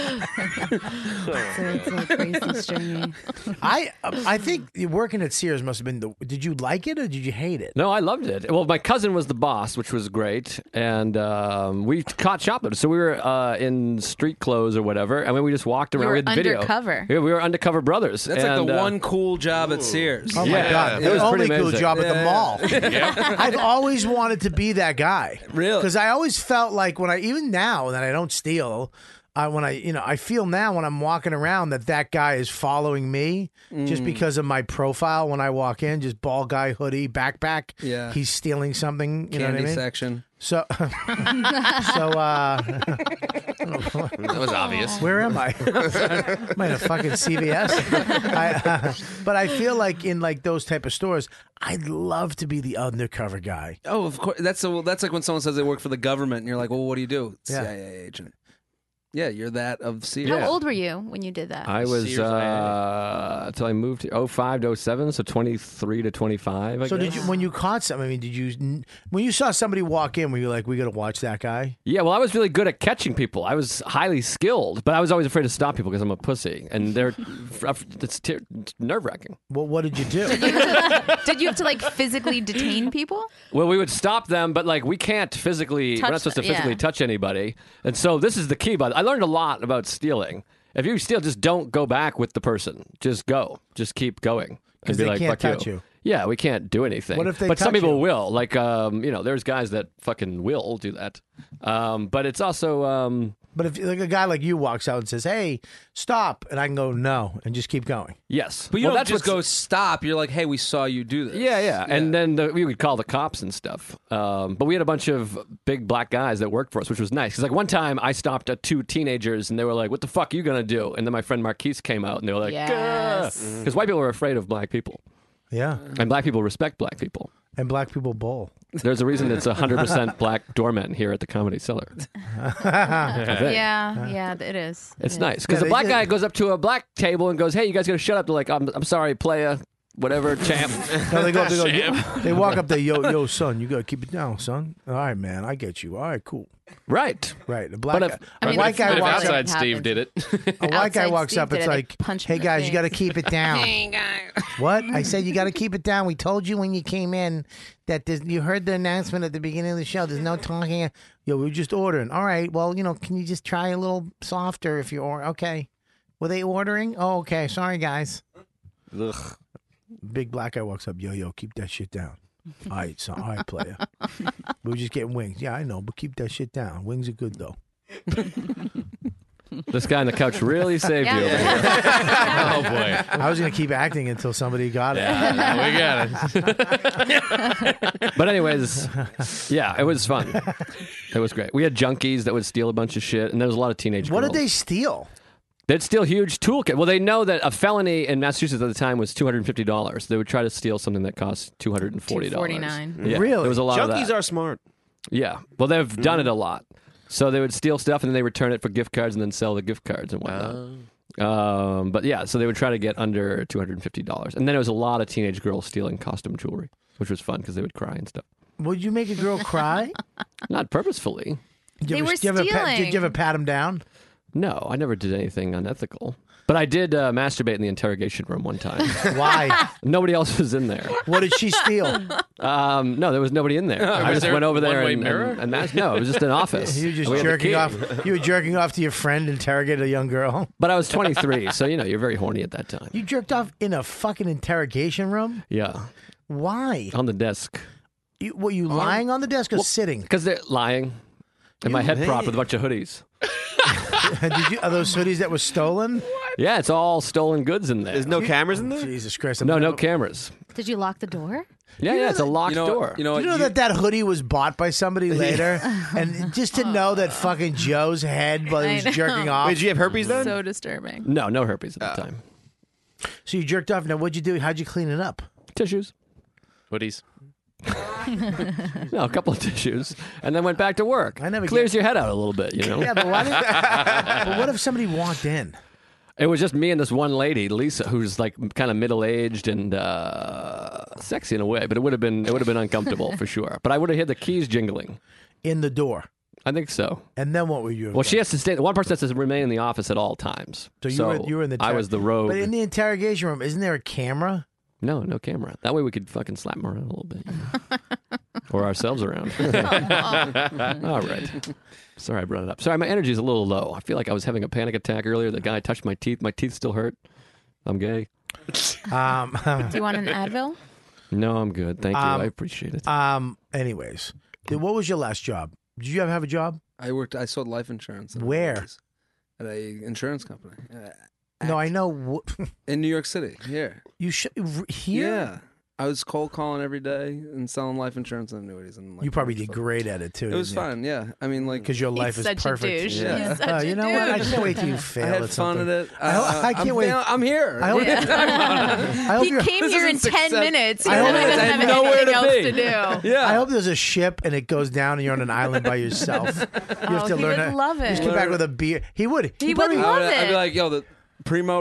J: so it's like crazy stringy.
F: I I think working at Sears must have been the did you like it or did you hate it?
M: No, I loved it. Well, my cousin was the boss, which was great, and um, we caught shoplifters. So we were uh, in street clothes or whatever, and then we just walked around.
G: were
M: we had video.
G: undercover.
M: Yeah, we were undercover brothers.
N: That's like
M: and,
N: the
M: uh,
N: one cool job at Sears.
F: Oh my god,
M: it
F: the
M: was
F: only
M: pretty
F: cool
M: amazing.
F: job at the
M: Yeah.
F: mall.
M: Yeah.
F: I've always wanted to be that guy. Really? Because I always felt like when I even now that I don't steal, I when I you know I feel now when I'm walking around that that guy is following me just
N: Mm.
F: because of my profile when I walk in, just ball guy hoodie backpack.
N: Yeah.
F: he's stealing something. You know what I
N: Candy
F: mean?
N: section.
F: So, so uh, that
N: was obvious.
F: Where am I? am I in a fucking CVS? I, uh, but I feel like in like those type of stores, I'd love to be the undercover guy.
N: Oh, of course. That's a, that's like when someone says they work for the government, and you're like, well, what do you do?
F: Yeah.
N: CIA agent. Yeah, you're that of Sears.
G: How old were you when you did that?
M: I was
N: Sears
M: uh, until I moved to 05 to 07, so 23 to 25. I
F: So did
M: guess.
F: you when you caught something? I mean, did you when you saw somebody walk in? Were you like, we got to watch that guy?
M: Yeah, well, I was really good at catching people. I was highly skilled, but I was always afraid to stop people because I'm a pussy, and they're it's ter- nerve wracking.
F: Well, what did you do?
G: Did you have to like physically detain people?
M: Well, we would stop them, but like we can't physically.
G: Touch
M: we're not supposed to
G: them,
M: physically
G: yeah.
M: touch anybody, and so this is the key. But I learned a lot about stealing. If you steal, just don't go back with the person. Just go. Just keep going. And
F: 'Cause
M: be
F: they
M: like,
F: can't
M: "Fuck
F: touch you."
M: Yeah, we can't do anything.
F: What if they
M: But some
F: touch
M: people
F: you?
M: will. Like, um, you know, there's guys that fucking will do that. Um, but it's also. Um,
F: but if like a guy like you walks out and says, "Hey, stop," and I can go no and just keep going.
M: Yes,
N: But you
M: Well,
N: don't
M: that's
N: just
M: what's-
N: go stop. You're like, hey, we saw you do this.
M: Yeah, yeah. And then the, we would call the cops and stuff. Um, but we had a bunch of big black guys that worked for us, which was nice. Because like one time I stopped at two teenagers and they were like, what the fuck are you going to do? And then my friend Marquise came out and they were like,
G: Yes.
M: because white people are afraid of black people.
F: Yeah,
M: And black people respect black people.
F: and black people bowl.
M: There's a reason it's 100% black doormen here at the Comedy Cellar. I think.
G: Yeah, yeah, it is.
M: It's
G: It
M: nice
G: is.
M: because the black guy goes up to a black table and goes, "Hey, you guys gotta shut up." They're like, "I'm, I'm sorry, playa, whatever, champ."
F: No, they go up, they, go, yo, they walk up there, yo, yo, son, you gotta keep it down, son. All right, man, I get you. All right, cool.
M: Right,
F: right. The black,
M: But if-
F: guy-
M: I
F: a
M: mean,
F: white
M: if-
F: guy
M: but if
F: walks
M: outside
F: up,
M: Steve did it.
F: a white guy
G: Outside
F: walks
G: Steve
F: up.
G: did
F: It's
G: it, I
F: like,
G: punch him
F: hey
G: in the
F: guys, you gotta
G: face."
F: keep it down. what I said, you gotta keep it down. We told you when you came in that there's, you heard the announcement at the beginning of the show. There's no talking. Yo, we were just ordering. All right, well, you know, can you just try a little softer if you are okay? Were they ordering? Oh, okay. Sorry, guys.
M: Ugh.
F: Big black guy walks up. Yo, yo, keep that shit down. All right, son. All right, player. we were just getting wings. Yeah, I know, but keep that shit down. Wings are good though.
M: This guy on the couch really saved you. over here.
F: oh
M: boy.
F: I was gonna keep acting until somebody got it.
M: we got it. but anyways, yeah, it was fun. It was great. We had junkies that would steal a bunch of shit, and there was a lot of teenage.
F: What did
M: girls.
F: they steal?
M: They'd steal huge toolkit. Well, they know that a felony in Massachusetts at the time was two hundred and fifty dollars. They would try to steal something that cost two hundred and forty dollars.
G: $249.
M: Yeah,
K: Really?
M: There was a lot of
K: Junkies
M: that.
K: are smart.
M: Yeah. Well, they've done it a lot. So they would steal stuff and then they return it for gift cards and then sell the gift cards and whatnot. Um, but yeah, so they would try to get under two hundred and fifty dollars, and then it was a lot of teenage girls stealing costume jewelry, which was fun because they would cry and stuff,
F: Would you make a girl cry?
M: not purposefully.
F: Did
G: They were
F: did you ever pat, did
G: stealing.
F: you ever pat him down?
M: No, I never did anything unethical, but I did uh, masturbate in the interrogation room one time.
F: Why?
M: Nobody else was in there.
F: What did she steal?
M: Um, no, there was nobody in there. I
F: Was
M: just
F: there
M: went over
F: a
M: there
F: one-way
M: and,
F: mirror?
M: and, and mas- no, it was just an office.
F: You were just
M: We had the
F: jerking
M: key.
F: off. You were jerking off to your friend, interrogate a young girl.
M: But I was 23, so you know you're very horny at that time.
F: You jerked off in a fucking interrogation room.
M: Yeah,
F: Why?
M: on the desk
F: You, were you lying on the desk or sitting?
M: because they're lying. And my
F: You
M: head prop
F: lied.
M: with a bunch of hoodies.
F: Did you, are those hoodies that were stolen? Oh,
M: Yeah, it's all stolen goods in there. There's
K: no cameras in there.
F: Jesus Christ!
M: No, no cameras.
J: Did you lock the door?
M: Yeah, yeah, it's a locked door.
N: You know,
F: Do you know that that hoodie was bought by somebody later, and just to know that fucking Joe's head while he was jerking off.
J: So disturbing.
M: No, no herpes at the time.
F: So you jerked off. Now, what'd you do? How'd you clean it up?
M: Tissues.
O: Hoodies.
M: No, a couple of tissues, and then went back to work. I never clears your head out a little bit, you know.
F: Yeah, but why did- but what if somebody walked in?
M: It was just me and this one lady, Lisa, who's like kind of middle aged and uh, sexy in a way, but it would have been it would have been uncomfortable for sure. But I would have heard the keys jingling
F: In the door.
M: I think so.
F: And then what were you?
M: Well, she has to stay. One person has to remain in the office at all times.
F: So you were you were in the.
M: I
F: ter-
M: was the rogue.
F: But in the interrogation room, isn't there a camera?
M: no, no camera. That way we could fucking slap him around a little bit, or ourselves around. all right. Sorry, I brought it up. Sorry, my energy is a little low. I feel like I was having a panic attack earlier. The guy touched my teeth. My teeth still hurt. I'm gay.
F: Um,
G: Do you want an Advil?
M: No, I'm good. Thank you.
F: Um,
M: I appreciate it.
F: Um. Anyways, Then what was your last job? Did you ever have a job?
N: I worked. I sold life insurance. at a-
F: Where?
N: At a insurance company uh,
F: No, I know. wh-
N: in New York City. Here.
F: You should here.
N: Yeah. I was cold calling every day and selling life insurance and annuities and like
F: You probably did great at it too.
N: It was fun, yeah. I mean, like
F: because your life is perfect.
N: Yeah.
F: Oh, you know what? I can't wait till you fail.
N: I had
F: at
N: fun
F: something.
N: at it.
F: I, ho-
N: Uh,
F: I can't
N: I'm
F: wait.
N: fail- I'm here.
F: I hope- I hope
G: he
F: you're-
G: came
N: This
G: here in
N: isn't
G: ten
N: success.
G: minutes. He
N: I
G: really
N: hope-
G: doesn't
N: I
G: have
N: had nowhere
G: anything
N: to
G: else
N: be.
G: to do.
F: I hope there's a ship and it goes down and you're on an island by yourself. You have
G: Oh,
F: to
G: he
F: learn
G: would
F: how-
G: love
F: Just
G: it.
F: come back with a beer. He would.
G: He would
N: I
G: love
N: would- I'd be
G: it.
N: like, yo, the primo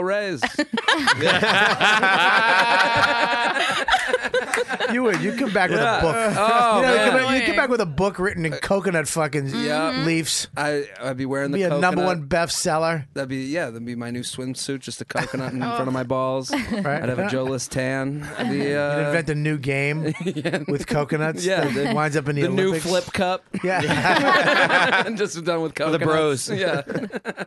N: raise.
F: You would. You come back with a
N: Yeah.
F: book.
N: Oh,
F: you know,
N: man.
F: Come back, you come back with a book written in coconut fucking
G: Mm-hmm.
F: leaves.
N: I I'd be wearing the
F: Be a
N: coconut.
F: number one bestseller.
N: That'd be yeah. That'd be my new swimsuit, just a coconut
G: Oh.
N: in front of my balls. I'd have a Joe List tan. I'd be, uh,
F: You'd invent a new game with coconuts.
N: yeah,
F: that
N: the-
F: winds up in the,
N: the new
F: Olympics.
N: flip cup.
F: Yeah.
N: I'm just done with
F: With
N: coconuts.
F: the bros.
N: Yeah.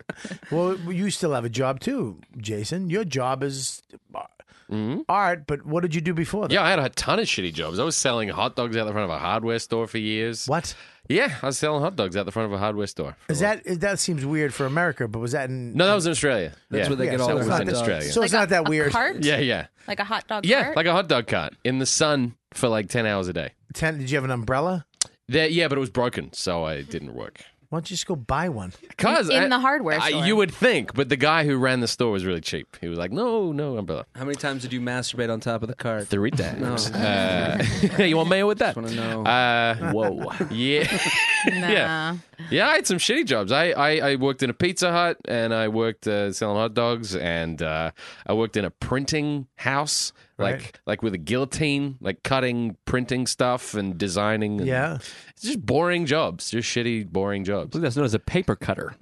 F: Well, you still have a job too, Jason. Your job is uh,
O: Mm-hmm.
F: art, but what did you do before that?
O: Yeah, I had a ton of shitty jobs. I was selling hot dogs out the front of a hardware store for years.
F: What?
O: Yeah, I was selling hot dogs out the front of a hardware store.
F: Is that is, that seems weird for America? But was that in?
O: No, that was in Australia.
F: That's
O: yeah.
F: where they get all
O: so
F: their
O: it was
F: hot
O: in
F: dogs.
O: Australia.
F: So it's not that weird.
G: cart?
O: yeah, yeah,
G: Like a hot dog.
O: yeah,
G: cart?
O: like a hot dog cart in the sun for like ten hours a day.
F: Ten? Did you have an umbrella?
O: There, yeah, but it was broken, so I didn't work.
F: Why don't you just go buy one?
O: Cause
G: In- in
O: I-
G: the hardware
O: I-
G: store.
O: you would think, but the guy who ran the store was really cheap. He was like, "No, no umbrella."
N: How many times did you masturbate on top of the cart?
O: Three times.
N: No.
O: Uh, you want mayo with that?
N: Just wanna know.
O: Uh, Whoa. Yeah. Yeah. Yeah, I had some shitty jobs. I, I, I worked in a Pizza Hut and I worked uh, selling hot dogs and uh, I worked in a printing house, like
F: Right.
O: like with a guillotine, like cutting, printing stuff and designing. and-
F: Yeah.
O: It's just boring jobs, just shitty, boring jobs.
M: That's known as a paper cutter.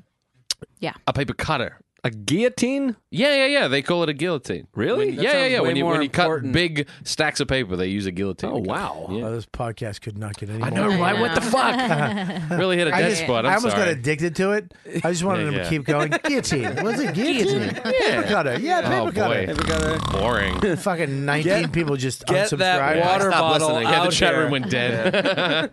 G: Yeah.
O: A paper cutter.
M: A guillotine?
O: Yeah, yeah, yeah. They call it a guillotine.
M: Really?
O: yeah, yeah, yeah. When you, when you cut
N: important.
O: big stacks of paper, they use a guillotine.
M: Oh,
O: to cut.
M: wow.
O: Yeah.
F: Oh, this podcast could not get any.
O: I know, right? What the fuck? really hit a dead spot. I'm
F: I almost got
O: sorry.
F: addicted to it. I just wanted
O: Yeah,
F: him to
O: yeah.
F: keep going. Guillotine. What's it? Guillotine. Paper cutter. Yeah, paper
O: Oh
F: cutter.
O: boy, boring.
F: Fucking 19 people just
N: Get
F: unsubscribed.
N: that water
O: Stop
N: bottle
O: listening. Yeah, the
N: out
O: chat
N: here.
O: room went dead.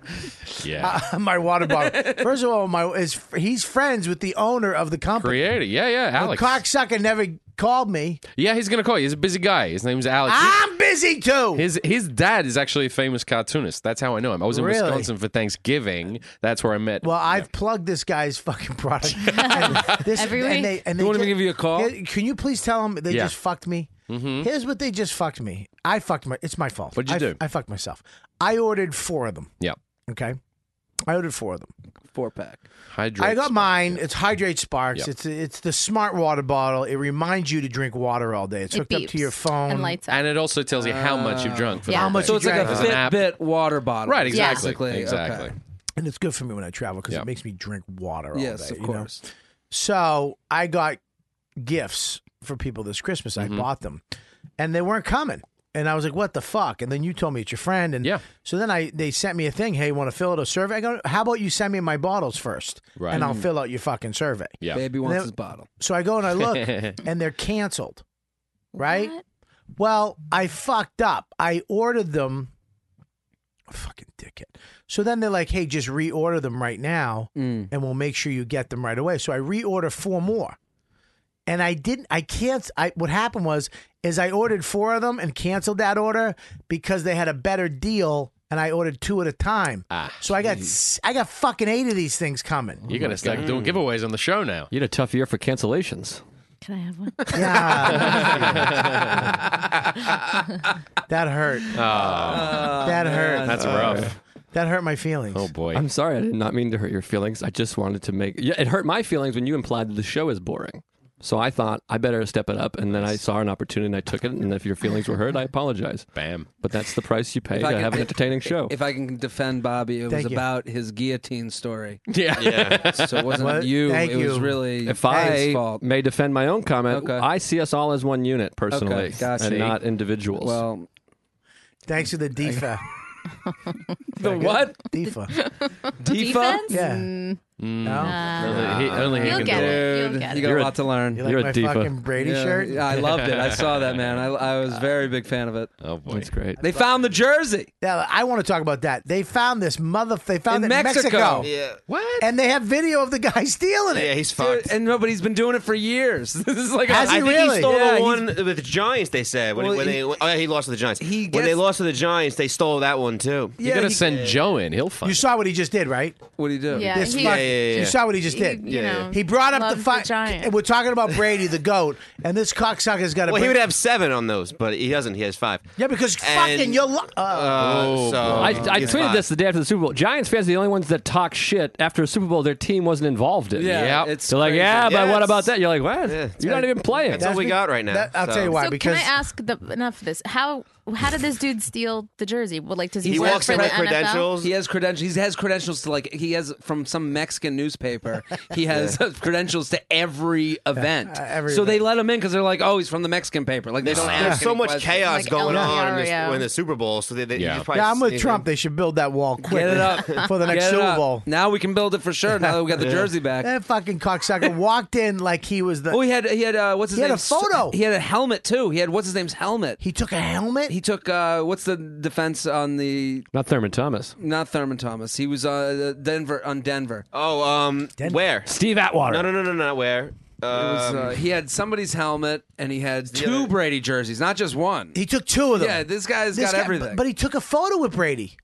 O: yeah.
F: Uh, my water bottle. First of all, my is he's friends with the owner of the company.
O: Creator. Yeah, yeah. Alex.
F: The cocksucker never called me.
O: yeah, he's going to call you. He's a busy guy. His name's Alex.
F: I'm busy too.
O: His his dad is actually a famous cartoonist. That's how I know him. I was in
F: Really?
O: Wisconsin for Thanksgiving. That's where I met.
F: Well, I've plugged this guy's fucking product. And this,
J: Every
F: and
J: week?
F: they, and
N: They
F: they
N: want to
F: ju-
N: give you a call. Mm-hmm.
F: Yeah, Can you please tell them they
O: Yeah.
F: just fucked me? Here's what they just fucked me. I fucked my. It's my fault.
O: What'd you
F: I,
O: do?
F: I fucked myself. I ordered four of them.
O: yeah,
F: Okay, I ordered four of them.
N: Four pack.
O: hydrate.
F: I got mine. It's Hydrate Sparks.
O: Yep.
F: It's it's the smart water bottle. It reminds you to drink water all day. It's
G: It
F: hooked up to
G: beeps
F: your phone.
G: and lights up.
O: and it also tells you how much you've drunk. For
G: Yeah.
O: the
G: How
O: day.
F: much
N: So it's like a
F: There's
O: an app.
N: Fitbit water bottle.
O: Right, exactly,
N: Basically, okay.
O: exactly.
F: and it's good for me when I travel because
O: Yeah.
F: it makes me drink water all
N: Yes,
F: day.
N: of
F: you know?
N: course.
F: So I got gifts for people this Christmas.
O: Mm-hmm.
F: I bought them, and they weren't coming. And I was like, "What the fuck?" And then you told me it's your friend, and
O: Yeah.
F: So then I they sent me a thing. Hey, want to fill out a survey? I go, "How about you send me my bottles first,
O: Right. Mm.
F: and I'll fill out your fucking survey."
O: Yeah.
N: Baby wants
F: Now-
N: his bottle.
F: So I go and I look, and they're canceled. Right?
G: What?
F: Well, I fucked up. I ordered them. Fucking dickhead. So then they're like, hey, just reorder them right now and we'll make sure you get them right away. So I reorder four more. And I didn't, I can't, I, what happened was, is I ordered four of them and canceled that order because they had a better deal and I ordered two at a time.
O: Ah,
F: so I got, s- I got fucking eight of these things coming.
M: Oh
O: You got to
F: Mm.
O: start doing giveaways on the show now.
M: You had a tough year for cancellations.
J: Can I have one?
F: Ah. That hurt.
N: Oh,
M: Oh,
F: that hurt.
O: That's rough.
F: That hurt my feelings.
O: Oh boy.
M: I'm sorry, I did not mean to hurt your feelings. I just wanted to make. Yeah, it hurt my feelings when you implied that the show is boring. So I thought I better step it up, and then I saw an opportunity and I took it. And if your feelings were hurt, I apologize.
O: Bam!
M: But that's the price you pay to have an entertaining show.
N: If I can defend Bobby, it
M: Thank
N: was
M: you.
N: about his guillotine story.
M: Yeah. Yeah.
N: so it wasn't
M: What?
N: you.
M: Thank
N: it was
M: you.
N: really
M: If I
N: his fault.
M: may defend my own comment, I see us all as one unit personally,
N: Okay, gotcha.
M: and not individuals.
N: Well,
F: Thanks to the DIFA.
N: The what?
F: DIFA.
N: Defense?
F: Yeah.
K: Mm.
O: Only Mm. he- only he Uh, You'll can get do it. it. You'll get
N: you
O: it.
N: got
O: You're
N: a
O: a-
N: lot to learn.
O: you like You're a my diva. fucking Brady
N: Yeah,
O: shirt?
N: yeah, I loved it. I saw that man. I, I was very big fan of it.
O: Oh boy,
M: that's great.
N: They found the jersey.
F: Yeah, I want to talk about that. They found this mother. They found
N: In
F: it in
N: Mexico.
F: Mexico.
N: Yeah.
F: What? And they have video of the guy stealing it.
K: Yeah, he's fucked.
N: and nobody's been doing it for years. This is like a-
K: I think he stole
N: Yeah,
K: the
N: he's-
K: one with the Giants. They said when,
N: Well,
K: when
N: he-
K: they when, oh, yeah, he lost to the Giants. He when
N: gets-
K: they lost to the Giants, they stole that one too.
F: You gotta Yeah, he- send
O: Joe in; he'll find.
F: You saw what he just did, right?
N: What he do?
F: This
K: he-
F: fuck-
K: Yeah, yeah, yeah.
F: You saw what he just did.
K: He, you Yeah, yeah. know,
F: He brought up
K: loves
F: the
K: the
F: fight.
K: giant.
F: and we're talking about Brady, the goat, and this cocksucker's got to.
K: Well, he would have seven on those, but he doesn't. He has five.
F: Yeah, because fucking your. Lo- uh,
K: Uh, so
M: I, I
K: he's
M: tweeted
K: fine.
M: this the day after the Super Bowl. Giants fans are the only ones that talk shit after a Super Bowl their team wasn't involved in.
K: Yeah, Yep. it's
M: They're like,
K: crazy.
M: yeah,
K: Yeah,
M: but what
K: it's-
M: about that? You're like, what?
K: it's
M: You're not
K: gotta-
M: even playing.
K: that's all That's we be- got right now, that- I'll so. tell you why,
G: So
M: because-
G: can I ask the, enough of this? How how did this dude steal the jersey? Well, like does he,
N: He
G: work
N: walks
G: for
N: in
G: the
N: with
G: NFL?
N: credentials. He has credentials. He has credentials to like he has from some Mexican newspaper. He has credentials to every event.
K: uh, every
N: so they let him in because they're like, oh, he's from the Mexican paper. Like they
K: There's,
N: don't
K: there's
N: ask
K: so
N: any
K: much
N: questions.
K: chaos going on in,
N: Oreo.
K: this, in the Super Bowl, so they, they
N: Yeah.
K: you probably
F: yeah, I'm with
K: sneak
F: Trump. They should build that wall quick
N: Get it up
F: for the next
N: Get it
F: Super
N: up.
F: Bowl.
N: Now we can build it for sure. Now that we got the
F: Yeah.
N: jersey back.
F: That fucking cocksucker walked in like he was the.
N: Oh, he had he had uh, what's his
F: He had
N: name?
F: a photo.
N: He had a helmet too. He had what's his name's helmet.
F: He took a helmet.
N: He took uh, what's the defense on the
M: Not Thurman Thomas.
N: not Thurman Thomas. He was uh, Denver on Denver.
K: in. Oh, um, where?
M: Steve Atwater.
K: No, no, no, no, not where.
N: It was, uh,
K: Um,
N: he had somebody's helmet and he had two Brady jerseys, not just one.
F: He took two of them.
N: Yeah, this guy's
F: This
N: got
F: guy-
N: everything.
F: But he took a photo with Brady.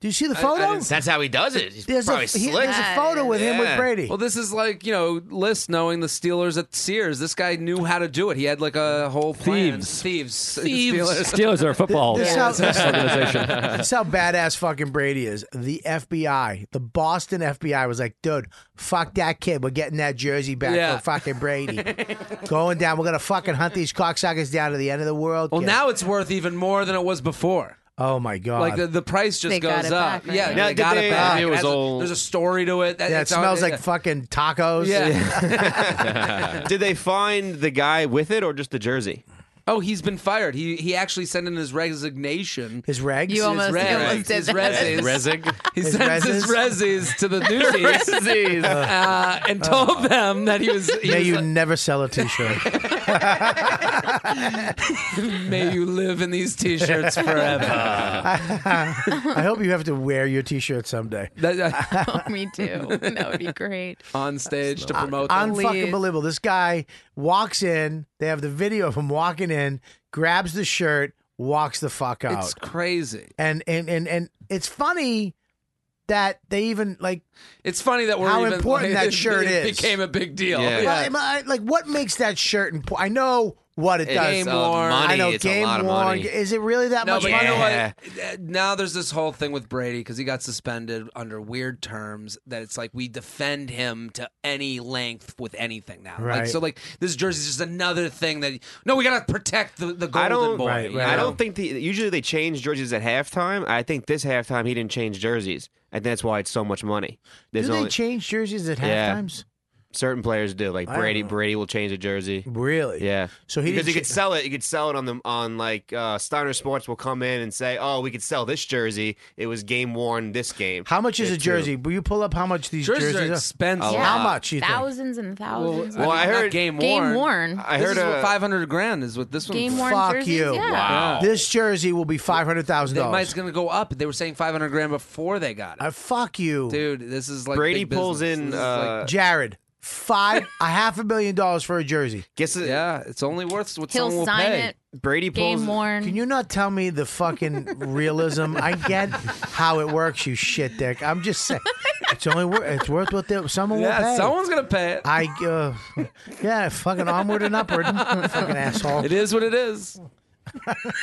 F: Do you see the
N: I- I
F: photo?
N: didn't
K: That's how he does it. He's
F: There's a-
K: probably
F: he-
K: slick.
F: there's a photo with him with Yeah. Brady.
N: Well, this is like you know, List knowing the Steelers at Sears. This guy knew how to do it. He had like a whole plan.
M: Thieves.
N: thieves,
M: Thieves.
N: Steelers.
M: Steelers are a football
F: This how-
M: organization.
F: That's how badass fucking Brady is. The FBI, the Boston FBI, was like, "Dude, fuck that kid. We're getting that jersey back
N: Yeah.
F: for fucking Brady. Going down. We're gonna fucking hunt these cocksuckers down to the end of the world."
N: Well,
F: kid."
N: now it's worth even more than it was before.
F: oh my god,
N: Like the, the price just
F: They got
N: goes
F: it
N: up.
F: back, right?
N: Yeah,
F: Now,
N: they
F: did
N: got
F: they-
N: it back.
F: It was
N: has-
F: all-
N: There's a story to it. That-
F: yeah, it
N: it's all-
F: smells like
N: yeah.
F: fucking tacos.
K: Did they find the guy with it or just the jersey?
N: Oh, he's been fired. He he actually sent in his resignation.
F: His regs.
N: his regs, his resis. He
F: His
N: sends his resis to the newsies
F: Resis.
N: uh, and told them that he was. He
F: May
N: was
F: you
N: like,
F: never sell a T-shirt.
N: May you live in these t-shirts forever.
F: I hope you have to wear your T-shirt someday.
N: me
G: Oh, too. That would be great.
N: On stage to promote. them.
F: Unfucking believable. Uh, This guy walks in. They have the video of him walking in, grabs the shirt, walks the fuck out.
N: It's crazy.
F: and and and and it's funny that they even like
N: It's funny that we're
F: How
N: even,
F: important
N: like,
F: that shirt
N: it
F: is.
N: became a big deal.
F: Well, am I- like what makes that shirt important? I know what it
N: It's
F: does. Uh,
N: Game a worn. money.
F: I know
N: It's a
F: game
N: lot of
F: worn.
N: money.
F: Is it really that
N: no,
F: much
N: but
F: money?
N: you know what? Uh, Now there's this whole thing with Brady because he got suspended under weird terms that it's like we defend him to any length with anything now. Like,
K: Right.
N: so like this jersey's just another thing that no, we gotta protect the, the golden
K: I don't.
N: boy. you
K: I
N: know?
K: don't think the, usually they change jerseys at halftime. I think this halftime he didn't change jerseys, and that's why it's so much money.
F: Do
K: There's
F: they
K: only-
F: change jerseys at
K: Yeah.
F: halftimes?
K: Certain players do, like
F: I don't
K: Brady.
F: know.
K: Brady will change a jersey.
F: Really?
K: Yeah.
F: So he
K: because he
F: didn't
K: could
F: cha-
K: sell it. He could sell it on the on like uh, Steiner Sports will come in and say, "Oh, we could sell this jersey. It was game worn this game."
F: How much is
K: Yeah,
F: a
K: too.
F: jersey? Will you pull up how much these
K: Jerseys
F: jerseys,
K: are
G: Oh.
K: expensive. A
F: How
K: lot.
F: much you think?
G: Thousands and thousands.
K: Well, I
N: Not
K: heard
N: game
G: Game
N: worn.
G: worn. I
N: This
G: heard
N: is
K: a-
N: five hundred grand is what this one.
G: Game worn
F: Fuck
G: jerseys.
F: you!
G: Yeah.
F: This jersey will be five hundred thousand
N: They might
F: dollars.
N: it's gonna go up. They were saying five hundred grand before they got it.
F: Uh, fuck you,
N: dude. This is like
K: Brady
N: big
K: pulls
N: business.
K: in,
N: This is
K: uh,
N: like,
F: Jared, five a half a million dollars for a jersey.
K: Guess it,
N: yeah, it's only worth what
G: He'll
N: someone will
G: sign
N: pay.
G: it.
K: Brady
G: Game pulls- worn.
F: Can you not tell me the fucking realism? I get how it works, you shit dick. I'm just saying. It's only wor- it's worth what they- someone will
N: Yeah,
F: pay.
N: someone's gonna pay it.
F: I uh, yeah, fucking onward and upward, fucking asshole.
N: It is what it is.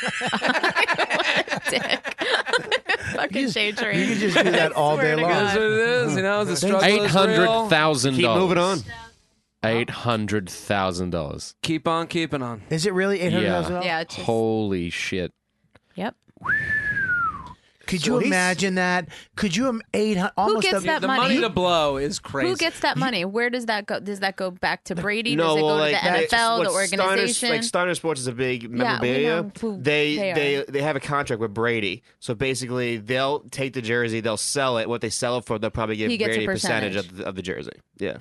G: Fucking shade train.
F: You can just do that all day
G: to
F: long.
N: It is what it is. You know, it's a struggle.
O: Eight
N: is real.
O: hundred thousand.
K: Keep moving on.
O: Eight hundred thousand dollars.
N: Keep on keeping on.
F: Is it really eight hundred thousand
O: Yeah.
F: dollars?
O: yeah Holy shit.
G: Yep.
F: Could
G: So
F: you
G: he's-
F: imagine that? Could you eight hundred? Almost
G: gets
F: a-
G: that The money money? to
N: blow is
G: Who gets that money? Where does that go? Does that go back to Brady?
K: No,
G: does it go
K: well,
G: to
K: like they-
G: the NFL, the
K: what Starner-
G: organization?
K: like Starner Sports is a big
G: we
K: memorabilia.
G: know who
K: they
G: they are.
K: they they have a contract with Brady, so basically they'll take the jersey, they'll sell it. What they sell it for, they'll probably give
F: He gets a
K: Brady
F: percentage.
K: of, the, of the jersey. Yeah.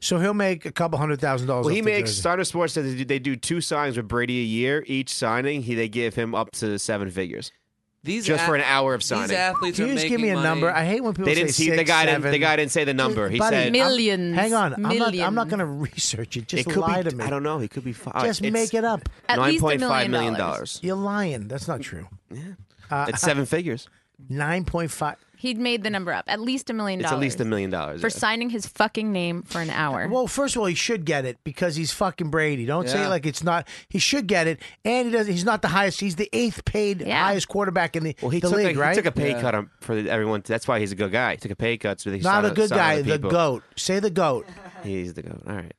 F: so he'll make a couple hundred thousand dollars.
K: Well, he
F: off the
K: makes
F: jersey.
K: Starter Sports says they do- they do two signings with Brady a year. Each signing, he they give him up to seven figures.
N: These
K: just
N: ath-
K: for an hour of signing.
N: These athletes
F: Can
N: are
F: you just give
N: making
F: me a
N: money.
F: number? I hate when people
K: They didn't
F: say
K: see the
F: six,
K: guy. Didn't,
F: seven.
K: the guy didn't say the number. He
F: Buddy,
K: said
F: I'm- hang on, I'm not. I'm not going to research it. Just
K: It could
F: lie
K: be-
F: to me.
K: I don't know. He could be five.
F: Just make it up.
K: At least a $9.5 million million dollars. dollars.
F: You're lying. That's not true. Yeah. Uh,
K: It's seven figures.
F: Nine point five.
G: He'd made the number up. At least a million
K: It's
G: dollars.
K: at least a million dollars.
G: for
K: yeah.
G: signing his fucking name for an hour.
F: Well, first of all, he should get it because he's fucking Brady. Don't say
G: Yeah.
F: like it's not. He should get it, and he does. He's not the highest. He's the eighth paid highest quarterback in the,
K: Well, he
F: the
K: took
F: league,
K: a,
F: right?
K: He took a pay cut on, for the- everyone. That's why he's a good guy. He took a pay cut so they
F: Not a good guy. The goat. Say the goat.
K: He's the goat. All right.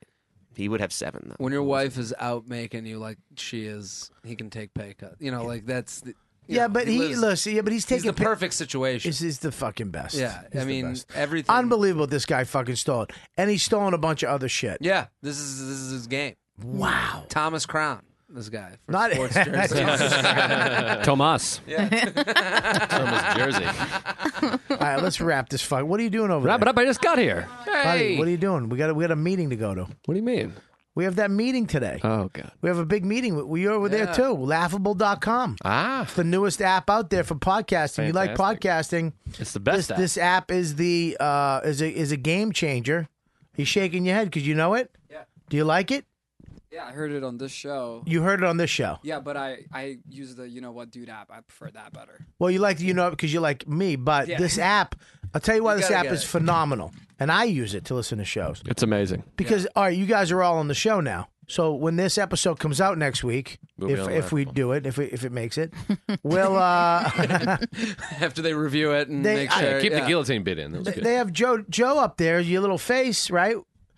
K: He would have seven though.
N: When your wife is out making you like she is, he can take pay cut. You know, like that's. The, you
F: Yeah,
N: know,
F: but he,
N: lives-
F: listen. Yeah, but he's
N: he's
F: taking
N: the perfect situation.
F: This is the fucking best.
N: Yeah,
F: He's
N: I
F: the
N: mean
F: best.
N: everything.
F: unbelievable. This guy fucking stole it, and he's stolen a bunch of other shit.
N: Yeah, this is this is his game.
F: Wow,
N: Thomas Crown, this guy. For
F: Not-
N: sports jerseys.
M: Tomas.
N: Yeah.
M: Thomas Jersey.
F: All right, let's wrap this fuck. What are you doing over
M: Wrap it
F: there?
M: up. I just got here.
F: Buddy, what are you doing? We got we got a meeting to go to.
M: What do you mean?
F: We have that meeting today.
M: Oh god.
F: We have a big meeting. We- We are over there
M: Yeah.
F: too. Laughable.com.
M: Ah.
F: It's the newest app out there for podcasting. You like
M: Fantastic.
F: podcasting?
M: It's the best
F: This,
M: app.
F: this app is the uh, is a is a game changer. He's shaking your head because you know it.
V: Yeah.
F: Do you like it?
V: Yeah, I heard it on this show.
F: You heard it on this show.
V: Yeah, but I I use the you know what dude app. I prefer that better.
F: Well, you like you know it because you like me, but
V: Yeah.
F: this app, I'll tell you why
V: You
F: this
V: gotta
F: app
V: get
F: is
V: it.
F: phenomenal, and I use it to listen to shows.
M: It's amazing.
F: Because all right, you guys are all on the show now. So when this episode comes out next week,
M: We'll be
F: if
M: on
F: if we do it, if we, if it makes it, we'll uh,
N: After they review it and
F: They-
N: make
F: I-
N: sure.
F: Yeah, keep the
N: yeah.
M: guillotine bit in. That was
F: th- they have Joe Joe up there, your little face, right?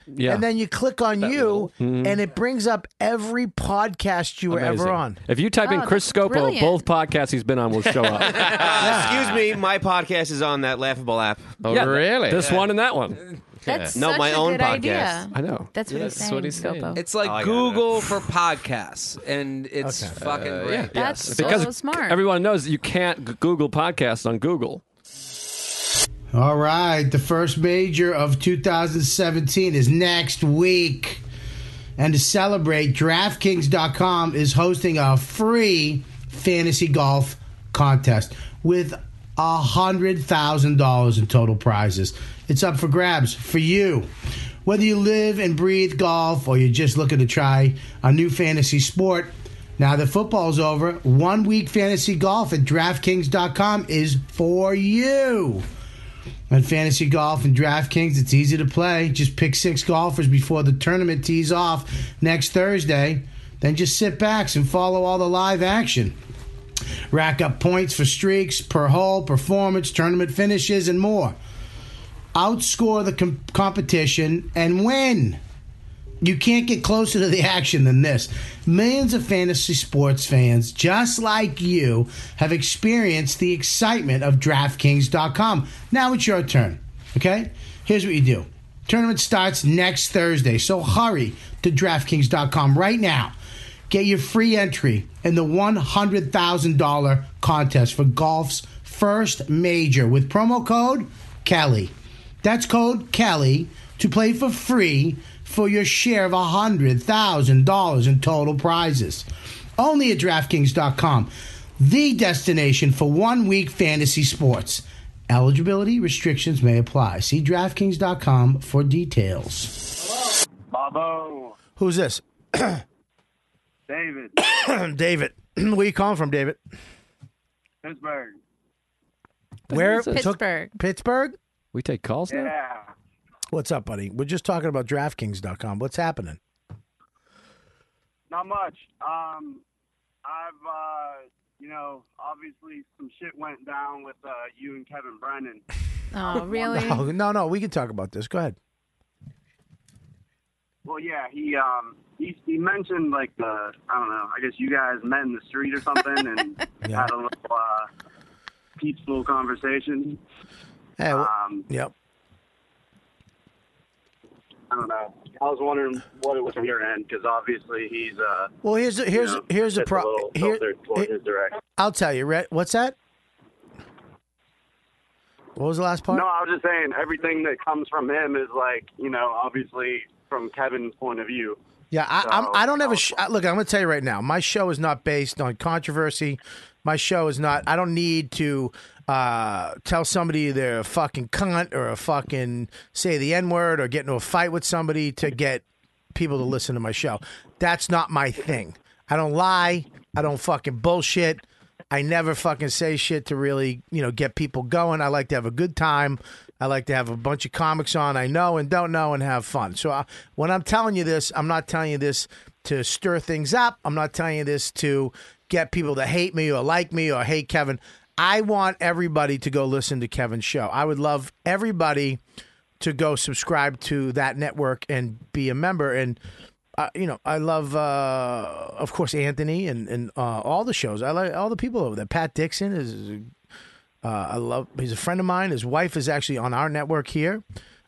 M: Yeah.
F: And then you click on you,
M: Mhm.
F: and it brings up every podcast you were ever on.
M: Amazing. If you type
F: Oh,
M: in Chris
F: that's
M: Scopo,
F: brilliant.
M: both podcasts he's been on will show up.
K: Uh, excuse me, my podcast is on that laughable app.
M: Oh, Yeah, really? this one and that one.
G: That's
K: no,
G: such
K: my
G: a
K: own
G: good
K: podcast.
G: idea.
M: I know.
G: That's what he's saying. Scopo.
N: It's like
K: Oh, I got it.
N: Google for podcasts, and it's fucking
M: Uh,
N: great.
M: yeah.
G: That's
M: because
G: so smart.
M: Everyone knows that you can't g- Google podcasts on Google.
H: All right, the first major of 2017 is next week. And to celebrate, DraftKings.com is hosting a free fantasy golf contest with $100,000 in total prizes. It's up for grabs for you. Whether you live and breathe golf or you're just looking to try a new fantasy sport, now that football's over, one week fantasy golf at DraftKings.com is for you. On fantasy golf and DraftKings, it's easy to play. Just pick six golfers before the tournament tees off next Thursday. Then just sit back and follow all the live action. Rack up points for streaks, per hole, performance, tournament finishes, and more. Outscore the com- competition and win. You can't get closer to the action than this. Millions of fantasy sports fans, just like you, have experienced the excitement of DraftKings.com. Now it's your turn, okay? Here's what you do tournament starts next Thursday, so hurry to DraftKings.com right now. Get your free entry in the $100,000 contest for golf's first major with promo code Kelly. That's code Kelly to play for free for your share of $100,000 in total prizes. Only at DraftKings.com, the destination for one week fantasy sports. Eligibility restrictions may apply. See DraftKings.com for details.
W: Bobo,
F: Who's this?
W: David,
F: David, where you calling from, David?
W: Pittsburgh.
F: Where
W: is this?
F: took-
W: Pittsburgh.
F: Pittsburgh.
M: We take calls
W: Yeah.
F: What's up, buddy? We're just talking about DraftKings.com. What's happening?
W: Not much. Um, I've, uh, you know, obviously some shit went down with uh, you and Kevin Brennan.
G: Oh, really?
F: No, no, no. We can talk about this. Go ahead.
W: Well, yeah, he um he, he mentioned like the I don't know. I guess you guys met in the street or something and
F: Yeah.
W: had a little uh, peaceful conversation.
F: Hey, well,
W: Um,
F: yep.
W: I don't know. I was wondering what it was from your end because obviously he's uh.
F: Well, here's the- here's
W: you know,
F: here's the
W: it's
F: pro-
W: little
F: here-
W: filtered toward his direction.
F: I'll tell you. Rhett, What's that? What was the last part?
W: No, I was just saying everything that comes from him is like you know obviously from Kevin's point of view.
F: Yeah, I, I'm, I don't have a sh- uh, look. I'm going to tell you right now. My show is not based on controversy. My show is not. I don't need to uh, tell somebody they're a fucking cunt or a fucking say the n word or get into a fight with somebody to get people to listen to my show. That's not my thing. I don't lie. I don't fucking bullshit. I never fucking say shit to really, you know, get people going. I like to have a good time. I like to have a bunch of comics on I know and don't know and have fun. So I, when I'm telling you this, I'm not telling you this to stir things up. I'm not telling you this to get people to hate me or like me or hate Kevin. I want everybody to go listen to Kevin's show. I would love everybody to go subscribe to that network and be a member. And uh, you know, I love, uh, of course, Anthony and and uh, all the shows. I like all the people over there. Pat Dixon is, uh, I love. He's a friend of mine. His wife is actually on our network here,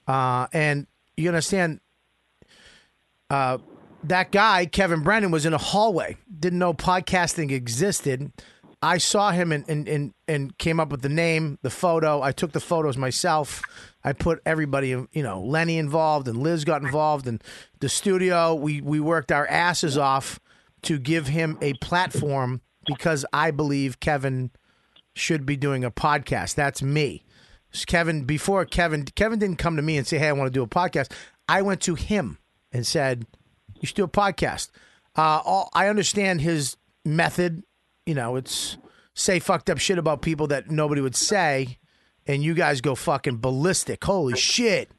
F: uh, and you understand uh, that guy, Kevin Brennan, was in a hallway, didn't know podcasting existed. I saw him and, and, and, and came up with the name, the photo. I took the photos myself. I put everybody, in- you know, Lenny involved and Liz got involved and the studio. We, we worked our asses off to give him a platform because I believe Kevin should be doing a podcast. That's me. Kevin before Kevin Kevin didn't come to me and say, "Hey, I want to do a podcast." I went to him and said, "You should do a podcast." Uh, all, I understand his method. You know, it's say fucked up shit about people that nobody would say, and you guys go fucking ballistic. Holy shit!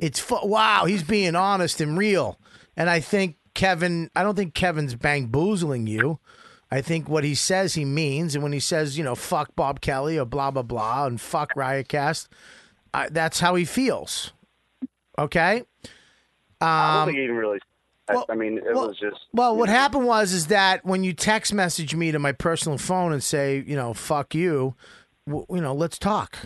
F: It's fu- wow. He's being honest and real, and I think Kevin. I don't think Kevin's bamboozling you. I think what he says he means, and when he says, you know, fuck Bob Kelly or blah blah blah, and fuck Riotcast, I, that's how he feels. Okay.
W: I don't
F: Um,
W: think he even really. I mean, it was just.
F: well, what happened was is that when you text message me to my personal phone and say, you know, fuck you, w- you know, let's talk.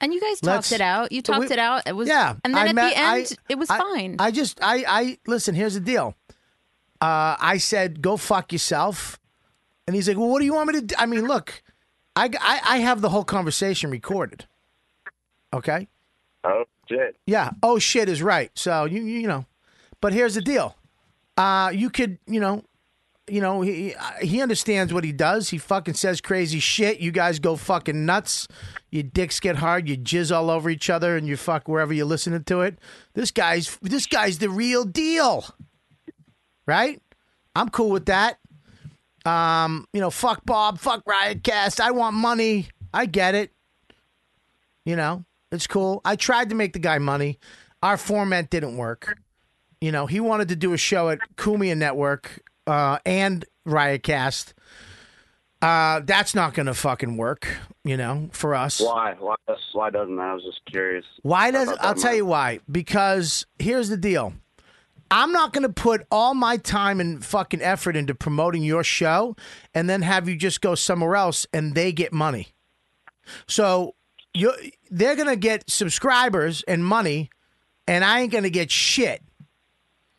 G: And you guys talked
F: Let's-
G: it out. You talked
F: we-
G: it out. It was
F: yeah.
G: And then
F: I
G: at
F: met-
G: the
F: I-
G: end, it was
F: I-
G: fine.
F: I just I I listen. Here's the deal. Uh, I said go fuck yourself, and he's like, well, what do you want me to? do? I mean, look, I I, I have the whole conversation recorded. Okay.
W: Oh shit.
F: Yeah. Oh shit is right. So you you know, but here's the deal. Uh, you could you know, you know he he- he understands what he does. He fucking says crazy shit. You guys go fucking nuts. Your dicks get hard. You jizz all over each other, and you fuck wherever you're listening to it. This guy's this guy's the real deal, right? I'm cool with that. Um, you know, fuck Bob, fuck Riotcast. I want money. I get it. You know, it's cool. I tried to make the guy money. Our format didn't work. You know, he wanted to do a show at Kumia Network uh, and Riotcast. Uh, that's not going to fucking work, you know, for us.
W: Why? Why? does- Why doesn't that? I was just curious.
F: Why does
W: about that
F: I'll tell you why? Because here's the deal. I'm not going to put all my time and fucking effort into promoting your show and then have you just go somewhere else and they get money. So you they're going to get subscribers and money and I ain't going to get shit.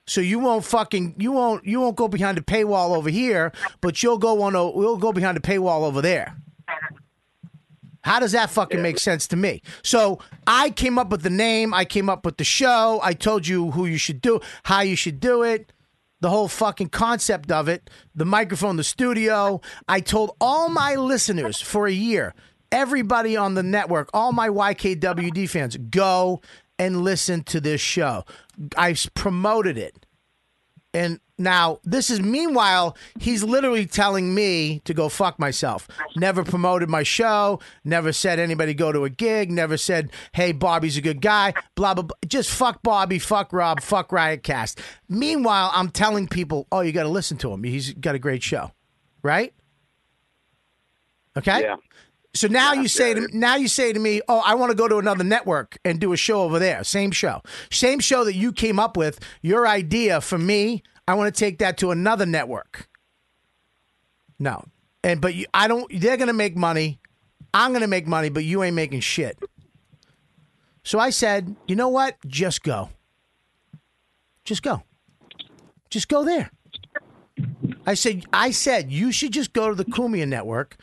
F: So you won't fucking you won't you won't go behind the paywall over here, but you'll go on a, we'll go behind the paywall over there. How does that fucking make sense to me? So I came up with the name, I came up with the show, I told you who you should do, how you should do it, the whole fucking concept of it, the microphone, the studio. I told all my listeners for a year, everybody on the network, all my YKWD fans, go and listen to this show. I s- promoted it. And now this is meanwhile, he's literally telling me to go fuck myself. Never promoted my show, never said anybody go to a gig, never said, hey, Bobby's a good guy, blah, blah, blah. Just fuck Bobby, fuck Rob, fuck Riotcast. Meanwhile, I'm telling people, oh, you got to listen to him. He's got a great show, right? Okay?
W: Yeah.
F: So now you say to now you say to me, "Oh, I want to go to another network and do a show over there." Same show, same show that you came up with. Your idea for me, I want to take that to another network. No, and but you, I don't. They're gonna make money. I'm gonna make money, but you ain't making shit. So I said, you know what? Just go. Just go. Just go there. I said, I said you should just go to the Kumia Network.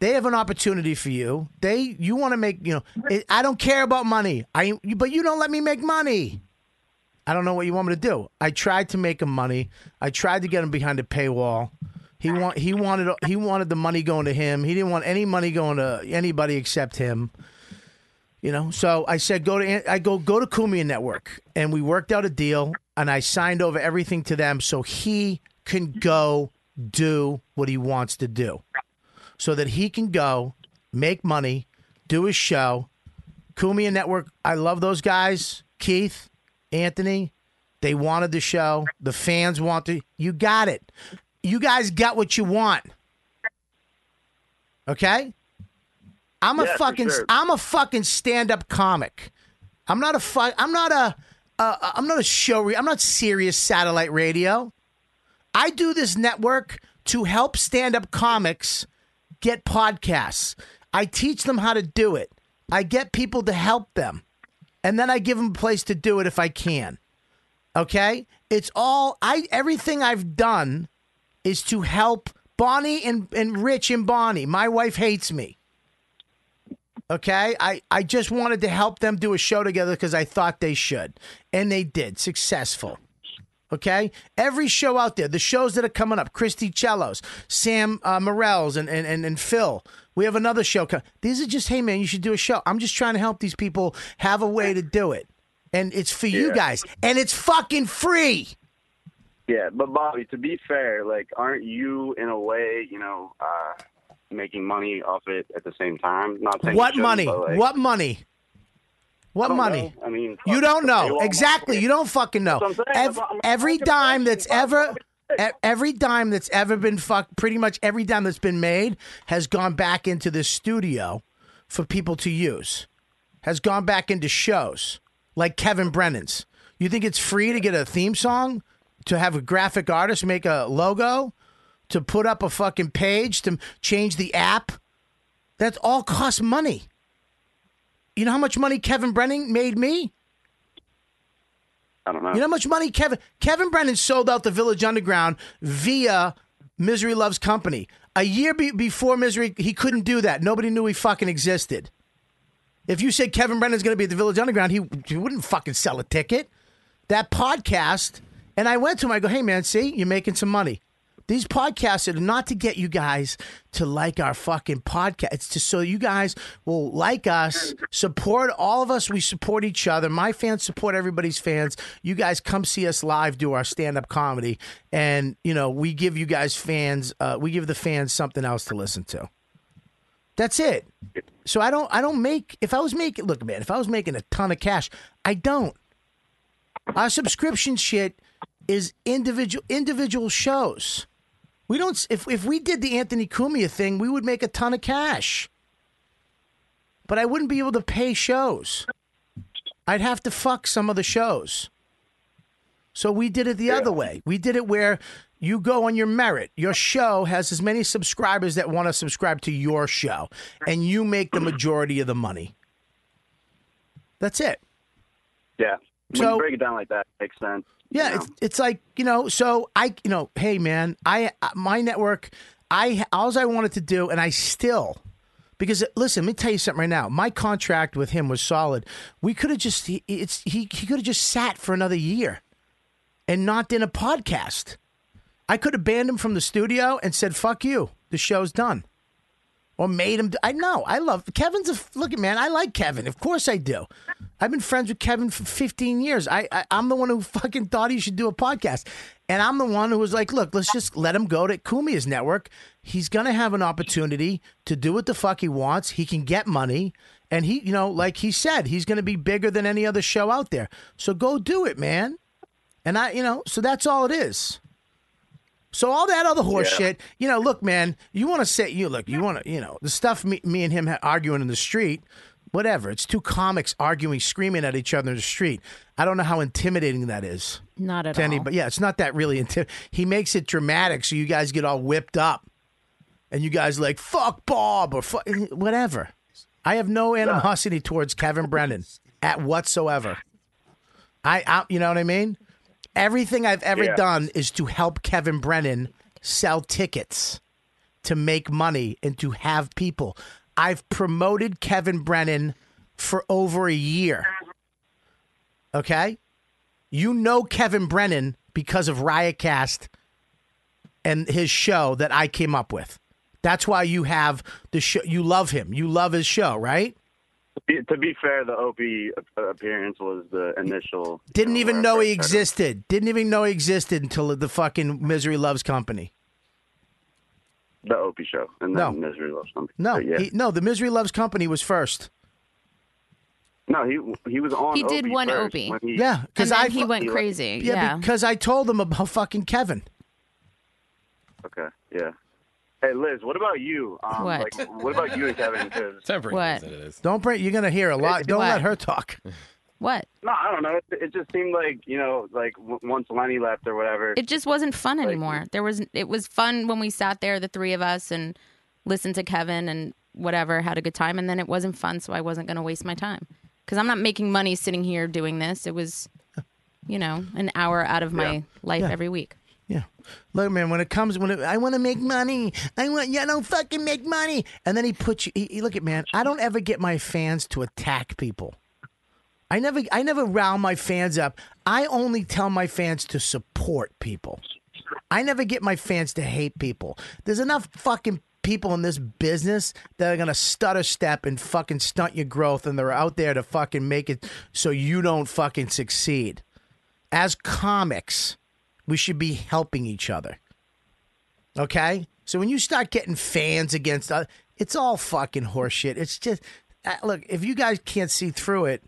F: They have an opportunity for you. They, you want to make, you know, it, I don't care about money. I, but you don't let me make money. I don't know what you want me to do. I tried to make him money. I tried to get him behind a paywall. He want, he wanted, he wanted the money going to him. He didn't want any money going to anybody except him. You know, so I said go to I go go to Kumia Network, and we worked out a deal, and I signed over everything to them, so he can go do what he wants to do, so that he can go make money, do his show. Kumia Network, I love those guys, Keith, Anthony. They wanted the show. The fans want to. You got it. You guys got what you want. Okay. I'm a
P: Yeah, for
F: fucking
P: sure.
F: I'm a fucking stand up comic. I'm not a fuck I'm not a uh, I'm not a show re- I'm not serious satellite radio. I do this network to help stand up comics get podcasts. I teach them how to do it. I get people to help them. And then I give them a place to do it if I can. Okay? It's all I everything I've done is to help Bonnie and, and Rich and Bonnie. My wife hates me. Okay, I, I just wanted to help them do a show together because I thought they should, and they did successful. Okay, every show out there, the shows that are coming up, Christy Cellos, Sam uh, Morels, and, and and and Phil. We have another show. co- These are just hey man, you should do a show. I'm just trying to help these people have a way to do it, and it's for you
X: Yeah.
F: guys, and it's fucking free.
X: Yeah, but Bobby, to be fair, like, aren't you in a way, you know, uh, making money off it at the same time? Not saying you
F: What
X: shouldn't,
F: money?
X: but, like,
F: what money? What
X: I don't
F: money?
X: know. I mean,
F: You
X: fuck,
F: don't
X: the
F: know
X: paywall
F: exactly. You don't fucking know.
X: That's what I'm saying.
F: Ev- every dime that's ever, e- every dime that's ever been fucked, pretty much every dime that's been made has gone back into this studio for people to use. Has gone back into shows like Kevin Brennan's. You think it's free to get a theme song, to have a graphic artist make a logo, to put up a fucking page, to change the app? That all costs money. You know how much money Kevin Brennan made me?
X: I don't know.
F: You know how much money Kevin Kevin Brennan sold out the Village Underground via Misery Loves Company. A year be- before Misery, he couldn't do that. Nobody knew he fucking existed. If you said Kevin Brennan's going to be at the Village Underground, he, he wouldn't fucking sell a ticket. That podcast, and I went to him. I go, hey man, see, you're making some money. These podcasts are not to get you guys to like our fucking podcast. It's to so you guys will like us, support all of us. We support each other. My fans support everybody's fans. You guys come see us live, do our stand up comedy, and you know we give you guys fans, uh, we give the fans something else to listen to. That's it. So I don't I don't make if I was making look man, if I was making a ton of cash, I don't. Our subscription shit is individual individual shows. We don't if if we did the Anthony Cumia thing, we would make a ton of cash. But I wouldn't be able to pay shows. I'd have to fuck some of the shows. So we did it the other way. We did it where you go on your merit. Your show has as many subscribers that want to subscribe to your show, and you make the majority of the money. That's it.
X: Yeah. When
F: So-
X: you break it down like that, it makes sense.
F: Yeah, it's, it's like you know. So I, you know, hey man, I uh, my network, I alls I wanted to do, and I still, because listen, let me tell you something right now. My contract with him was solid. We could have just he, it's he he could have just sat for another year, and not done a podcast. I could have banned him from the studio and said, "Fuck you, the show's done." or made him. Do- I know. I love Kevin's. A, look at man. I like Kevin. Of course I do. I've been friends with Kevin for 15 years. I, I I'm the one who fucking thought he should do a podcast, and I'm the one who was like, look, let's just let him go to Kumia's network. He's gonna have an opportunity to do what the fuck he wants. He can get money. And he, you know, like he said, he's going to be bigger than any other show out there. So go do it, man. And I, you know, so that's all it is. So all that other horse
D: Yeah.
F: shit, you know. Look, man, you want to say you look, you want to, you know, the stuff me, me and him ha- arguing in the street, whatever. It's two comics arguing, screaming at each other in the street. I don't know how intimidating that is.
G: Not at
F: to
G: all.
F: anybody. Yeah, it's not that really intimidating. He makes it dramatic, so you guys get all whipped up, and you guys like fuck Bob or fuck whatever. I have no animosity towards Kevin Brennan at whatsoever. I, I you know what I mean? Everything I've ever
D: Yeah.
F: done is to help Kevin Brennan sell tickets to make money and to have people. I've promoted Kevin Brennan for over a year. Okay? You know Kevin Brennan because of Riotcast and his show that I came up with. That's why you have the show. You love him. You love his show, right?
X: Be- To be fair, the Opie a- appearance was the initial.
F: Didn't
X: you
F: even
X: where I
F: know he
X: first heard
F: existed. Didn't even know he existed until the fucking Misery Loves Company.
X: The Opie show, and then Misery Loves Company.
F: No,
X: But Uh, yeah.
F: he, no, the Misery Loves Company was first.
X: no, he he was on.
G: He did
X: Opie
G: one
X: first
G: Opie.
X: when he-
F: Yeah, because I
G: he
F: fu-
G: went crazy. Yeah,
F: because I told him about fucking Kevin.
X: Okay, yeah. Hey Liz, what about you? Um,
F: What?
X: Like, what about you and Kevin? 'Cause-
G: What?
F: Don't break. You're gonna hear a lot. Don't
X: What?
F: let her talk.
G: What?
X: No, I don't know. It, it just seemed like you know, like w- once Lenny left or whatever.
G: It just wasn't fun anymore.
F: mm.
G: There was it was fun when we sat there, the three of us, and listened to Kevin and whatever, had a good time, and then it wasn't fun, so I wasn't going to waste my time because I'm not making money sitting here doing this. It was, you know, an hour out of my
F: Yeah.
G: life
F: Yeah.
G: every week.
F: Look, man. When it comes, when it, I want to make money, I want you don't fucking make money. And then he puts you. He, he- look at man. I don't ever get my fans to attack people. I never, I never round my fans up. I only tell my fans to support people. I never get my fans to hate people. There's enough fucking people in this business that are gonna stutter step and fucking stunt your growth, and they're out there to fucking make it so you don't fucking succeed. As comics, we should be helping each other. Okay? So when you start getting fans against other, it's all fucking horseshit. It's just uh, look, if you guys can't see through it,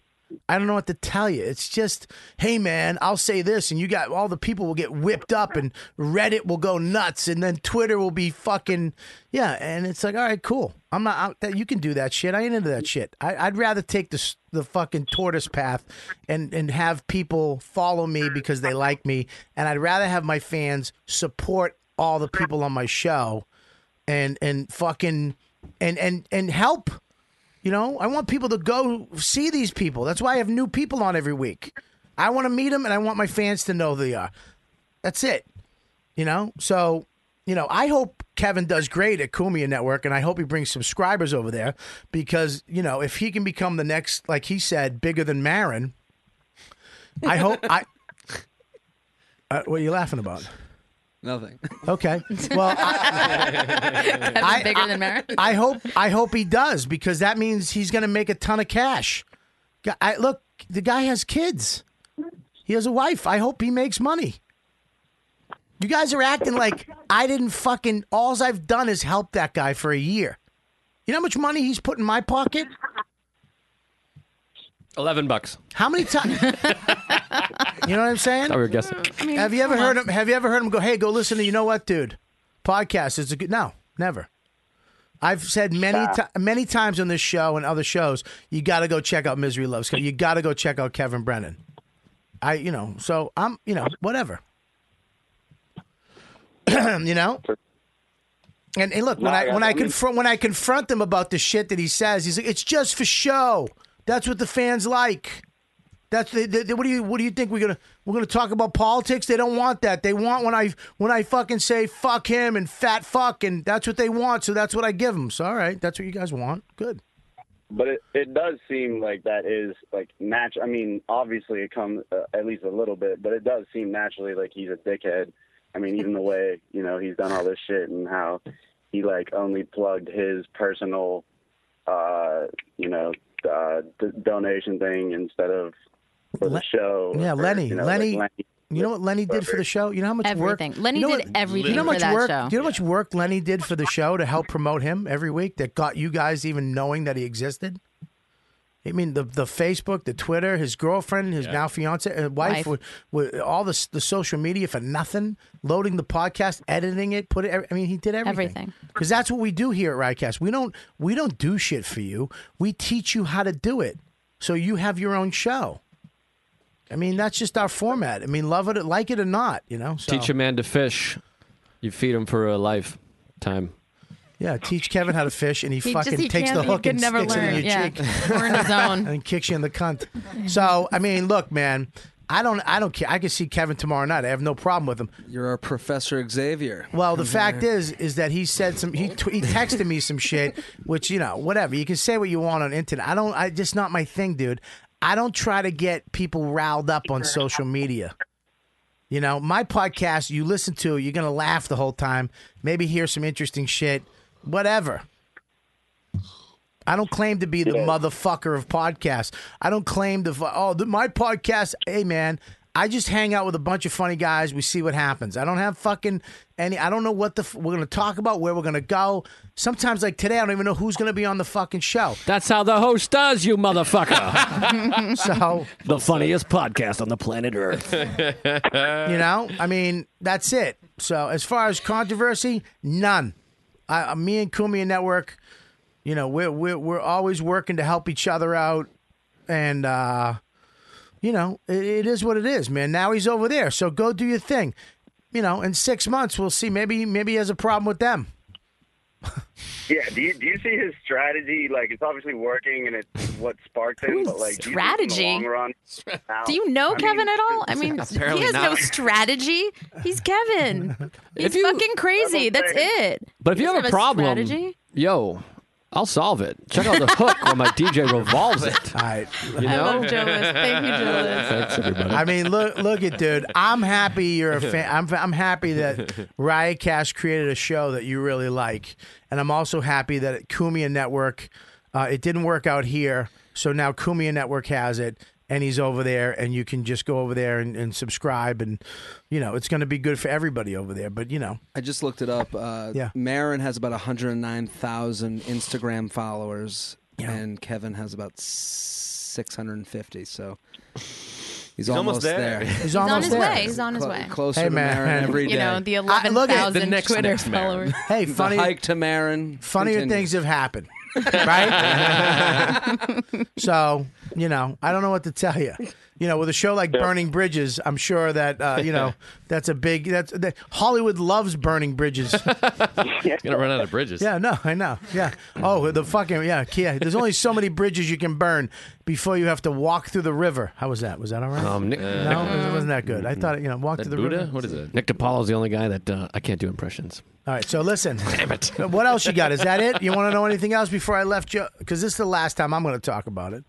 F: I don't know what to tell you. It's just, hey man, I'll say this and you got all the people will get whipped up and Reddit will go nuts and then Twitter will be fucking yeah, and it's like, all right, cool. I'm not out that you can do that shit. I ain't into that shit. I, I'd rather take the s- the fucking tortoise path and and have people follow me because they like me and I'd rather have my fans support all the people on my show and and fucking and and and help you know i want people to go see these people that's why i have new people on every week i want to meet them and i want my fans to know who they are that's it you know so you know i hope kevin does great at kumia network and i hope he brings subscribers over there because you know if he can become the next like he said bigger than marin i hope i uh, what are you laughing about
N: Nothing.
F: okay well
G: Kevin
F: I-
G: bigger
F: I-
G: than Mara.
F: I hope I hope he does because that means he's going to make a ton of cash. Gu- I, look, the guy has kids. He has a wife. I hope he makes money. You guys are acting like I didn't fucking. Alls I've done is help that guy for a year. You know how much money he's put in my pocket?
M: Eleven bucks.
F: How many times? you know what I'm saying?
M: I were guessing.
F: have you ever heard him? Have you ever heard him go? Hey, go listen to you know what, dude? Podcast is a good. No, never. I've said many ti many times on this show and other shows. You got to go check out Misery Loves. Co- You got to go check out Kevin Brennan. I, you know, so I'm, you know, whatever. you know. And, and look, when
D: No,
F: I
D: yeah,
F: when I,
D: I mean-
F: confront when I confront him about the shit that he says, he's like, "It's just for show. That's what the fans like. That's the, the, the- what do you what do you think we're gonna we're gonna talk about politics? They don't want that. They want when I when I fucking say fuck him and fat fuck, and that's what they want. So that's what I give them. So all right, that's what you guys want. Good.
X: But it, it does seem like that is like natural. I mean, obviously it comes uh, at least a little bit, but it does seem naturally like he's a dickhead. I mean, even the way you know he's done all this shit and how he like only plugged his personal, uh, you know, uh, d- donation thing instead of for the show.
F: Yeah,
X: or,
F: Lenny.
X: you know, like
F: Lenny, You know what Lenny did for the show? You know how much
G: Everything.
F: work
G: Lenny
F: you know
G: did
F: what-
G: everything
F: You know how
G: for
F: much
G: that
F: work?
G: show.
F: You know how much work Lenny did for the show to help promote him every week that got you guys even knowing that he existed. I mean, the the Facebook, the Twitter, his girlfriend, his now fiance, uh, wife,
G: Wife.
F: With, all this the social media for nothing, loading the podcast, editing it, put it. I mean, he did everything.
G: Everything.
F: Because that's what we do here at Riotcast. We don't we don't do shit for you. We teach you how to do it, so you have your own show. I mean, that's just our format. I mean, love it, like it or not, you know. So,
U: Teach a man to fish. You feed him for a lifetime.
F: Yeah, teach Kevin how to fish, and he,
G: He just-
F: fucking
G: he
F: takes the
G: can't- he
F: hook
G: could
F: and
G: never
F: sticks it
G: learn,
F: in your
G: yeah.
F: cheek.
G: Learn his own.
F: and kicks you in the cunt. So I mean, look, man, I don't, I don't care. I can see Kevin tomorrow night. I have no problem with him.
N: You're our Professor Xavier.
F: Well, the fact is, is that he said some. He, t- he texted me some shit, which you know, whatever. You can say what you want on internet. I don't. I just not my thing, dude. I don't try to get people riled up on social media. You know, my podcast you listen to, you're gonna laugh the whole time. Maybe hear some interesting shit, whatever. I don't claim to be the motherfucker of podcasts. I don't claim to. fu- Oh, th- my podcast. Hey, man, I just hang out with a bunch of funny guys. We see what happens. I don't have fucking any. I don't know what the f- we're gonna talk about, where we're gonna go. Sometimes, like today, I don't even know who's gonna be on the fucking show.
U: That's how the host does, Oh, you motherfucker.
F: so
U: the funniest podcast on the planet Earth.
P: Uh,
F: you know, I mean, that's it. So as far as controversy, none. I, I- me and Kumi and Network, you know, we're we're we're always working to help each other out, and uh, you know, it, it is what it is, man. Now he's over there, so go do your thing. You know, in six months we'll see. Maybe maybe he has a problem with them.
X: Yeah, do you do you see his strategy? Like it's obviously working, and it's what sparked him. But like, do you think in the
G: strategy?
X: long run, now-
G: Do you know
X: I mean,
G: Kevin at all? I mean,
X: Apparently
G: he has no
X: not.
G: strategy. He's Kevin. He's fucking crazy. That's it.
U: But if
G: He
U: you have a
G: doesn't
U: problem,
G: strategy?
U: yo, I'll solve it. Check out the hook where my DJ revolves it.
F: All right.
U: You know?
G: I love Joe List. Thank you, Joe List.
U: Thanks, everybody.
F: I mean, look, look at dude. I'm happy you're a fan. I'm, I'm happy that Riotcast created a show that you really like, and I'm also happy that at Kumia Network, uh, it didn't work out here, so now Kumia Network has it, and he's over there, and you can just go over there and, and subscribe, and you know it's going to be good for everybody over there. But you know,
N: I just looked it up. Uh,
F: Yeah.
N: Marin has about 109,000 Instagram followers, and Kevin has about 650. So he's, almost, there.
F: He's on
G: his
F: there.
G: way. He's on his
N: Clo-
G: way.
N: Closer
F: Hey,
N: to
F: man.
N: Marin every day.
G: You know, the
F: I- look at-
G: 11,000
F: the next
G: Twitter
F: next Marin.
G: followers.
F: hey,
N: The
F: funny
N: hike to Marin.
F: funnier
N: continues.
F: things have happened, right? so you know, I don't know what to tell you. You know, with a show like Burning Bridges, I'm sure that uh, you know that's a big that's that, Hollywood loves burning bridges.
O: Gonna run out of bridges.
F: yeah, no, I know. Yeah. Oh, the fucking yeah, yeah. There's only so many bridges you can burn before you have to walk through the river. How was that? Was that all right?
U: Um,
G: Uh,
U: Nick,
F: no, it wasn't that good. I thought you know, walk
O: Mm-hmm. That
F: through the
O: Buddha?
F: river.
O: What is it?
U: Nick DiPaolo's the only guy that uh, I can't do impressions.
F: All right, so listen. What else you got? Is that it? You want to know anything else before I left you? Because this is the last time I'm going to talk about it.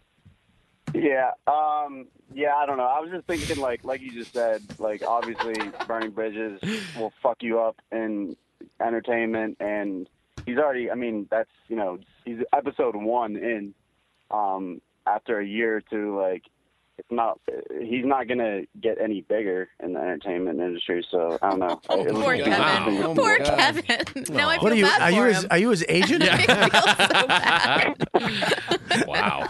X: Yeah, um, yeah, I don't know. I was just thinking, like, like you just said, like, obviously, burning bridges will fuck you up in entertainment, and he's already. I mean, that's you know, he's episode one in. Um, after a year or two, like, it's not. He's not gonna get any bigger in the entertainment industry. So I don't know. It was-
G: Poor Kevin.
N: Oh my
G: Poor
N: God.
G: Kevin. Now I feel
F: What are you?
G: bad
F: Are
G: for
F: you
G: him.
F: his? Are you his agent?
O: wow.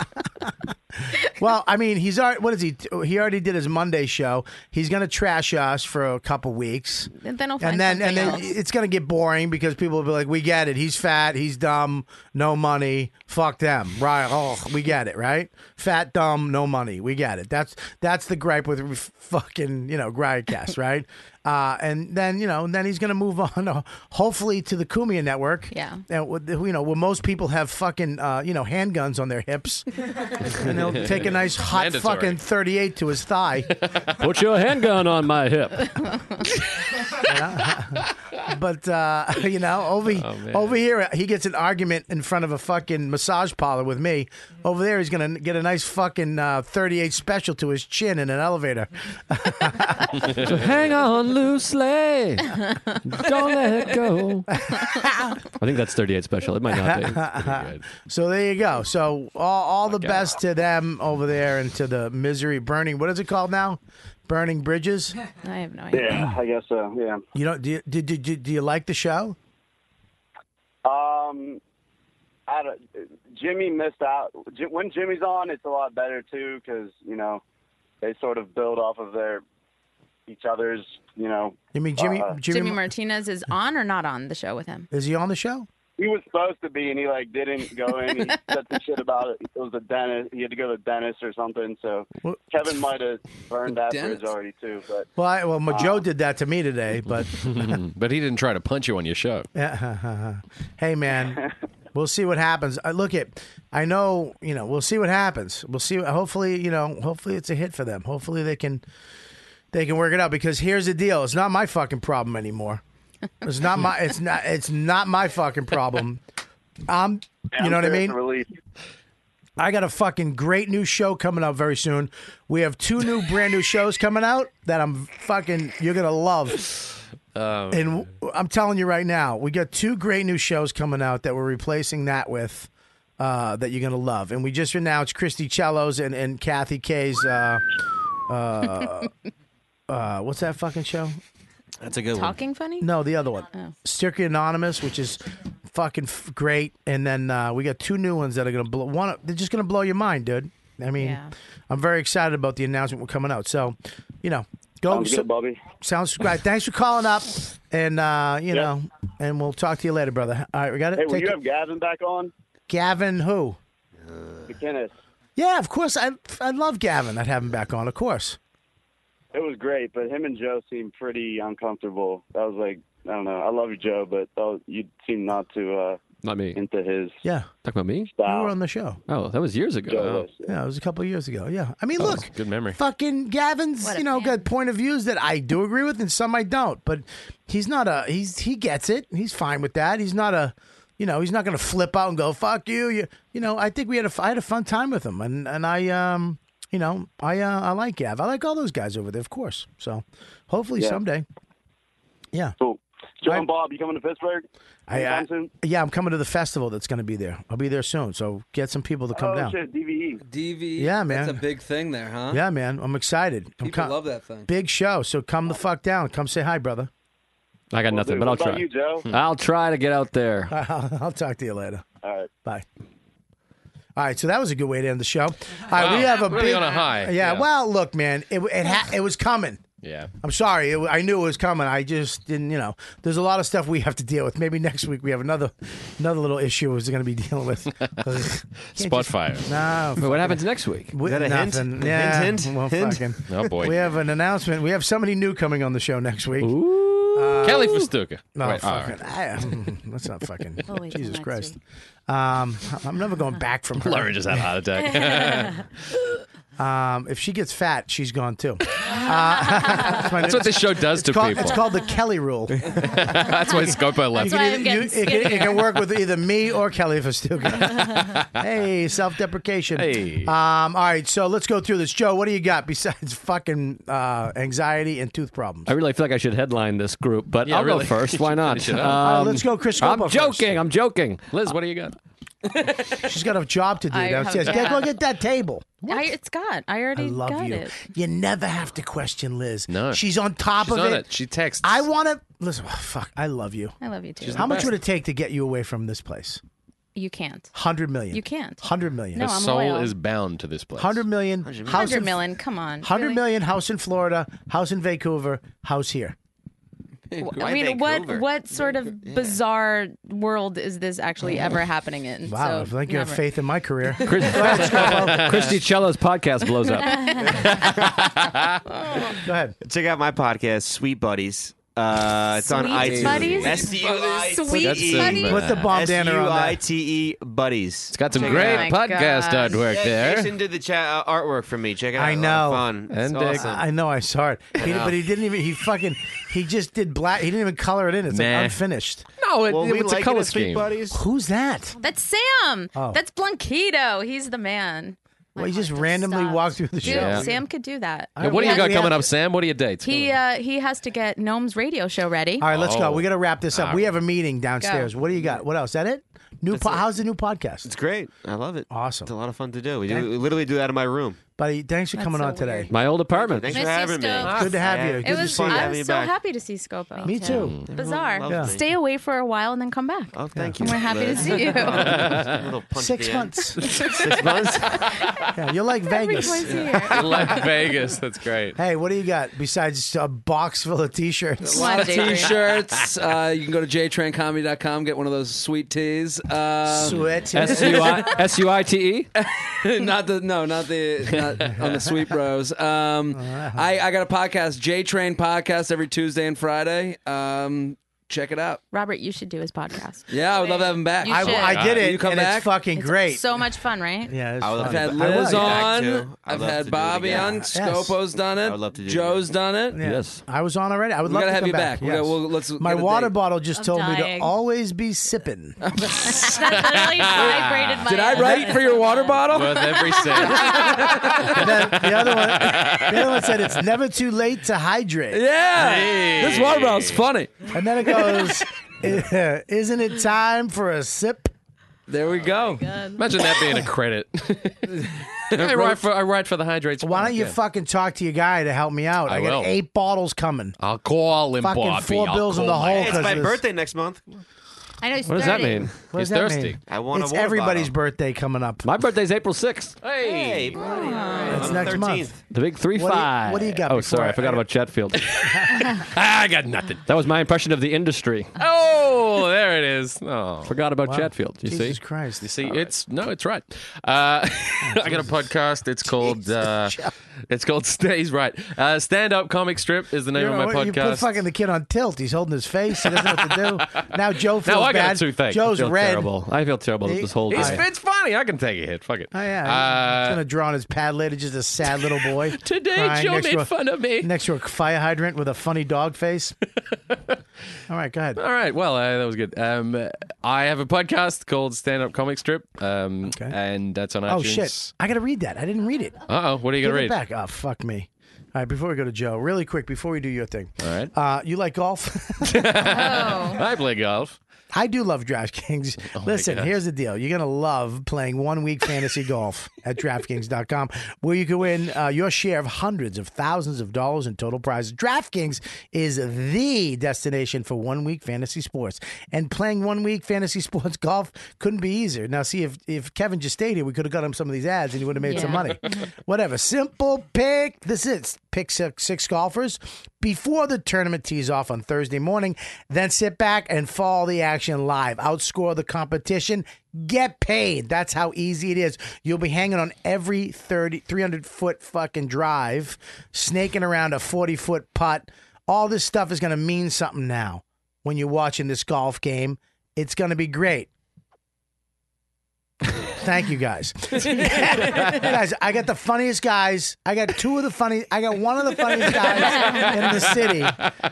F: Well, I mean, he's already. What is he? He already did his Monday show. He's going to trash us for a couple weeks,
G: And then I'll find
F: and then and
G: something
F: then
G: else.
F: it's going to get boring because people will be like, "We get it. He's fat. He's dumb. No money. Fuck them. Right? Oh, we get it. Right? Fat, dumb, no money. We get it. That's that's the gripe with f- fucking you know Grindcast, right? Uh, and then you know, and then he's going to move on, uh, hopefully, to the Kumia Network.
G: Yeah.
F: And with- you know, where most people have fucking uh, you know handguns on their hips and he'll take a nice hot
O: Mandatory.
F: fucking 38 to his thigh.
U: Put your handgun on my hip.
F: but uh, you know, over over here he gets an argument in front of a fucking massage parlor with me. Over there he's gonna get a nice fucking uh, 38 special to his chin in an elevator.
U: So hang on loosely. Don't let it go. I think that's 38 special. It might not be.
F: So there you go. So all, all the best to them over there and to the misery burning. What is it called now? Burning bridges.
G: I
F: Oh,
G: have no idea.
X: yeah, I guess so. Yeah.
F: You know, do you, do, do, do, do you like the show?
X: Um, I don't, Jimmy missed out. Ji- When Jimmy's on, it's a lot better too because you know they sort of build off of their each other's. You know,
F: You mean Jimmy?
X: Uh,
F: Jimmy,
G: Jimmy Martinez is on or not on the show with him?
F: is he on the show?
X: he was supposed to be, and he like didn't go in. He said some shit about it. It was a dentist. He had to go to the dentist or something. So Kevin might have burned that bridge already too. But
F: Well, I, well, Ma- Joe did that to me today, but
O: but he didn't try to punch you on your show.
F: hey, man, we'll see what happens. I look at, I know, you know, we'll see what happens. We'll see. Hopefully, you know, hopefully it's a hit for them. Hopefully they can, they can work it out. Because here's the deal: it's not my fucking problem anymore. It's not my. It's not. It's not my fucking problem. I'm.
X: Yeah,
F: You know
X: I'm
F: what I
X: sure it's
F: mean?
X: a relief.
F: I got a fucking great new show coming out very soon. We have two new brand new shows coming out that I'm fucking you're gonna love.
U: Um,
F: and w- I'm telling you right now, we got two great new shows coming out that we're replacing that with uh, that you're gonna love. And we just announced Christy Cello's and, and Kathy K's. Uh, uh, uh, what's that fucking show?
Q: That's a good
G: Talking funny?
F: No, the other one. Circuit Anonymous, which is fucking f- great. And then uh, we got two new ones that are going to blow. One, they're just going to blow your mind, dude. I mean,
X: Yeah.
F: I'm very excited about the announcement we're coming out. So, you know, go.
X: Sounds good, Bobby.
F: Sounds great. Thanks for calling up. And, uh, you know, and we'll talk to you later, brother. All right, we got it.
X: Hey, will
F: Take
X: you
F: it.
X: have Gavin back on?
F: Gavin, who?
X: McKinnis.
F: Yeah, of course. I, I love Gavin. I'd have him back on, of course.
X: It was great, but him and Joe seemed pretty uncomfortable. I was like, I don't know. I love you, Joe, but oh, you seem not to uh,
M: not me
X: into his.
F: Yeah.
M: Talk about me.
F: You were on the show.
M: Oh, that was years ago.
F: Yeah, it was a couple of years ago. Yeah. I mean,
M: Oh,
F: look.
M: good memory.
F: fucking Gavin's, you know, got point of views that I do agree with and some I don't. But he's not a he's he gets it. He's fine with that. He's not a you know he's not going to flip out and go fuck you. You you know I think we had a I had a fun time with him and and I um you know I uh, I like Gav. I like all those guys over there, of course. So hopefully
X: Yeah.
F: someday. Yeah.
X: Cool. Joe and Bob, you coming to Pittsburgh?
F: I,
X: Anytime
F: I,
X: soon?
F: yeah, I'm coming to the festival that's going to be there. I'll be there soon. So get some people to come
X: oh,
F: down.
X: shit, DVE.
Q: DV.
N: E?
F: Yeah, man.
Q: That's a big thing there, huh?
F: Yeah, man. I'm excited. I'm
Q: People
F: co-
Q: love that thing.
F: Big show. So come the fuck down. Come say hi, brother.
M: I got nothing,
F: do.
M: but I'll
F: What about
M: try.
F: you, Joe?
M: I'll try to get out there.
F: I'll, I'll talk to you later.
X: All right.
F: Bye. All right, so that was a good way to end the show. All right, we
M: Wow,
F: have a
M: really
F: big,
M: on a high.
F: Yeah,
M: Yeah.
F: well, look, man, it it, ha- it was coming.
M: Yeah.
F: I'm sorry, it, I knew it was coming. I just didn't, you know. There's a lot of stuff we have to deal with. Maybe next week we have another another little issue we're going to be dealing with.
O: Spot fire.
F: No.
M: What happens next week?
F: We- nothing. Yeah, well, fucking.
O: Oh, boy.
F: We have an announcement. We have somebody new coming on the show next week. Uh,
O: Kelly Festuca.
F: No,
O: Wait, all
F: fucking. I, mm, that's not fucking.
O: Oh, wait, till
F: Jesus
O: next
F: Christ. Um, I'm never going back from her.
O: Lauren just had a heart attack.
F: um, if she gets fat, she's gone too. Uh,
O: That's what this show does
F: it's
O: to
F: called,
O: people.
F: It's called the Kelly rule.
O: That's why Scopo left.
F: You can either- you- it, can, it can work with either me or Kelly Festuca. hey, self-deprecation.
O: Hey.
F: Um, all right, so let's go through this. Joe, what do you got besides fucking uh, anxiety and tooth problems?
M: I really feel like I should headline this group, but
F: Yeah,
M: I'll
F: really.
M: go first. Why not?
F: Finish it up. All right,
M: Um,
F: let's go, Chris
M: I'm
F: Scopo
M: joking. I'm joking.
O: Liz, what do you got?
F: She's got a job to do
G: I have-
F: downstairs.
G: yeah.
F: Yeah, go get that table.
G: I, it's got. I
F: I
G: already
F: love
G: got
F: you.
G: it.
F: You never have to question Liz.
O: No.
F: She's on top
O: She's
F: of
O: on
F: it.
O: it. She texts.
F: I want to listen. oh, fuck, I love you.
G: I love you too.
F: How much would it take to get you away from this place?
G: You can't.
F: Hundred million.
G: You can't.
F: Hundred million.
G: No,
O: Her
G: I'm
O: soul
G: loyal.
O: is bound to this place.
F: Hundred million. House
G: Hundred
F: in,
G: million. Come on.
F: Hundred
G: really?
F: million, House in Florida. House in Vancouver. House here.
G: I mean, what what sort of bizarre world is this actually ever happening in?
F: Wow.
G: so,
F: I think you have
G: never.
F: faith in my career.
M: Chris, Christy Cello's podcast blows up.
F: Go ahead.
K: Check out my podcast, Sweet Buddies. Uh, it's on
G: Sweet
K: iTunes. E
G: Buddies?
K: S-U-I-T-E.
G: Sweet That's Buddies?
F: Put the bomb danner on that.
K: S-U-I-T-E E Buddies.
M: uh,
K: It's
M: got some great Oh my podcast gosh. artwork
K: yeah,
M: there.
K: Jason did the chat uh, artwork for me. Check it out.
F: I know.
K: Fun. It's awesome.
F: I know. I saw it. He,
K: know.
F: but he didn't even. He fucking. He just did black. He didn't even color it in. It's
K: Nah.
F: like unfinished.
M: No,
K: it- Well, we it's a like it color as Sweet scheme. Buddies.
F: Who's that?
G: That's Sam.
F: Oh.
G: That's Blanquito. He's the man.
F: Well, he just randomly walked through the
G: Dude,
F: show.
G: Sam could do that.
O: Now, what do you
G: He
O: got
G: has-
O: coming up, Sam? What are your dates?
G: He uh, he has to get Gnome's radio show ready.
F: All right, let's go.
O: Oh.
F: We got to wrap this up.
O: All
F: We
O: right.
F: have a meeting downstairs. What do you got? What else? Is that it? New po- how's the new podcast?
K: It's great. I love it.
F: Awesome.
K: It's a lot of fun to do. We, do, we literally do that in my room.
F: Buddy, thanks for coming on today.
M: My old apartment.
G: Thanks for Miss you, having me. Stokes.
F: Good to have you.
G: It
F: Good to
G: was-
F: see you.
G: I was so happy to see Scopo.
F: Me too.
G: Bizarre.
F: Yeah.
G: Stay away for a while and then come back.
K: Oh, thank
G: And
K: you.
G: we're happy to see you.
F: Six months.
K: Six months.
F: yeah, you're like Vegas.
Q: Like Vegas. That's great.
F: Hey, what do you got besides a box full of t-shirts?
N: A lot of t-shirts. Uh, you can go to jtrancomedy.com, get one of those sweet tees. Uh,
F: Sweet tees.
M: S-U-I- S-U-I-T-E?
N: not the, no, not the, not on the sweet bros. Um,
F: Uh-huh.
N: I, I got a podcast, J Train Podcast, every Tuesday and Friday. Um, check it out.
G: Robert, you should do his podcast.
N: Yeah, I would love to have him back.
G: You I- should. I did
N: Will
G: it,
N: you come
F: and it's
N: back?
F: fucking It's great.
G: So much fun, right?
F: Yeah,
N: I
K: would
N: have
K: love to
N: had
K: do that. I would
N: Liz
K: like
N: on.
K: that too. I'd
N: I've
K: love to
N: had
K: do it
N: Bobby
K: again.
N: on.
K: Yes.
N: Scopo's done it.
K: I would love to do it
N: Joe's done it.
F: Yeah. I was on already. I would
N: We
F: love
N: gotta
F: to
N: have
F: come
N: you back. We
F: Yes.
N: gotta- we'll- let's
F: My
N: get a
F: water
N: date.
F: bottle just
N: I'm
F: told me
N: dying.
F: to always be sipping.
G: vibrated
N: Did I write for your water bottle?
Q: Worth every cent.
F: And then the other one, the other one said it's never too late to hydrate.
N: Yeah, this water bottle's funny.
F: And then it goes, isn't it time for a sip?
N: There we go.
O: Imagine that being a credit. I, write for, I write for the Hydrates.
F: Why don't you
O: podcast.
F: fucking talk to your guy to help me out?
O: I
F: I, got
O: will.
F: eight bottles coming.
O: I'll call him,
F: Fucking
O: Bobby.
F: four
O: I'll
F: bills in
O: call
F: the
O: him.
F: hole.
K: Hey, it's
F: 'cause
K: my
F: this-
K: birthday next month.
G: I know. He's
O: What does that
G: 30.
O: mean?
F: What does
O: He's
F: that
O: thirsty.
F: mean?
K: I want a
F: it's
K: water
F: everybody's
K: bottle.
F: birthday coming up.
M: My birthday's April 6th.
K: Hey, buddy.
F: It's
K: on the
F: next
K: 13th.
F: month.
M: The big three
F: What do you-
M: five.
F: what do you got
M: Oh,
F: before
M: sorry,
F: I-
M: I forgot about Chatfield.
O: I got nothing.
M: that was my impression of the industry.
O: Oh, there it is. Oh.
M: Forgot about Chatfield. You
F: Jesus
M: see?
F: Christ.
O: You see, it's no, it's right. Uh, I got a podcast. It's called uh, it's called Stays Right. Uh, Stand up comic strip is the name
F: You're-
O: of my
F: You put
O: podcast.
F: fucking the kid on tilt. He's holding his face. He doesn't know what to do. Now Joe feels
M: now I
F: bad.
M: got a toothache.
F: Joe's
M: I feel
F: red.
M: Terrible. I feel terrible that
F: He-
M: this whole
O: It's,
M: thing-
O: it's funny. I can take a hit. Fuck it.
F: Oh, yeah.
O: Uh,
F: He's going to draw on his pad later, just a sad little boy.
O: Today,
F: crying
O: Joe
F: next
O: made
F: to a-
O: fun of me.
F: Next to a fire hydrant with a funny dog face. All right, go ahead.
O: All right. Well, uh, that was good. Um, I have a podcast called Stand Up Comic Strip, um, and that's on iTunes.
F: Oh, shit. I got to read that. I didn't read it.
O: Uh oh. What are you
F: Give
O: gonna
F: it
O: read?
F: back. Oh, fuck me. All right, before we go to Joe, really quick, before we do your thing.
O: All right.
F: Uh, you like golf?
O: I play golf. Oh
F: I do love DraftKings. Listen, here's the deal. You're going to love playing one week fantasy golf at DraftKings.com, where you can win uh, your share of hundreds of thousands of dollars in total prizes. DraftKings is the destination for one week fantasy sports. And playing one week fantasy sports golf couldn't be easier. Now, see, if, if Kevin just stayed here, we could have got him some of these ads and he would have made some
G: Yeah.
F: money. Whatever. Simple pick. This is pick six, six golfers before the tournament tees off on Thursday morning. Then sit back and follow the action live. Outscore the competition. Get paid. That's how easy it is. You'll be hanging on every 30, 300 foot fucking drive, snaking around a 40 foot putt. All this stuff is going to mean something now when you're watching this golf game. It's going to be great. Thank you guys. guys, I got the funniest guys. I got two of the funny. I got one of the funniest guys in the city,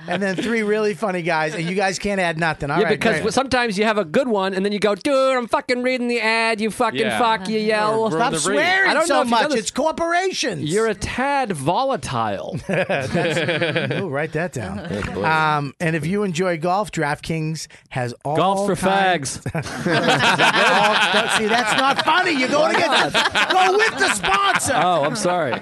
F: and then three really funny guys. And you guys can't add nothing. All right,
M: yeah, because
F: great.
M: sometimes you have a good one, and then you go, dude, I'm fucking reading the ad. You fucking
O: Yeah.
M: fuck. You yell.
F: stop swearing
M: I don't
F: so
M: know if you know
F: much.
M: this.
F: It's corporations.
M: You're a tad volatile.
F: Ooh, write that down. Um, and if you enjoy golf, DraftKings has all
M: Golf for
F: kinds-
M: fags.
F: All- see, that's not funny. You're going against. Go with the sponsor.
M: oh, I'm sorry.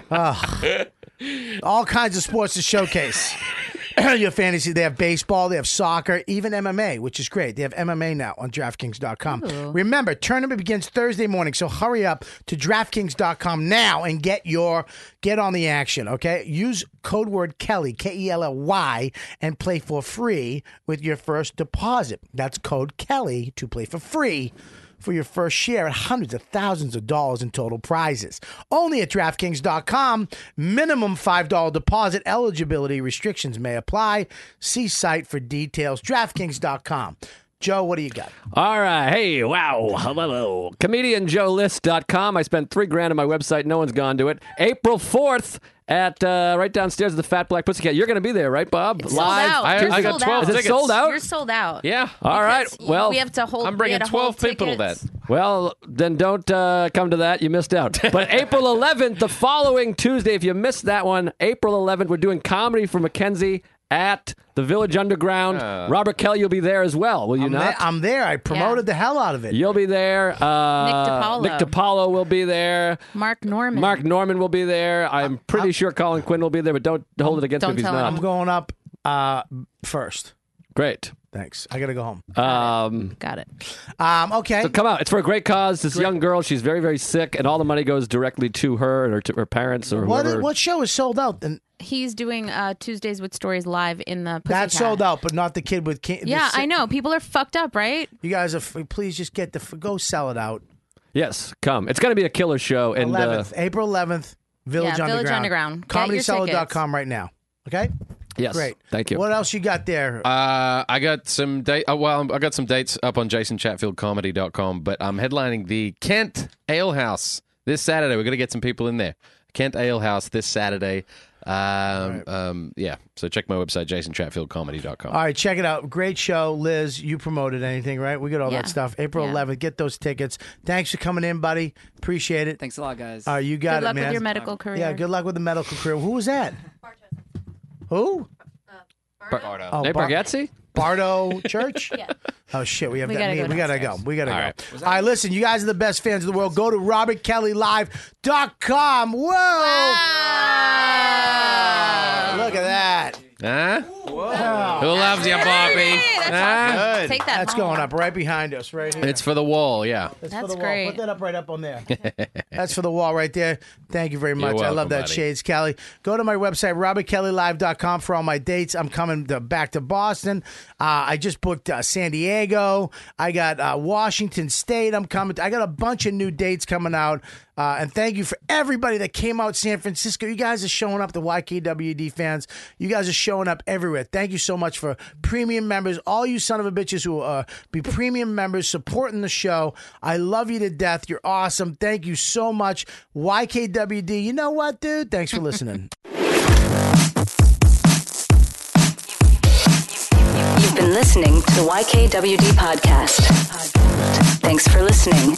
F: all kinds of sports to showcase. Your fantasy, they have baseball, they have soccer, even MMA, which is great. They have MMA now on DraftKings.com. Remember, tournament begins Thursday morning, so hurry up to DraftKings.com now and get your get on the action. Okay, use code word Kelly K E L L Y and play for free with your first deposit. That's code Kelly to play for free for your first share at hundreds of thousands of dollars in total prizes. Only at DraftKings.com. Minimum $5 deposit eligibility restrictions may apply. See site for details. DraftKings.com. Joe, what do you got?
M: All right. Hey, wow. Hello. ComedianJoeList.com. I spent three grand on my website. No one's gone to it. April 4th at uh, right downstairs at the Fat Black Pussycat. You're going to be there, right, Bob?
G: Sold out.
O: I-
G: You're
O: I got
G: sold
O: 12
G: out.
M: Is it tickets. sold out?
G: You're sold out.
O: Yeah.
M: All right.
G: Because
M: Well,
G: we have to hold.
O: I'm
G: we
O: bringing
G: had to hold
O: 12 people to
G: tickets.
O: that.
M: Well, then don't uh, come to that. You missed out. But April 11th, the following Tuesday, if you missed that one, April 11th, we're doing comedy for Mackenzie at the Village Underground.
O: Uh.
M: Robert Kelly, you'll be there as well, will you
F: I'm
M: not?
F: there- I'm there. I promoted the hell out of it.
M: You'll be there. Uh,
G: DiPaolo.
M: Nick DiPaolo will be there.
G: Mark Norman.
M: Mark Norman will be there. I'm pretty sure Colin Quinn will be there, but don't hold it against him if he's not.
F: Uh, I'm going up uh, first.
M: Great.
F: Thanks. I got to go home.
M: Um,
G: Got it.
F: Um, okay.
M: So come out. It's for a great cause. This young girl, she's very, very sick, and all the money goes directly to her and her, to her parents or
F: What,
M: whoever.
F: what show is sold out? And
G: He's doing uh, Tuesdays with Stories live in the.
F: that's
G: Pussycat.
F: sold out, but not the kid with. Can-
G: Yeah, I know. People are fucked up, right?
F: You guys are. f- Please just get the. f- Go sell it out.
M: Yes, come. It's going to be a killer show. And uh,
F: 11th, April 11th, Village
G: Yeah,
F: Underground.
G: Village Underground. Get your
F: ComedySeller.com right now. Okay?
M: Yes.
F: Great.
M: Thank you.
F: What else you got there?
O: Uh, I got some date. Uh, well, I got some dates up on jasonchatfieldcomedy.com, but I'm headlining the Kent Ale House this Saturday. We're going to get some people in there. Kent Ale House this Saturday. Um, um, yeah. So check my website, jasonchatfieldcomedy.com.
F: All right, check it out. Great show, Liz. You promoted anything, right? We got all
V: Yeah.
F: that stuff. April
V: Yeah.
F: 11th. Get those tickets. Thanks for coming in, buddy. Appreciate it.
V: Thanks a lot, guys.
F: All right, you got
V: Good
F: it,
V: luck with
F: man.
V: your medical career.
F: Yeah, good luck with the medical career. Who was that? Who?
M: Bardo.
F: Oh,
M: Nate
F: Bar-
M: Bargatze?
F: Bardo Church? Oh shit, we have
M: We
F: that
M: gotta
F: meeting.
M: go
F: we gotta go.
M: downstairs.
F: We gotta
M: All
F: go.
M: right.
F: All right, listen, you guys are the best fans of the world. Go to robertkellylive.com. Whoa! Look at that.
O: Huh? Who loves you, Bobby? Huh?
F: Take that. That's going up right behind us, right here.
O: It's for the wall, yeah.
F: That's, for the Wall. Put that up right up on there. That's for the wall right there. Thank you very
O: You're
F: much. I
O: welcome,
F: love that,
O: buddy.
F: Shades Kelly. Go to my website, robertkellylive.com, for all my dates. I'm coming to, back to Boston. Uh, I just booked uh, San Diego. I got uh, Washington State. I'm coming. to- I got a bunch of new dates coming out. Uh, and thank you for everybody that came out San Francisco. You guys are showing up, the YKWD fans. You guys are showing up everywhere. Thank you so much for premium members, all you son of a bitches who uh, be premium members supporting the show. I love you to death. You're awesome. Thank you so much, YKWD. You know what, dude? Thanks for listening.
B: You've been listening to the YKWD podcast. Thanks for listening.